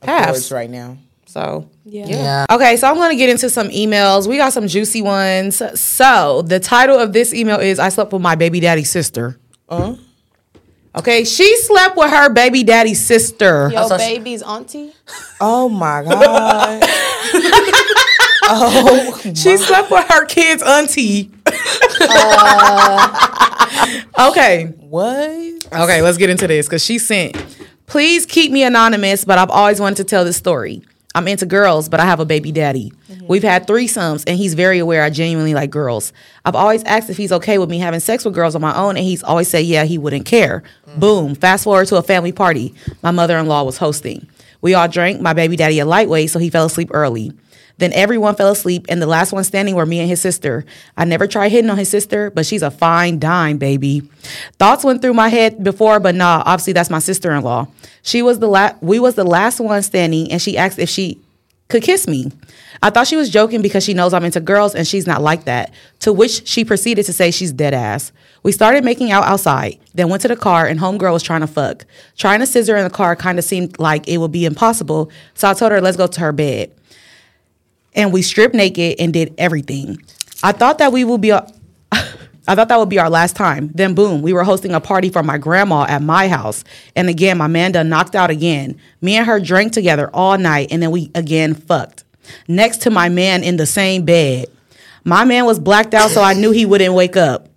[SPEAKER 3] Paths.
[SPEAKER 6] accords right now.
[SPEAKER 3] So
[SPEAKER 2] yeah.
[SPEAKER 3] Okay, so I'm going to get into some emails. We got some juicy ones. So, the title of this email is I slept with my baby daddy's sister.
[SPEAKER 6] Uh,
[SPEAKER 3] Okay, she slept with her baby daddy's sister.
[SPEAKER 2] Your
[SPEAKER 1] so-
[SPEAKER 2] baby's auntie.
[SPEAKER 6] oh my god.
[SPEAKER 3] She slept with her kid's auntie. okay.
[SPEAKER 6] what?
[SPEAKER 3] Okay, let's get into this because she sent, please keep me anonymous, but I've always wanted to tell this story. I'm into girls, but I have a baby daddy. We've had threesomes, and he's very aware I genuinely like girls. I've always asked if he's okay with me having sex with girls on my own, and he's always said, yeah, he wouldn't care. Boom. Fast forward to a family party my mother in law was hosting. We all drank, my baby daddy a lightweight, so he fell asleep early. Then everyone fell asleep, and the last one standing were me and his sister. I never tried hitting on his sister, but she's a fine dime, baby. Thoughts went through my head before, but nah, obviously that's my sister-in-law. She was the la- we was the last one standing, and she asked if she could kiss me. I thought she was joking because she knows I'm into girls and she's not like that. To which she proceeded to say she's dead ass. We started making out outside, then went to the car and homegirl was trying to fuck. Trying to scissor in the car kind of seemed like it would be impossible, so I told her let's go to her bed and we stripped naked and did everything. I thought that we would be. uh, I thought that would be our last time. Then, boom, we were hosting a party for my grandma at my house. And again, my man done knocked out again. Me and her drank together all night, and then we again fucked next to my man in the same bed. My man was blacked out, so I knew he wouldn't wake up.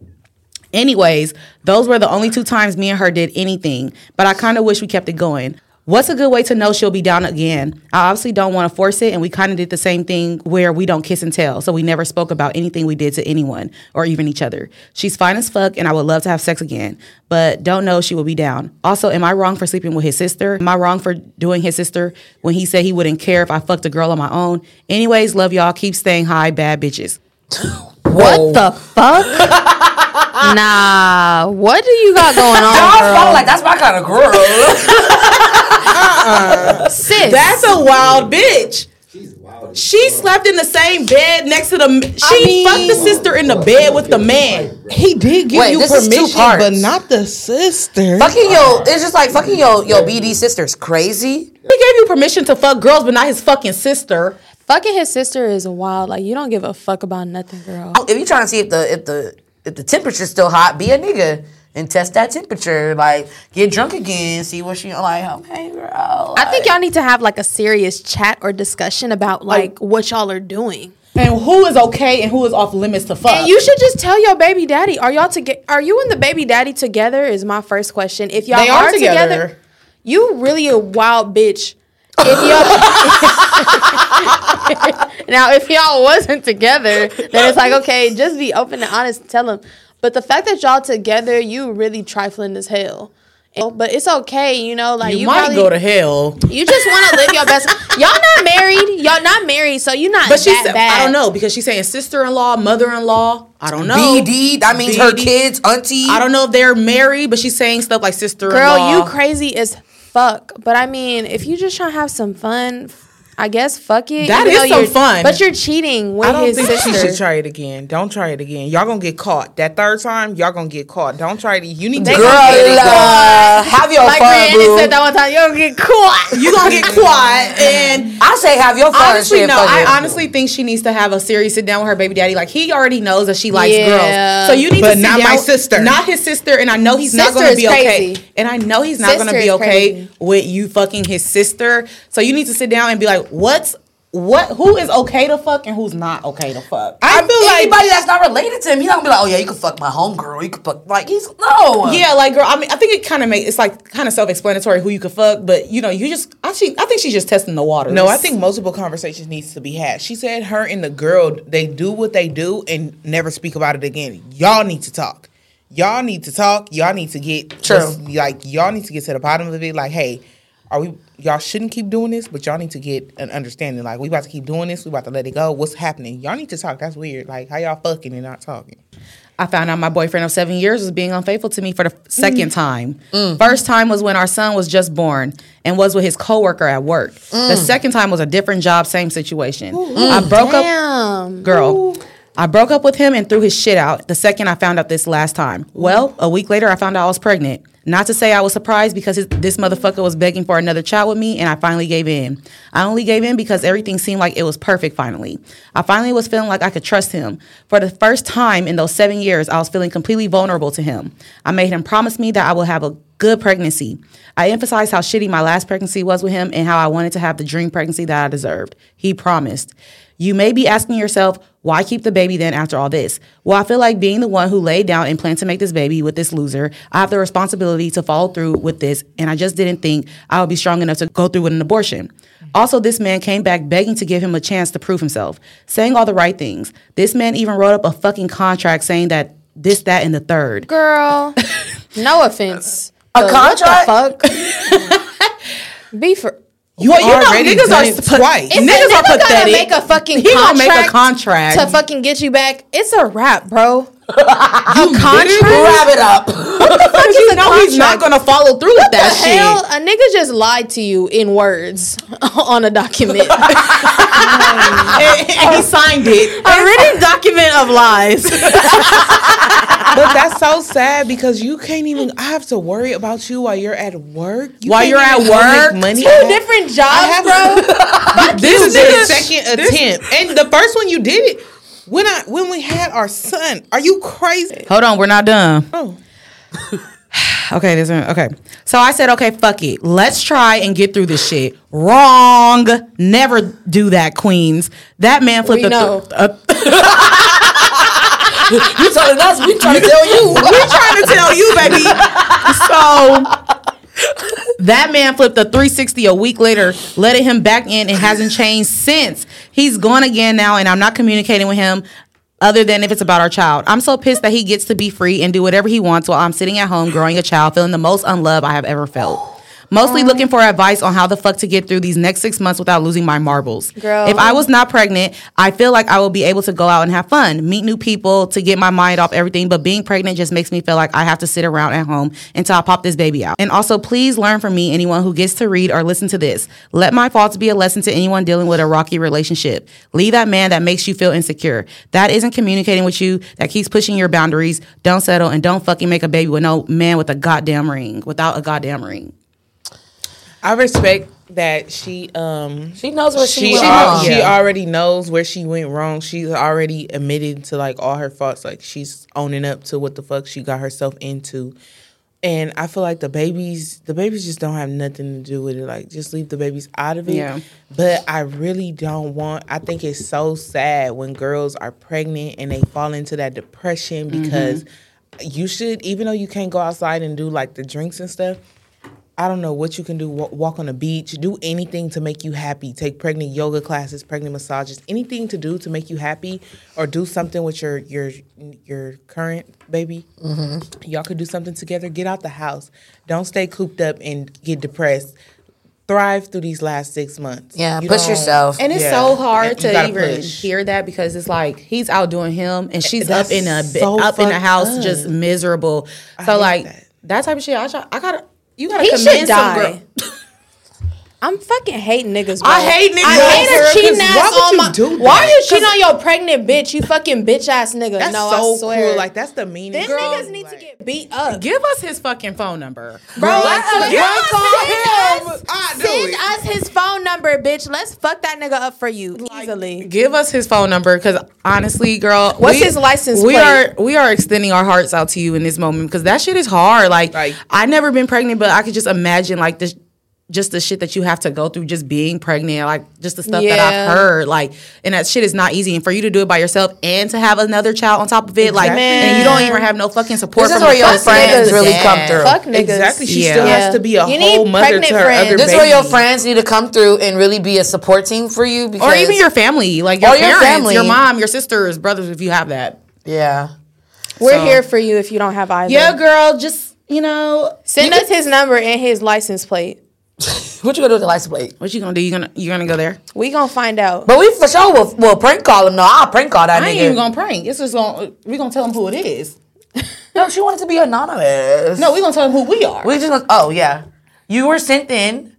[SPEAKER 3] Anyways, those were the only two times me and her did anything, but I kind of wish we kept it going. What's a good way to know she'll be down again? I obviously don't want to force it, and we kind of did the same thing where we don't kiss and tell, so we never spoke about anything we did to anyone or even each other. She's fine as fuck, and I would love to have sex again, but don't know if she will be down. Also, am I wrong for sleeping with his sister? Am I wrong for doing his sister when he said he wouldn't care if I fucked a girl on my own? Anyways, love y'all. Keep staying high, bad bitches.
[SPEAKER 2] What the fuck? nah, what do you got going on,
[SPEAKER 1] I felt like that's my kind of girl.
[SPEAKER 2] sis?
[SPEAKER 3] That's a wild bitch.
[SPEAKER 5] She's wild.
[SPEAKER 3] She slept in the same bed next to the. She fucked the sister in the bed with the man.
[SPEAKER 6] He did give
[SPEAKER 1] Wait,
[SPEAKER 6] you
[SPEAKER 1] this is two
[SPEAKER 6] permission,
[SPEAKER 1] parts.
[SPEAKER 6] but not the sister.
[SPEAKER 1] fucking yo, it's just like fucking yo, yo BD sister's crazy.
[SPEAKER 3] He gave you permission to fuck girls, but not his fucking sister.
[SPEAKER 2] Fucking his sister is wild. Like you don't give a fuck about nothing, girl.
[SPEAKER 1] If you trying to see if the if the if the temperature's still hot, be a nigga and test that temperature. Like get drunk again, see what she like. Okay, girl.
[SPEAKER 2] I think y'all need to have like a serious chat or discussion about like what y'all are doing.
[SPEAKER 3] And who is okay and who is off limits to fuck?
[SPEAKER 2] And you should just tell your baby daddy. Are y'all together? Are you and the baby daddy together? Is my first question. If y'all
[SPEAKER 6] They are
[SPEAKER 2] together,
[SPEAKER 6] together.
[SPEAKER 2] you really a wild bitch. If y'all now, if y'all wasn't together, then it's like okay, just be open and honest. And tell him. But the fact that y'all together, you really trifling as hell. And- But it's okay, you know. Like you,
[SPEAKER 3] might
[SPEAKER 2] probably,
[SPEAKER 3] go to hell.
[SPEAKER 2] You just want to live your best. Y'all not married. Y'all not married, so you're not.
[SPEAKER 3] But she
[SPEAKER 2] that
[SPEAKER 3] said,
[SPEAKER 2] bad.
[SPEAKER 3] I don't know because she's saying sister-in-law, mother-in-law. I don't know.
[SPEAKER 1] BD, that means her
[SPEAKER 3] BD.
[SPEAKER 1] kids, auntie.
[SPEAKER 3] I don't know if they're married, but she's saying stuff like sister-in-law.
[SPEAKER 2] Girl, you crazy as fuck. But I mean, if you just trying to have some fun, I guess fuck it.
[SPEAKER 3] That
[SPEAKER 2] even
[SPEAKER 3] is
[SPEAKER 2] though
[SPEAKER 3] some
[SPEAKER 2] you're-
[SPEAKER 3] fun.
[SPEAKER 2] But you're cheating with
[SPEAKER 6] I don't
[SPEAKER 2] his
[SPEAKER 6] think
[SPEAKER 2] sister.
[SPEAKER 6] she should try it again. Don't try it again. Y'all gonna get caught. That third time, y'all gonna get caught. Don't try it. You need to
[SPEAKER 1] girl, uh, have your
[SPEAKER 2] like
[SPEAKER 1] fun,
[SPEAKER 2] Brianna
[SPEAKER 1] boo.
[SPEAKER 2] said that one time, you'll get caught.
[SPEAKER 3] you gonna get quiet and
[SPEAKER 1] I say have your fun.
[SPEAKER 3] honestly
[SPEAKER 1] shit,
[SPEAKER 3] no
[SPEAKER 1] fuck it.
[SPEAKER 3] i honestly think she needs to have a serious sit down with her baby daddy like he already knows that she likes
[SPEAKER 2] Yeah.
[SPEAKER 3] girls so you need
[SPEAKER 6] But
[SPEAKER 3] to sit
[SPEAKER 6] not my
[SPEAKER 3] down-
[SPEAKER 6] sister.
[SPEAKER 3] not his sister and i know he's not
[SPEAKER 2] Sister
[SPEAKER 3] gonna
[SPEAKER 2] is
[SPEAKER 3] be okay
[SPEAKER 2] crazy.
[SPEAKER 3] and i know he's not
[SPEAKER 2] Sister
[SPEAKER 3] gonna be
[SPEAKER 2] is
[SPEAKER 3] okay
[SPEAKER 2] crazy.
[SPEAKER 3] with you fucking his sister so you need to sit down and be like what's what who is okay to fuck and who's not okay to fuck
[SPEAKER 6] I feel like
[SPEAKER 1] Anybody that's not related to him, he don't be like, oh yeah, you can fuck my homegirl. You can fuck like he's no.
[SPEAKER 3] yeah, like girl, I mean, I think it kind of makes it's like kind of self-explanatory who you could fuck, but you know, you just actually, I think she's just testing the waters.
[SPEAKER 6] No, I think multiple conversations needs to be had. She said her and the girl, they do what they do and never speak about it again. Y'all need to talk. Y'all need to talk. Y'all need to get
[SPEAKER 1] True.
[SPEAKER 6] Like y'all need to get to the bottom of it. Like, hey, are we? Y'all shouldn't keep doing this, but y'all need to get an understanding. Like, we about to keep doing this. We about to let it go. What's happening? Y'all need to talk. That's weird. Like, how y'all fucking and not talking?
[SPEAKER 3] I found out my boyfriend of seven years was being unfaithful to me for the second time. First time was when our son was just born and was with his coworker at work. The second time was a different job, same situation. I broke up,
[SPEAKER 2] Damn.
[SPEAKER 3] girl. I broke up with him and threw his shit out the second I found out this last time. Well, a week later, I found out I was pregnant. Not to say I was surprised because his, this motherfucker was begging for another child with me, and I finally gave in. I only gave in because everything seemed like it was perfect finally. I finally was feeling like I could trust him. For the first time in those seven years, I was feeling completely vulnerable to him. I made him promise me that I would have a good pregnancy. I emphasized how shitty my last pregnancy was with him and how I wanted to have the dream pregnancy that I deserved. He promised. You may be asking yourself, why keep the baby then after all this? Well, I feel like being the one who laid down and planned to make this baby with this loser, I have the responsibility to follow through with this, and I just didn't think I would be strong enough to go through with an abortion. Also, this man came back begging to give him a chance to prove himself, saying all the right things. This man even wrote up a fucking contract saying that this, that, and the third.
[SPEAKER 2] Girl. No offense.
[SPEAKER 1] A
[SPEAKER 2] but
[SPEAKER 1] contract?
[SPEAKER 2] What the fuck? Be for.
[SPEAKER 3] You, well,
[SPEAKER 6] already done it twice.
[SPEAKER 2] If a nigga gonna make a fucking
[SPEAKER 3] He gonna make a
[SPEAKER 2] contract
[SPEAKER 3] contract.
[SPEAKER 2] to fucking get you back. It's a wrap, bro.
[SPEAKER 1] Grab it up.
[SPEAKER 3] Because you know he's not gonna follow through with that shit.
[SPEAKER 2] Hell, a nigga just lied to you in words on a document. a
[SPEAKER 3] and, and he signed it.
[SPEAKER 2] written document of lies.
[SPEAKER 6] but that's so sad because you can't even. I have to worry about you while you're at work. You
[SPEAKER 3] While
[SPEAKER 6] can't
[SPEAKER 3] you're at
[SPEAKER 6] even go
[SPEAKER 3] work?
[SPEAKER 6] make money.
[SPEAKER 2] Two different jobs, bro.
[SPEAKER 6] this is your second attempt, and the first one you did it when I when we had our son. Are you crazy?
[SPEAKER 3] Hold on, we're not done.
[SPEAKER 6] Oh.
[SPEAKER 3] Okay, this one. Okay. So I said, okay, fuck it. Let's try and get through this shit. Wrong. Never do that, Queens. That man flipped
[SPEAKER 2] We
[SPEAKER 3] a, th-
[SPEAKER 2] know.
[SPEAKER 3] a-
[SPEAKER 1] You telling us we trying to tell you.
[SPEAKER 3] We're trying to tell you, baby. So that man flipped a 360 a week later, letting him back in and hasn't changed since. He's gone again now, and I'm not communicating with him other than if it's about our child. I'm so pissed that he gets to be free and do whatever he wants while I'm sitting at home growing a child, feeling the most unloved I have ever felt. Mostly looking for advice on how the fuck to get through these next six months without losing my marbles.
[SPEAKER 2] Girl.
[SPEAKER 3] If I was not pregnant, I feel like I will be able to go out and have fun, meet new people to get my mind off everything. But being pregnant just makes me feel like I have to sit around at home until I pop this baby out. And also, please learn from me, anyone who gets to read or listen to this. Let my faults be a lesson to anyone dealing with a rocky relationship. Leave that man that makes you feel insecure. That isn't communicating with you, that keeps pushing your boundaries. Don't settle and don't fucking make a baby with no man with a goddamn ring, without a goddamn ring.
[SPEAKER 6] I respect that she um
[SPEAKER 1] She knows where she,
[SPEAKER 6] she
[SPEAKER 1] went
[SPEAKER 6] al-
[SPEAKER 1] wrong.
[SPEAKER 6] she already knows where she went wrong. She's already admitted to like all her faults. Like she's owning up to what the fuck she got herself into. And I feel like the babies, the babies just don't have nothing to do with it. Like just leave the babies out of it.
[SPEAKER 3] Yeah.
[SPEAKER 6] But I really don't want. I think it's so sad when girls are pregnant and they fall into that depression
[SPEAKER 1] Mm-hmm.
[SPEAKER 6] because you should, even though you can't go outside and do like the drinks and stuff. I don't know what you can do. wa- Walk on the beach, do anything to make you happy. Take pregnant yoga classes, pregnant massages, anything to do to make you happy, or do something with your your your current baby.
[SPEAKER 1] Mm-hmm.
[SPEAKER 6] Y'all could do something together. Get out the house. Don't stay cooped up and get depressed. Thrive through these last six months.
[SPEAKER 1] Yeah,
[SPEAKER 6] You
[SPEAKER 1] push
[SPEAKER 6] don't-
[SPEAKER 1] yourself.
[SPEAKER 3] And it's
[SPEAKER 6] Yeah.
[SPEAKER 3] so hard
[SPEAKER 6] And you
[SPEAKER 3] to
[SPEAKER 6] gotta
[SPEAKER 3] even
[SPEAKER 6] push.
[SPEAKER 3] hear that because it's like he's out doing him and she's up in a
[SPEAKER 6] That's
[SPEAKER 3] bi-
[SPEAKER 6] so
[SPEAKER 3] up in the
[SPEAKER 6] fucked
[SPEAKER 3] house
[SPEAKER 6] up.
[SPEAKER 3] just miserable. So
[SPEAKER 6] hate
[SPEAKER 3] like that.
[SPEAKER 6] that.
[SPEAKER 3] type of shit, I, try, I gotta you gotta
[SPEAKER 2] He should
[SPEAKER 3] commend some
[SPEAKER 2] die.
[SPEAKER 3] girl.
[SPEAKER 2] I'm fucking hating niggas. Bro.
[SPEAKER 3] I hate niggas,
[SPEAKER 2] I hate
[SPEAKER 3] girl,
[SPEAKER 2] a cheating
[SPEAKER 6] 'cause
[SPEAKER 2] ass
[SPEAKER 6] why would
[SPEAKER 2] on
[SPEAKER 6] you
[SPEAKER 2] my.
[SPEAKER 6] do that?
[SPEAKER 2] Why are you cheating on your pregnant bitch? You fucking bitch ass nigga.
[SPEAKER 6] That's
[SPEAKER 2] no,
[SPEAKER 6] so
[SPEAKER 2] I swear.
[SPEAKER 6] cool. Like that's the meanest.
[SPEAKER 2] them
[SPEAKER 6] girl,
[SPEAKER 2] niggas need to
[SPEAKER 6] like-
[SPEAKER 2] get beat up,
[SPEAKER 3] Give us his fucking phone number.
[SPEAKER 2] bro. Let's
[SPEAKER 6] Let's
[SPEAKER 2] give
[SPEAKER 6] fuck
[SPEAKER 2] us-
[SPEAKER 6] on him. I know
[SPEAKER 2] Send
[SPEAKER 6] it.
[SPEAKER 2] us his phone number, bitch. Let's fuck that nigga up for you easily.
[SPEAKER 3] Give us his phone number because honestly, girl,
[SPEAKER 2] What's his license
[SPEAKER 3] We
[SPEAKER 2] plate?
[SPEAKER 3] are we are extending our hearts out to you in this moment because that shit is hard. Like,
[SPEAKER 6] Like-
[SPEAKER 3] I never been pregnant, but I could just imagine like this, just the shit that you have to go through just being pregnant, like just the stuff that
[SPEAKER 2] Yeah.
[SPEAKER 3] I've heard. Like, and that shit is not easy. And for you to do it by yourself and to have another child on top of it, like,
[SPEAKER 6] Exactly.
[SPEAKER 3] and you don't even have no fucking support
[SPEAKER 1] This is
[SPEAKER 3] from
[SPEAKER 1] where
[SPEAKER 3] your
[SPEAKER 1] your friends
[SPEAKER 3] friends.
[SPEAKER 1] really
[SPEAKER 3] Yeah.
[SPEAKER 1] come through.
[SPEAKER 2] Fuck niggas.
[SPEAKER 6] Exactly. She
[SPEAKER 3] Yeah.
[SPEAKER 6] still
[SPEAKER 2] Yeah.
[SPEAKER 6] has to be a
[SPEAKER 2] You need
[SPEAKER 6] whole mother
[SPEAKER 2] pregnant
[SPEAKER 6] to her
[SPEAKER 2] friends.
[SPEAKER 6] other
[SPEAKER 2] This
[SPEAKER 1] This is
[SPEAKER 6] baby.
[SPEAKER 1] where your friends need to come through and really be a support team for you. Because,
[SPEAKER 3] Or even your family, like your
[SPEAKER 1] Or your
[SPEAKER 3] parents,
[SPEAKER 1] family.
[SPEAKER 3] your mom, your sisters, brothers, if you have that.
[SPEAKER 1] yeah.
[SPEAKER 2] We're
[SPEAKER 3] So-
[SPEAKER 2] here for you if you don't have either.
[SPEAKER 3] Yeah, girl, just you know,
[SPEAKER 2] Send us his number and his license plate.
[SPEAKER 1] What you gonna do with the license plate?
[SPEAKER 3] What you gonna do? You gonna you gonna go there?
[SPEAKER 2] We gonna find out.
[SPEAKER 1] But we for sure will, will prank call him. No, I'll prank call that
[SPEAKER 3] I ain't
[SPEAKER 1] nigga.
[SPEAKER 3] even gonna prank. It's just gonna we gonna tell them who it is.
[SPEAKER 1] no, she wanted to be anonymous.
[SPEAKER 3] No, we gonna tell them who we are.
[SPEAKER 1] We just gonna, oh yeah. You were sent in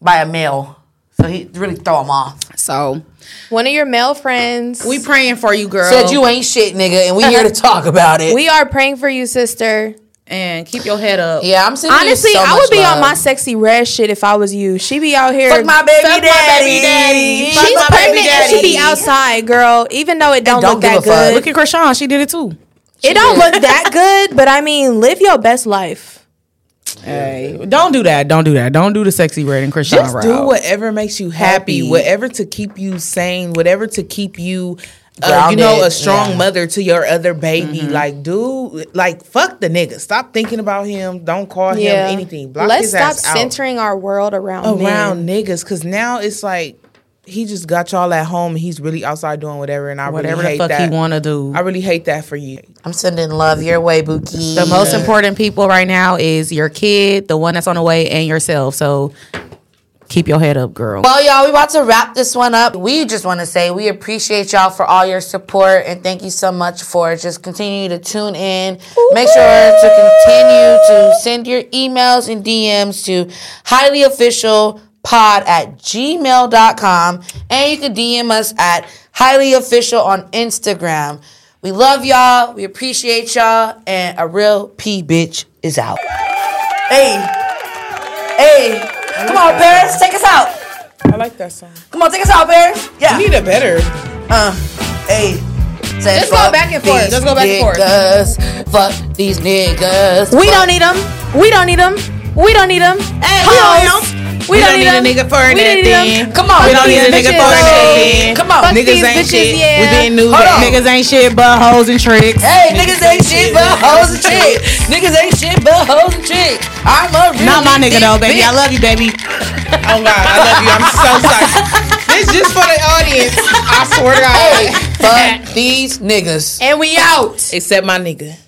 [SPEAKER 1] by a male. So he really throw him off.
[SPEAKER 3] So
[SPEAKER 2] One of your male friends.
[SPEAKER 3] we praying for you, girl.
[SPEAKER 1] Said you ain't shit, nigga, and we here to talk about it.
[SPEAKER 2] we are praying for you, sister.
[SPEAKER 3] and keep your head up.
[SPEAKER 1] yeah, I'm sending
[SPEAKER 2] Honestly,
[SPEAKER 1] you so
[SPEAKER 2] I would
[SPEAKER 1] much
[SPEAKER 2] be on
[SPEAKER 1] love.
[SPEAKER 2] my sexy red shit if I was you. She be out here.
[SPEAKER 1] Fuck my baby
[SPEAKER 6] Fuck my
[SPEAKER 1] daddy.
[SPEAKER 6] baby daddy.
[SPEAKER 1] Fuck
[SPEAKER 2] She's
[SPEAKER 1] my
[SPEAKER 2] pregnant
[SPEAKER 1] baby
[SPEAKER 2] and
[SPEAKER 1] daddy.
[SPEAKER 2] she be outside, girl. Even though it don't,
[SPEAKER 1] don't
[SPEAKER 2] look
[SPEAKER 1] give
[SPEAKER 2] that
[SPEAKER 1] a fuck.
[SPEAKER 2] good,
[SPEAKER 1] Look
[SPEAKER 3] at Krishan, she did it too.
[SPEAKER 2] it don't look that good. But I mean, live your best life.
[SPEAKER 3] Hey, don't do that. Don't do that. Don't do the sexy red and Krishan
[SPEAKER 6] Just do
[SPEAKER 3] route.
[SPEAKER 6] whatever makes you happy,
[SPEAKER 3] Happy.
[SPEAKER 6] whatever to keep you sane, whatever to keep you, uh, you
[SPEAKER 1] Grounded,
[SPEAKER 6] know, a strong
[SPEAKER 1] yeah.
[SPEAKER 6] mother to your other baby.
[SPEAKER 3] Mm-hmm.
[SPEAKER 6] Like, do like fuck the nigga. Stop thinking about him. Don't call
[SPEAKER 2] Yeah.
[SPEAKER 6] him anything. Block
[SPEAKER 2] Let's
[SPEAKER 6] his
[SPEAKER 2] stop
[SPEAKER 6] ass out
[SPEAKER 2] centering our world around men.
[SPEAKER 6] around niggas because now it's like he just got y'all at home. and He's really outside doing whatever, and I
[SPEAKER 3] Whatever
[SPEAKER 6] really
[SPEAKER 3] the
[SPEAKER 6] hate
[SPEAKER 3] fuck
[SPEAKER 6] that.
[SPEAKER 3] he wanna do.
[SPEAKER 6] I really hate that for you.
[SPEAKER 1] I'm sending love your way, Buki.
[SPEAKER 3] the most important people right now is your kid, the one that's on the way, and yourself. So keep your head up, girl.
[SPEAKER 1] Well, y'all, we about to wrap this one up. We just want to say we appreciate y'all for all your support and thank you so much for just continuing to tune in. Make sure to continue to send your emails and DMs to highlyofficialpod at gmail.com and you can DM us at highlyofficial on Instagram. We love y'all. We appreciate y'all. And a real P bitch is out. Hey. Hey. Come on, Paris. Take us out.
[SPEAKER 6] I like that song.
[SPEAKER 1] Come on, take us out, Bear. Yeah.
[SPEAKER 6] We need a better.
[SPEAKER 1] uh, hey. Say,
[SPEAKER 2] Just go
[SPEAKER 1] fuck
[SPEAKER 2] back and forth.
[SPEAKER 1] these
[SPEAKER 2] Just go back and forth.
[SPEAKER 1] niggas. Fuck these niggas.
[SPEAKER 2] We don't need them. We don't need them. We don't need them. Hey, hoes. we don't need them.
[SPEAKER 6] a nigga for
[SPEAKER 2] We don't need
[SPEAKER 6] nothing.
[SPEAKER 2] them.
[SPEAKER 1] Come on.
[SPEAKER 6] We don't need a
[SPEAKER 2] these
[SPEAKER 6] nigga
[SPEAKER 2] bitches.
[SPEAKER 6] for nothing.
[SPEAKER 1] Come on.
[SPEAKER 2] Fuck
[SPEAKER 6] Niggas
[SPEAKER 2] these
[SPEAKER 6] ain't
[SPEAKER 2] bitches,
[SPEAKER 6] shit.
[SPEAKER 2] Yeah.
[SPEAKER 6] We been new.
[SPEAKER 1] Hold on.
[SPEAKER 3] Niggas ain't shit but hoes and tricks.
[SPEAKER 1] Hey, niggas ain't shit but hoes and chicks. Niggas ain't shit but hoes and chicks. I'm a real
[SPEAKER 3] Not my
[SPEAKER 1] big
[SPEAKER 3] nigga though,
[SPEAKER 1] dick
[SPEAKER 3] baby. I
[SPEAKER 1] bitch.
[SPEAKER 3] love you, baby.
[SPEAKER 6] Oh God, I love you. I'm so sorry. This just for the audience. I swear to God.
[SPEAKER 1] Hey, fuck these niggas.
[SPEAKER 2] And we out.
[SPEAKER 6] Except my nigga.